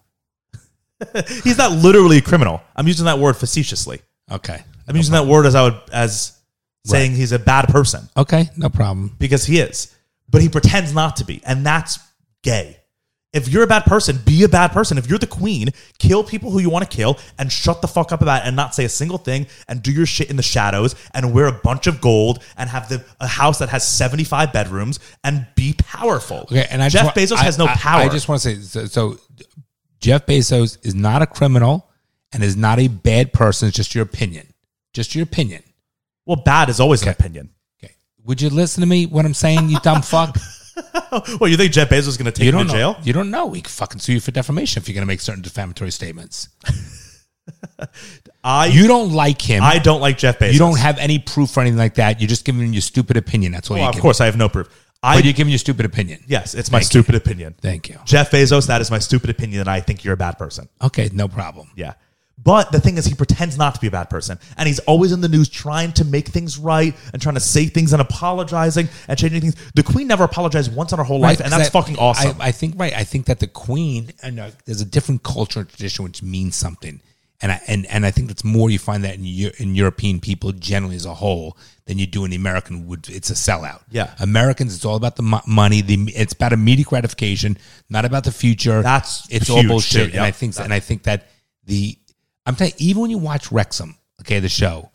Speaker 2: He's not literally a criminal. I'm using that word facetiously.
Speaker 3: Okay,
Speaker 2: I'm using that word as I would as saying he's a bad person
Speaker 3: okay, no problem.
Speaker 2: because he is, but he pretends not to be, and that's gay. If you're a bad person, be a bad person. If you're the queen, kill people who you want to kill and shut the fuck up about it and not say a single thing and do your shit in the shadows and wear a bunch of gold and have the a house that has 75 bedrooms and be powerful.
Speaker 3: Okay, and I just
Speaker 2: Jeff
Speaker 3: wa-
Speaker 2: Bezos
Speaker 3: I-
Speaker 2: has no
Speaker 3: I-
Speaker 2: power.
Speaker 3: I just want to say so, so. Jeff Bezos is not a criminal and is not a bad person. It's just your opinion. Just your opinion.
Speaker 2: well, bad is always an
Speaker 3: Okay.
Speaker 2: opinion.
Speaker 3: Okay. Would you listen to me? What I'm saying, you dumb fuck.
Speaker 2: well, you think Jeff Bezos is going to take
Speaker 3: you
Speaker 2: you
Speaker 3: don't
Speaker 2: to
Speaker 3: know.
Speaker 2: jail?
Speaker 3: You don't know. We could fucking sue you for defamation if you're going to make certain defamatory statements.
Speaker 2: I
Speaker 3: You don't like him.
Speaker 2: I don't like Jeff Bezos.
Speaker 3: you don't have any proof or anything like that. You're just giving him your stupid opinion. That's all.
Speaker 2: Well,
Speaker 3: you
Speaker 2: of course, I have no proof. I
Speaker 3: but you're giving your stupid opinion.
Speaker 2: Yes, it's my
Speaker 3: Thank
Speaker 2: stupid opinion.
Speaker 3: Thank you.
Speaker 2: Jeff Bezos, that is my stupid opinion that I think you're a bad person.
Speaker 3: Okay, no problem.
Speaker 2: Yeah. But the thing is, he pretends not to be a bad person. And he's always in the news trying to make things right and trying to say things and apologizing and changing things. The queen never apologized once in her whole life,
Speaker 3: Right,
Speaker 2: and
Speaker 3: 'cause
Speaker 2: that's
Speaker 3: I-
Speaker 2: fucking awesome.
Speaker 3: I, I think right. I think that the queen and uh, there's a different culture and tradition which means something, and I and, and I think that's more you find that in Eu- in European people generally as a whole than you do in the American. Would it's a sellout?
Speaker 2: Yeah.
Speaker 3: Americans, it's all about the mo- money. The it's about immediate gratification, not about the future.
Speaker 2: That's
Speaker 3: it's
Speaker 2: huge,
Speaker 3: all bullshit.
Speaker 2: too.
Speaker 3: And I
Speaker 2: Yep.
Speaker 3: think and I think that the I'm telling you, even when you watch Wrexham, okay, the show,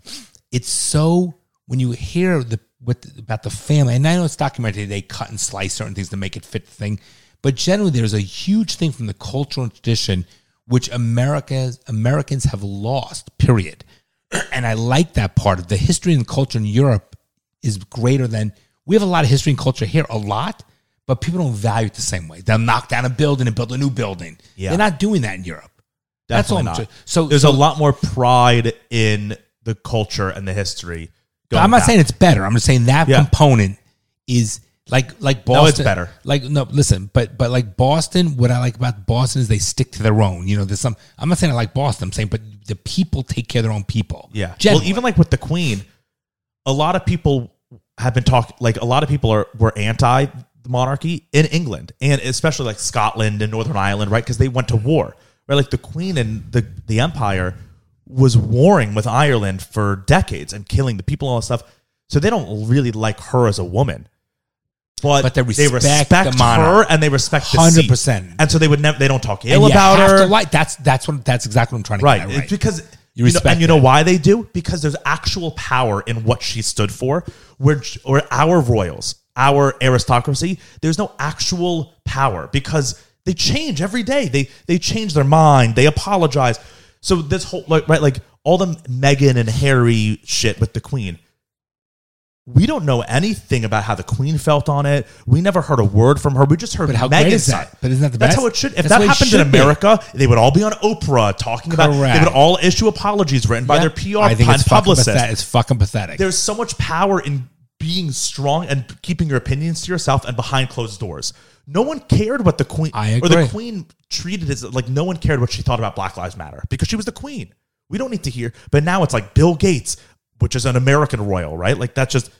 Speaker 3: it's so when you hear the what about the family, and I know it's documentary, they cut and slice certain things to make it fit the thing, but generally there's a huge thing from the cultural tradition which America Americans have lost. Period. And I like that part of the history and culture in Europe is greater than we have a lot of history and culture here, a lot, but people don't value it the same way. They'll knock down a building and build a new building.
Speaker 2: Yeah.
Speaker 3: They're not doing that in Europe. That's all. I'm
Speaker 2: Definitely
Speaker 3: saying.
Speaker 2: not.
Speaker 3: So
Speaker 2: There's
Speaker 3: so-
Speaker 2: a lot more pride in the culture and the history.
Speaker 3: But
Speaker 2: going
Speaker 3: I'm not
Speaker 2: back.
Speaker 3: saying it's better. I'm just saying that
Speaker 2: Yeah.
Speaker 3: component is like like Boston.
Speaker 2: it's better.
Speaker 3: Like no, listen, but but like Boston, what I like about Boston is they stick to their own. You know, there's some. I'm not saying I like Boston. I'm saying, but the people take care of their own people.
Speaker 2: Yeah.
Speaker 3: Generally.
Speaker 2: Well, even like with the Queen, a lot of people have been talking. Like a lot of people are were anti the monarchy in England and especially like Scotland and Northern Ireland, right? Because they went to war, right? Like the Queen and the the Empire was warring with Ireland for decades and killing the people and all that stuff. So they don't really like her as a woman. But,
Speaker 3: But they respect the
Speaker 2: her
Speaker 3: monarch.
Speaker 2: and they respect the seat.
Speaker 3: 100%.
Speaker 2: And so they would never they don't talk
Speaker 3: And
Speaker 2: ill
Speaker 3: you
Speaker 2: about
Speaker 3: have
Speaker 2: her
Speaker 3: to like that's that's what that's exactly what I'm trying to
Speaker 2: right.
Speaker 3: get.
Speaker 2: It's
Speaker 3: At, right.
Speaker 2: because
Speaker 3: You
Speaker 2: you, know,
Speaker 3: respect
Speaker 2: and you know why they do because there's actual power in what she stood for. Where or our royals, our aristocracy, there's no actual power because they change every day. They they change their mind. They apologize. So this whole like, right like all the Meghan and Harry shit with the Queen. We don't know anything about how the Queen felt on it. We never heard a word from her. We just heard
Speaker 3: But how
Speaker 2: Meghan's
Speaker 3: great is that?
Speaker 2: side.
Speaker 3: But isn't that the
Speaker 2: That's
Speaker 3: best?
Speaker 2: how it should. If
Speaker 3: That's the
Speaker 2: that
Speaker 3: way it
Speaker 2: happened in
Speaker 3: should be.
Speaker 2: America, they would all be on Oprah talking about. They
Speaker 3: Correct.
Speaker 2: would all issue apologies written by their PR
Speaker 3: I think
Speaker 2: and
Speaker 3: it's fucking
Speaker 2: publicists.
Speaker 3: pathetic. It's fucking pathetic.
Speaker 2: There's so much power in being strong and keeping your opinions to yourself and behind closed doors. No one cared what the queen
Speaker 3: I
Speaker 2: or the
Speaker 3: agree.
Speaker 2: queen treated as like no one cared what she thought about Black Lives Matter because she was the queen. We don't need to hear. But now it's like Bill Gates, which is an American royal, right? Like that's just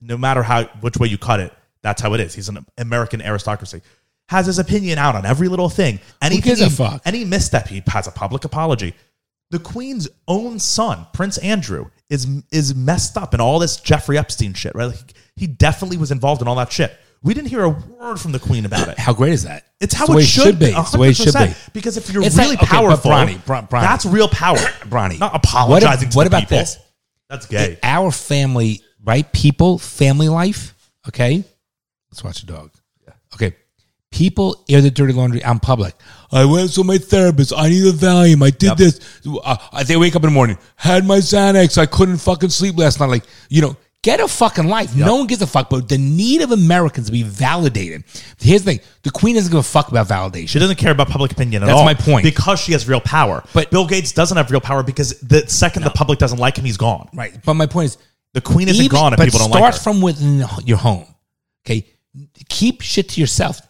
Speaker 2: no matter how which way you cut it, that's how it is. He's an American aristocracy. Has his opinion out on every little thing. Anything
Speaker 3: gives a
Speaker 2: he-
Speaker 3: fuck?
Speaker 2: Any misstep, he has a public apology. The Queen's own son, Prince Andrew, is is messed up in all this Jeffrey Epstein shit. Right? Like, he definitely was involved in all that shit. We didn't hear a word from the Queen about it.
Speaker 3: How great is that?
Speaker 2: It's how
Speaker 3: the
Speaker 2: it,
Speaker 3: way
Speaker 2: should be.
Speaker 3: It's the way it should be.
Speaker 2: 100%. Because if you're
Speaker 3: It's like-
Speaker 2: really
Speaker 3: okay, but
Speaker 2: powerful,
Speaker 3: Bronny, Bron- Bronny.
Speaker 2: that's real power.
Speaker 3: Bronny,
Speaker 2: Not apologizing
Speaker 3: What,
Speaker 2: to
Speaker 3: what
Speaker 2: the
Speaker 3: about
Speaker 2: people.
Speaker 3: this?
Speaker 2: That's gay.
Speaker 3: Our family, right? People, family life. Okay, let's watch a dog. Okay, people air the dirty laundry out in public. I went to my therapist. I need a Valium. I did
Speaker 2: Yep.
Speaker 3: this. Uh, they wake up in the morning. Had my Xanax. I couldn't fucking sleep last night. Like you know. Get a fucking life. No one gives a fuck, but the need of Americans to be validated. Here's the thing the Queen doesn't give a fuck about validation.
Speaker 2: She doesn't care about public opinion at
Speaker 3: That's
Speaker 2: all.
Speaker 3: my point.
Speaker 2: Because she has real power.
Speaker 3: But-
Speaker 2: Bill Gates doesn't have real power because the second the public doesn't like him, he's gone.
Speaker 3: Right. But my point is,
Speaker 2: The queen isn't
Speaker 3: even-
Speaker 2: gone if
Speaker 3: but
Speaker 2: people don't
Speaker 3: start
Speaker 2: like her.
Speaker 3: from within your home. Okay. Keep shit to yourself.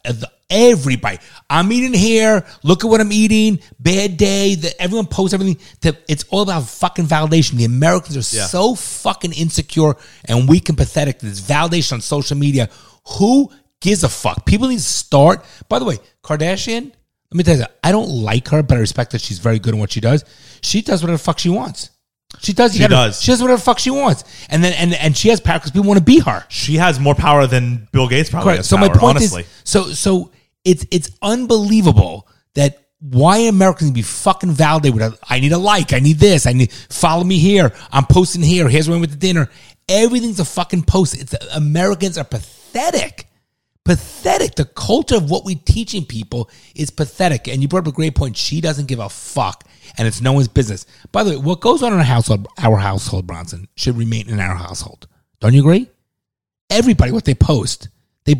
Speaker 3: Everybody, I'm eating here. Look at what I'm eating. Bad day. The, everyone posts everything. To, it's all about fucking validation. The Americans are
Speaker 2: Yeah.
Speaker 3: so fucking insecure and weak and pathetic. There's validation on social media. Who gives a fuck? People need to start. By the way, Kardashian. Let me tell you, that. I don't like her, but I respect that she's very good in what she does. She does whatever the fuck she wants. She does. You
Speaker 2: She
Speaker 3: gotta-
Speaker 2: does.
Speaker 3: She does whatever the fuck she wants, and then and and she has power because people want to be her.
Speaker 2: she has more power than Bill Gates probably
Speaker 3: Correct.
Speaker 2: has
Speaker 3: So
Speaker 2: power,
Speaker 3: my point
Speaker 2: honestly.
Speaker 3: is, so so it's it's unbelievable that why Americans be fucking validated with a, I need a like, I need this, I need follow me here, I'm posting here, here's where I went to dinner. Everything's a fucking post. It's Americans are pathetic. Pathetic. The culture of what we're teaching people is pathetic. And you brought up a great point. She doesn't give a fuck, and it's no one's business. By the way, what goes on in our household, our household, Bronson, should remain in our household. Don't you agree? everybody what they post. They,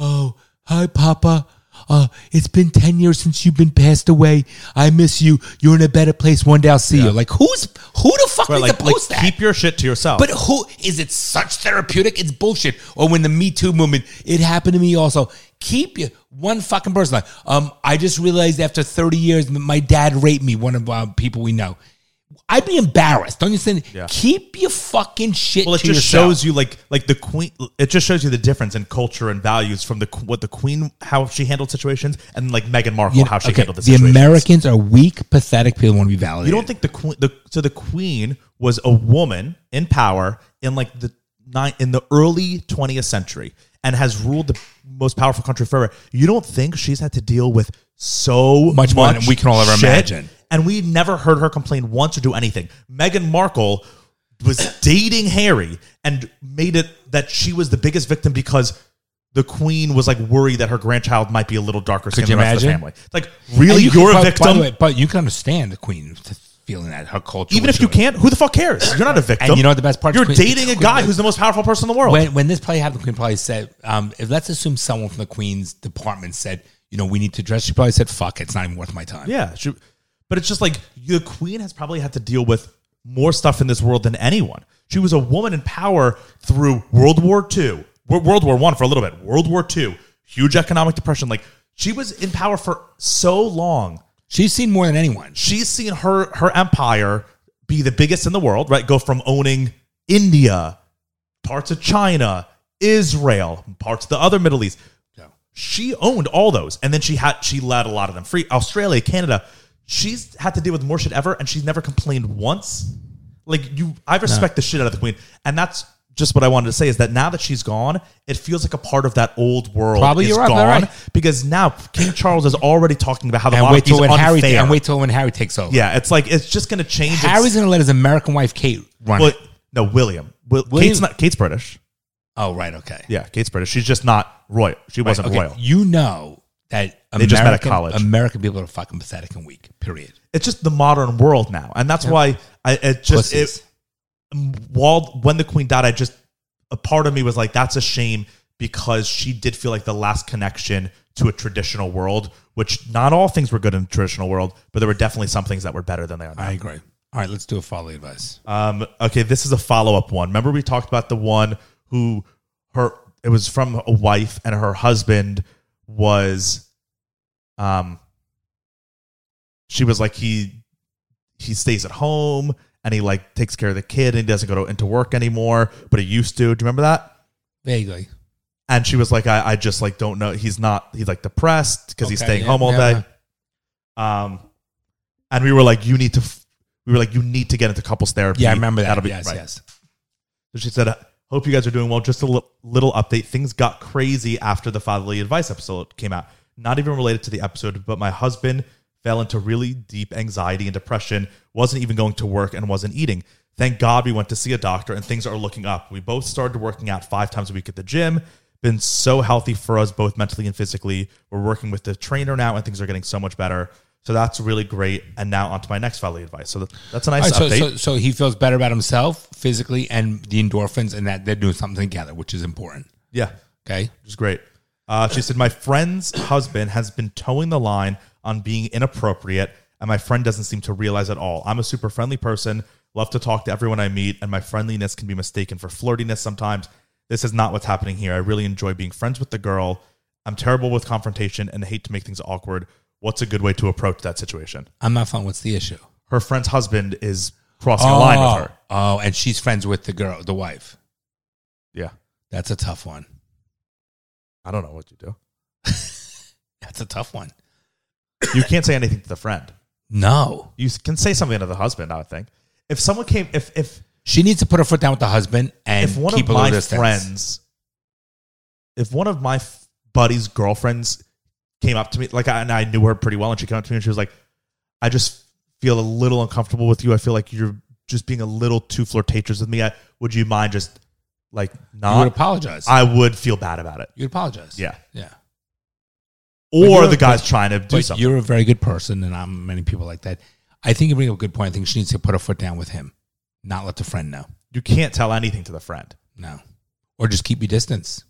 Speaker 3: oh, hi, Papa. Uh, it's been 10 years since you've been passed away. I miss you. You're in a better place. One day I'll see you. Like, who's, who the fuck
Speaker 2: Right,
Speaker 3: needs
Speaker 2: like,
Speaker 3: to
Speaker 2: like,
Speaker 3: post that?
Speaker 2: keep your shit to yourself.
Speaker 3: But who is it such therapeutic? It's bullshit. Or when the Me Too movement, it happened to me also. Keep you one fucking person. Like, um, I just realized after 30 years, m- my dad raped me, one of uh, people we know. I'd be embarrassed. Don't you think?
Speaker 2: Yeah.
Speaker 3: Keep your fucking shit
Speaker 2: well, it
Speaker 3: to
Speaker 2: just
Speaker 3: yourself.
Speaker 2: shows you like like the queen. It just shows you the difference in culture and values from the what the queen how she handled situations and like Meghan Markle
Speaker 3: You know,
Speaker 2: how she
Speaker 3: okay,
Speaker 2: handled the
Speaker 3: the
Speaker 2: situations.
Speaker 3: Americans are weak, pathetic people who want to be validated.
Speaker 2: You don't think the queen? The, so the queen was a woman in power in like the nine in the early 20th century and has ruled the most powerful country forever. You don't think she's had to deal with so
Speaker 3: Much more than we can all ever
Speaker 2: shit?
Speaker 3: imagine.
Speaker 2: And we never heard her complain once or do anything. Meghan Markle was dating Harry and made it that she was the biggest victim because. The queen was like worried that her grandchild might be a little darker skinned
Speaker 3: you
Speaker 2: than the rest of the
Speaker 3: imagine?
Speaker 2: family. Like, really,
Speaker 3: And you
Speaker 2: you're
Speaker 3: can- but-
Speaker 2: a
Speaker 3: by the
Speaker 2: victim?
Speaker 3: way, but you can understand the queen feeling that her culture.
Speaker 2: even
Speaker 3: was
Speaker 2: if you
Speaker 3: doing it.
Speaker 2: can't, who the fuck cares? You're not a victim.
Speaker 3: And you know what the best part is?
Speaker 2: You're
Speaker 3: Queen-
Speaker 2: dating a
Speaker 3: Queen-
Speaker 2: guy who's the most powerful person in the world.
Speaker 3: When when this play happened, the queen probably said, um, if let's assume someone from the queen's department said, you know, we need to dress. She probably said, "Fuck, it, it's not even worth my time."
Speaker 2: yeah, she- but it's just like the queen has probably had to deal with more stuff in this world than anyone. She was a woman in power through World War II, Wor- World War One for a little bit, World War II, huge economic depression. Like she was in power for so long.
Speaker 3: She's seen more than anyone.
Speaker 2: she's seen her her empire be the biggest in the world, right? Go from owning India, parts of China, Israel, parts of the other Middle East. She owned all those, and then she had she let a lot of them free. Australia, Canada, she's had to deal with more shit ever, and she's never complained once. Like you, I respect the shit out of the queen, and that's just what I wanted to say is that now that she's gone, it feels like a part of that old world
Speaker 3: Probably
Speaker 2: is
Speaker 3: you're right,
Speaker 2: gone
Speaker 3: you're right.
Speaker 2: because now King Charles is already talking about how the
Speaker 3: And wait
Speaker 2: monarchy
Speaker 3: till
Speaker 2: is
Speaker 3: when Harry
Speaker 2: unfair.
Speaker 3: and wait till when Harry takes over.
Speaker 2: Yeah, it's like it's just going to change. It's-
Speaker 3: Harry's gonna let his American wife Kate run.
Speaker 2: well,
Speaker 3: it.
Speaker 2: no William. Will,
Speaker 3: William-
Speaker 2: Kate's not. Kate's British.
Speaker 3: Oh right, okay.
Speaker 2: Yeah, Kate's British. She's just not royal. She wasn't
Speaker 3: okay.
Speaker 2: royal.
Speaker 3: You know that
Speaker 2: They just met at
Speaker 3: American,
Speaker 2: college.
Speaker 3: American people are fucking pathetic and weak. Period.
Speaker 2: It's just the modern world now, and that's why I it just
Speaker 3: Pussies.
Speaker 2: it, Wald when the Queen died. I just a part of me was like, that's a shame because she did feel like the last connection to a traditional world, which not all things were good in the traditional world, but there were definitely some things that were better than they are now.
Speaker 3: I agree. All right, let's do a follow advice.
Speaker 2: Um, okay, this is a follow up one. Remember, we talked about the one who her it was from a wife and her husband was, um, she was like he he stays at home and he like takes care of the kid and he doesn't go to, into work anymore, but he used to. Do you remember that?
Speaker 3: Vaguely.
Speaker 2: And she was like, I, I just like don't know. He's not. He's like depressed because he's
Speaker 3: Okay,
Speaker 2: staying
Speaker 3: yeah,
Speaker 2: home all
Speaker 3: yeah,
Speaker 2: day. Um, and we were like, you need to. f- We were like, you need to get into couples therapy.
Speaker 3: Yeah, I remember that.
Speaker 2: That'll be
Speaker 3: yes,
Speaker 2: right.
Speaker 3: yes.
Speaker 2: So she said, Hope you guys are doing well. Just a li- little update. Things got crazy after the fatherly advice episode came out. Not even related to the episode, but my husband fell into really deep anxiety and depression, wasn't even going to work, and wasn't eating. Thank God we went to see a doctor and things are looking up. We both started working out five times a week at the gym. Been so healthy for us both mentally and physically. We're working with the trainer now and things are getting so much better. So that's really great. And now on to my next fatherly advice. So th- that's a nice
Speaker 3: All right,
Speaker 2: update.
Speaker 3: so, so, so he feels better about himself physically and the endorphins, and that they're doing something together, which is important.
Speaker 2: yeah.
Speaker 3: Okay.
Speaker 2: which is great. Uh, she said, My friend's husband has been towing the line on being inappropriate, and my friend doesn't seem to realize at all. I'm a super friendly person, love to talk to everyone I meet, and my friendliness can be mistaken for flirtiness sometimes. This is not what's happening here. I really enjoy being friends with the girl. I'm terrible with confrontation and hate to make things awkward. What's a good way to approach that situation?
Speaker 3: I'm not fine. What's the issue?
Speaker 2: Her friend's husband is crossing a line with her.
Speaker 3: Oh, and she's friends with the girl, the wife.
Speaker 2: Yeah.
Speaker 3: That's a tough one.
Speaker 2: I don't know what you do.
Speaker 3: That's a tough one.
Speaker 2: You can't say anything to the friend.
Speaker 3: No.
Speaker 2: You can say something to the husband, I would think. If someone came, if, if,
Speaker 3: She needs to put her foot down with the husband and
Speaker 2: if one
Speaker 3: keep
Speaker 2: of
Speaker 3: a little
Speaker 2: my
Speaker 3: distance.
Speaker 2: friends, if one of my f- buddy's girlfriends came up to me, like, I, and I knew her pretty well, and she came up to me and she was like, I just feel a little uncomfortable with you. I feel like you're just being a little too flirtatious with me. I, would you mind just like
Speaker 3: you would
Speaker 2: not?
Speaker 3: apologize.
Speaker 2: I would feel bad about it.
Speaker 3: you'd apologize.
Speaker 2: Yeah.
Speaker 3: Yeah.
Speaker 2: Or
Speaker 3: you're-
Speaker 2: the guy's
Speaker 3: but-
Speaker 2: trying to do
Speaker 3: but
Speaker 2: something.
Speaker 3: you're a very good person, and I'm many people like that. I think you bring up a good point. I think she needs to put her foot down with him, not let the friend know.
Speaker 2: You can't tell anything to the friend.
Speaker 3: No. Or just keep your distance.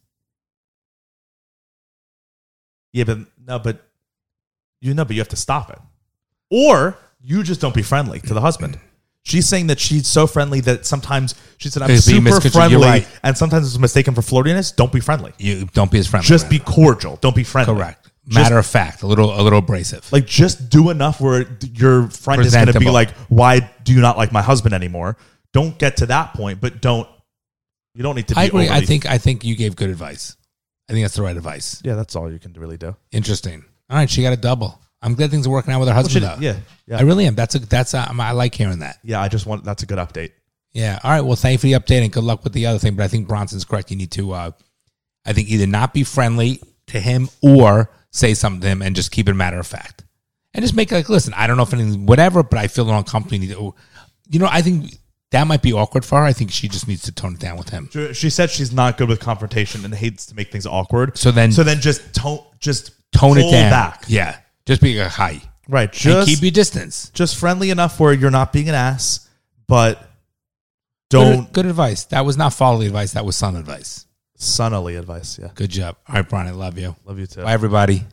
Speaker 2: Yeah, but no, but you know, but you have to stop it. Or you just don't be friendly to the husband. She's saying that she's so friendly that sometimes she said, I'm
Speaker 3: It's being
Speaker 2: super
Speaker 3: misconstrued.
Speaker 2: friendly.
Speaker 3: You're right.
Speaker 2: And sometimes it's mistaken for flirtiness. Don't be friendly.
Speaker 3: You don't be as friendly.
Speaker 2: Just
Speaker 3: with
Speaker 2: be
Speaker 3: him.
Speaker 2: cordial. Don't be friendly.
Speaker 3: correct. Matter of fact, a little a little abrasive.
Speaker 2: Like, just do enough where your friend is going to be
Speaker 3: Presentable.
Speaker 2: like, Why do you not like my husband anymore? Don't get to that point, but don't, you don't need to be.
Speaker 3: I agree. I
Speaker 2: overly-
Speaker 3: think I think you gave good advice. I think that's the right advice.
Speaker 2: yeah, that's all you can really do.
Speaker 3: Interesting. All right, she got a double. I'm glad things are working out with her
Speaker 2: Well, she-
Speaker 3: husband. though.
Speaker 2: yeah, yeah.
Speaker 3: I really am. That's a that's a, I'm- I like hearing that.
Speaker 2: yeah, I just want, that's a good update.
Speaker 3: Yeah. All right. Well, thank you for the update and good luck with the other thing. But I think Bronson's correct. You need to, uh, I think, either not be friendly to him or say something to him and just keep it matter of fact. And just make it like, listen, I don't know if anything, whatever, but I feel uncomfortable. You need to- You know, I think that might be awkward for her. I think she just needs to tone it down with him.
Speaker 2: She- She said she's not good with confrontation and hates to make things awkward.
Speaker 3: So then-
Speaker 2: so then, just tone, just
Speaker 3: Tone it
Speaker 2: pull
Speaker 3: down.
Speaker 2: back.
Speaker 3: Yeah. Just be like, hi.
Speaker 2: Right.
Speaker 3: And
Speaker 2: Just
Speaker 3: keep your distance.
Speaker 2: just friendly enough where you're not being an ass, but
Speaker 3: Good-
Speaker 2: don't
Speaker 3: Good, advice. That was not folly advice. That was son advice.
Speaker 2: sunnily advice. Yeah,
Speaker 3: Good job. All right, Brian, I love you.
Speaker 2: love you too.
Speaker 3: Bye, everybody.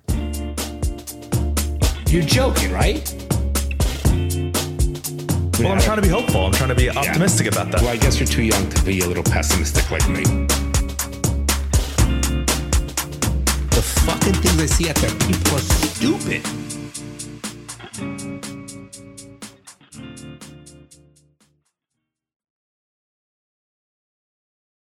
Speaker 3: You're joking, right?
Speaker 2: Well, I'm trying to be hopeful. I'm trying to be optimistic about that.
Speaker 3: Well, I guess you're too young to be a little pessimistic like me.
Speaker 1: The fucking things I see out there, people are stupid.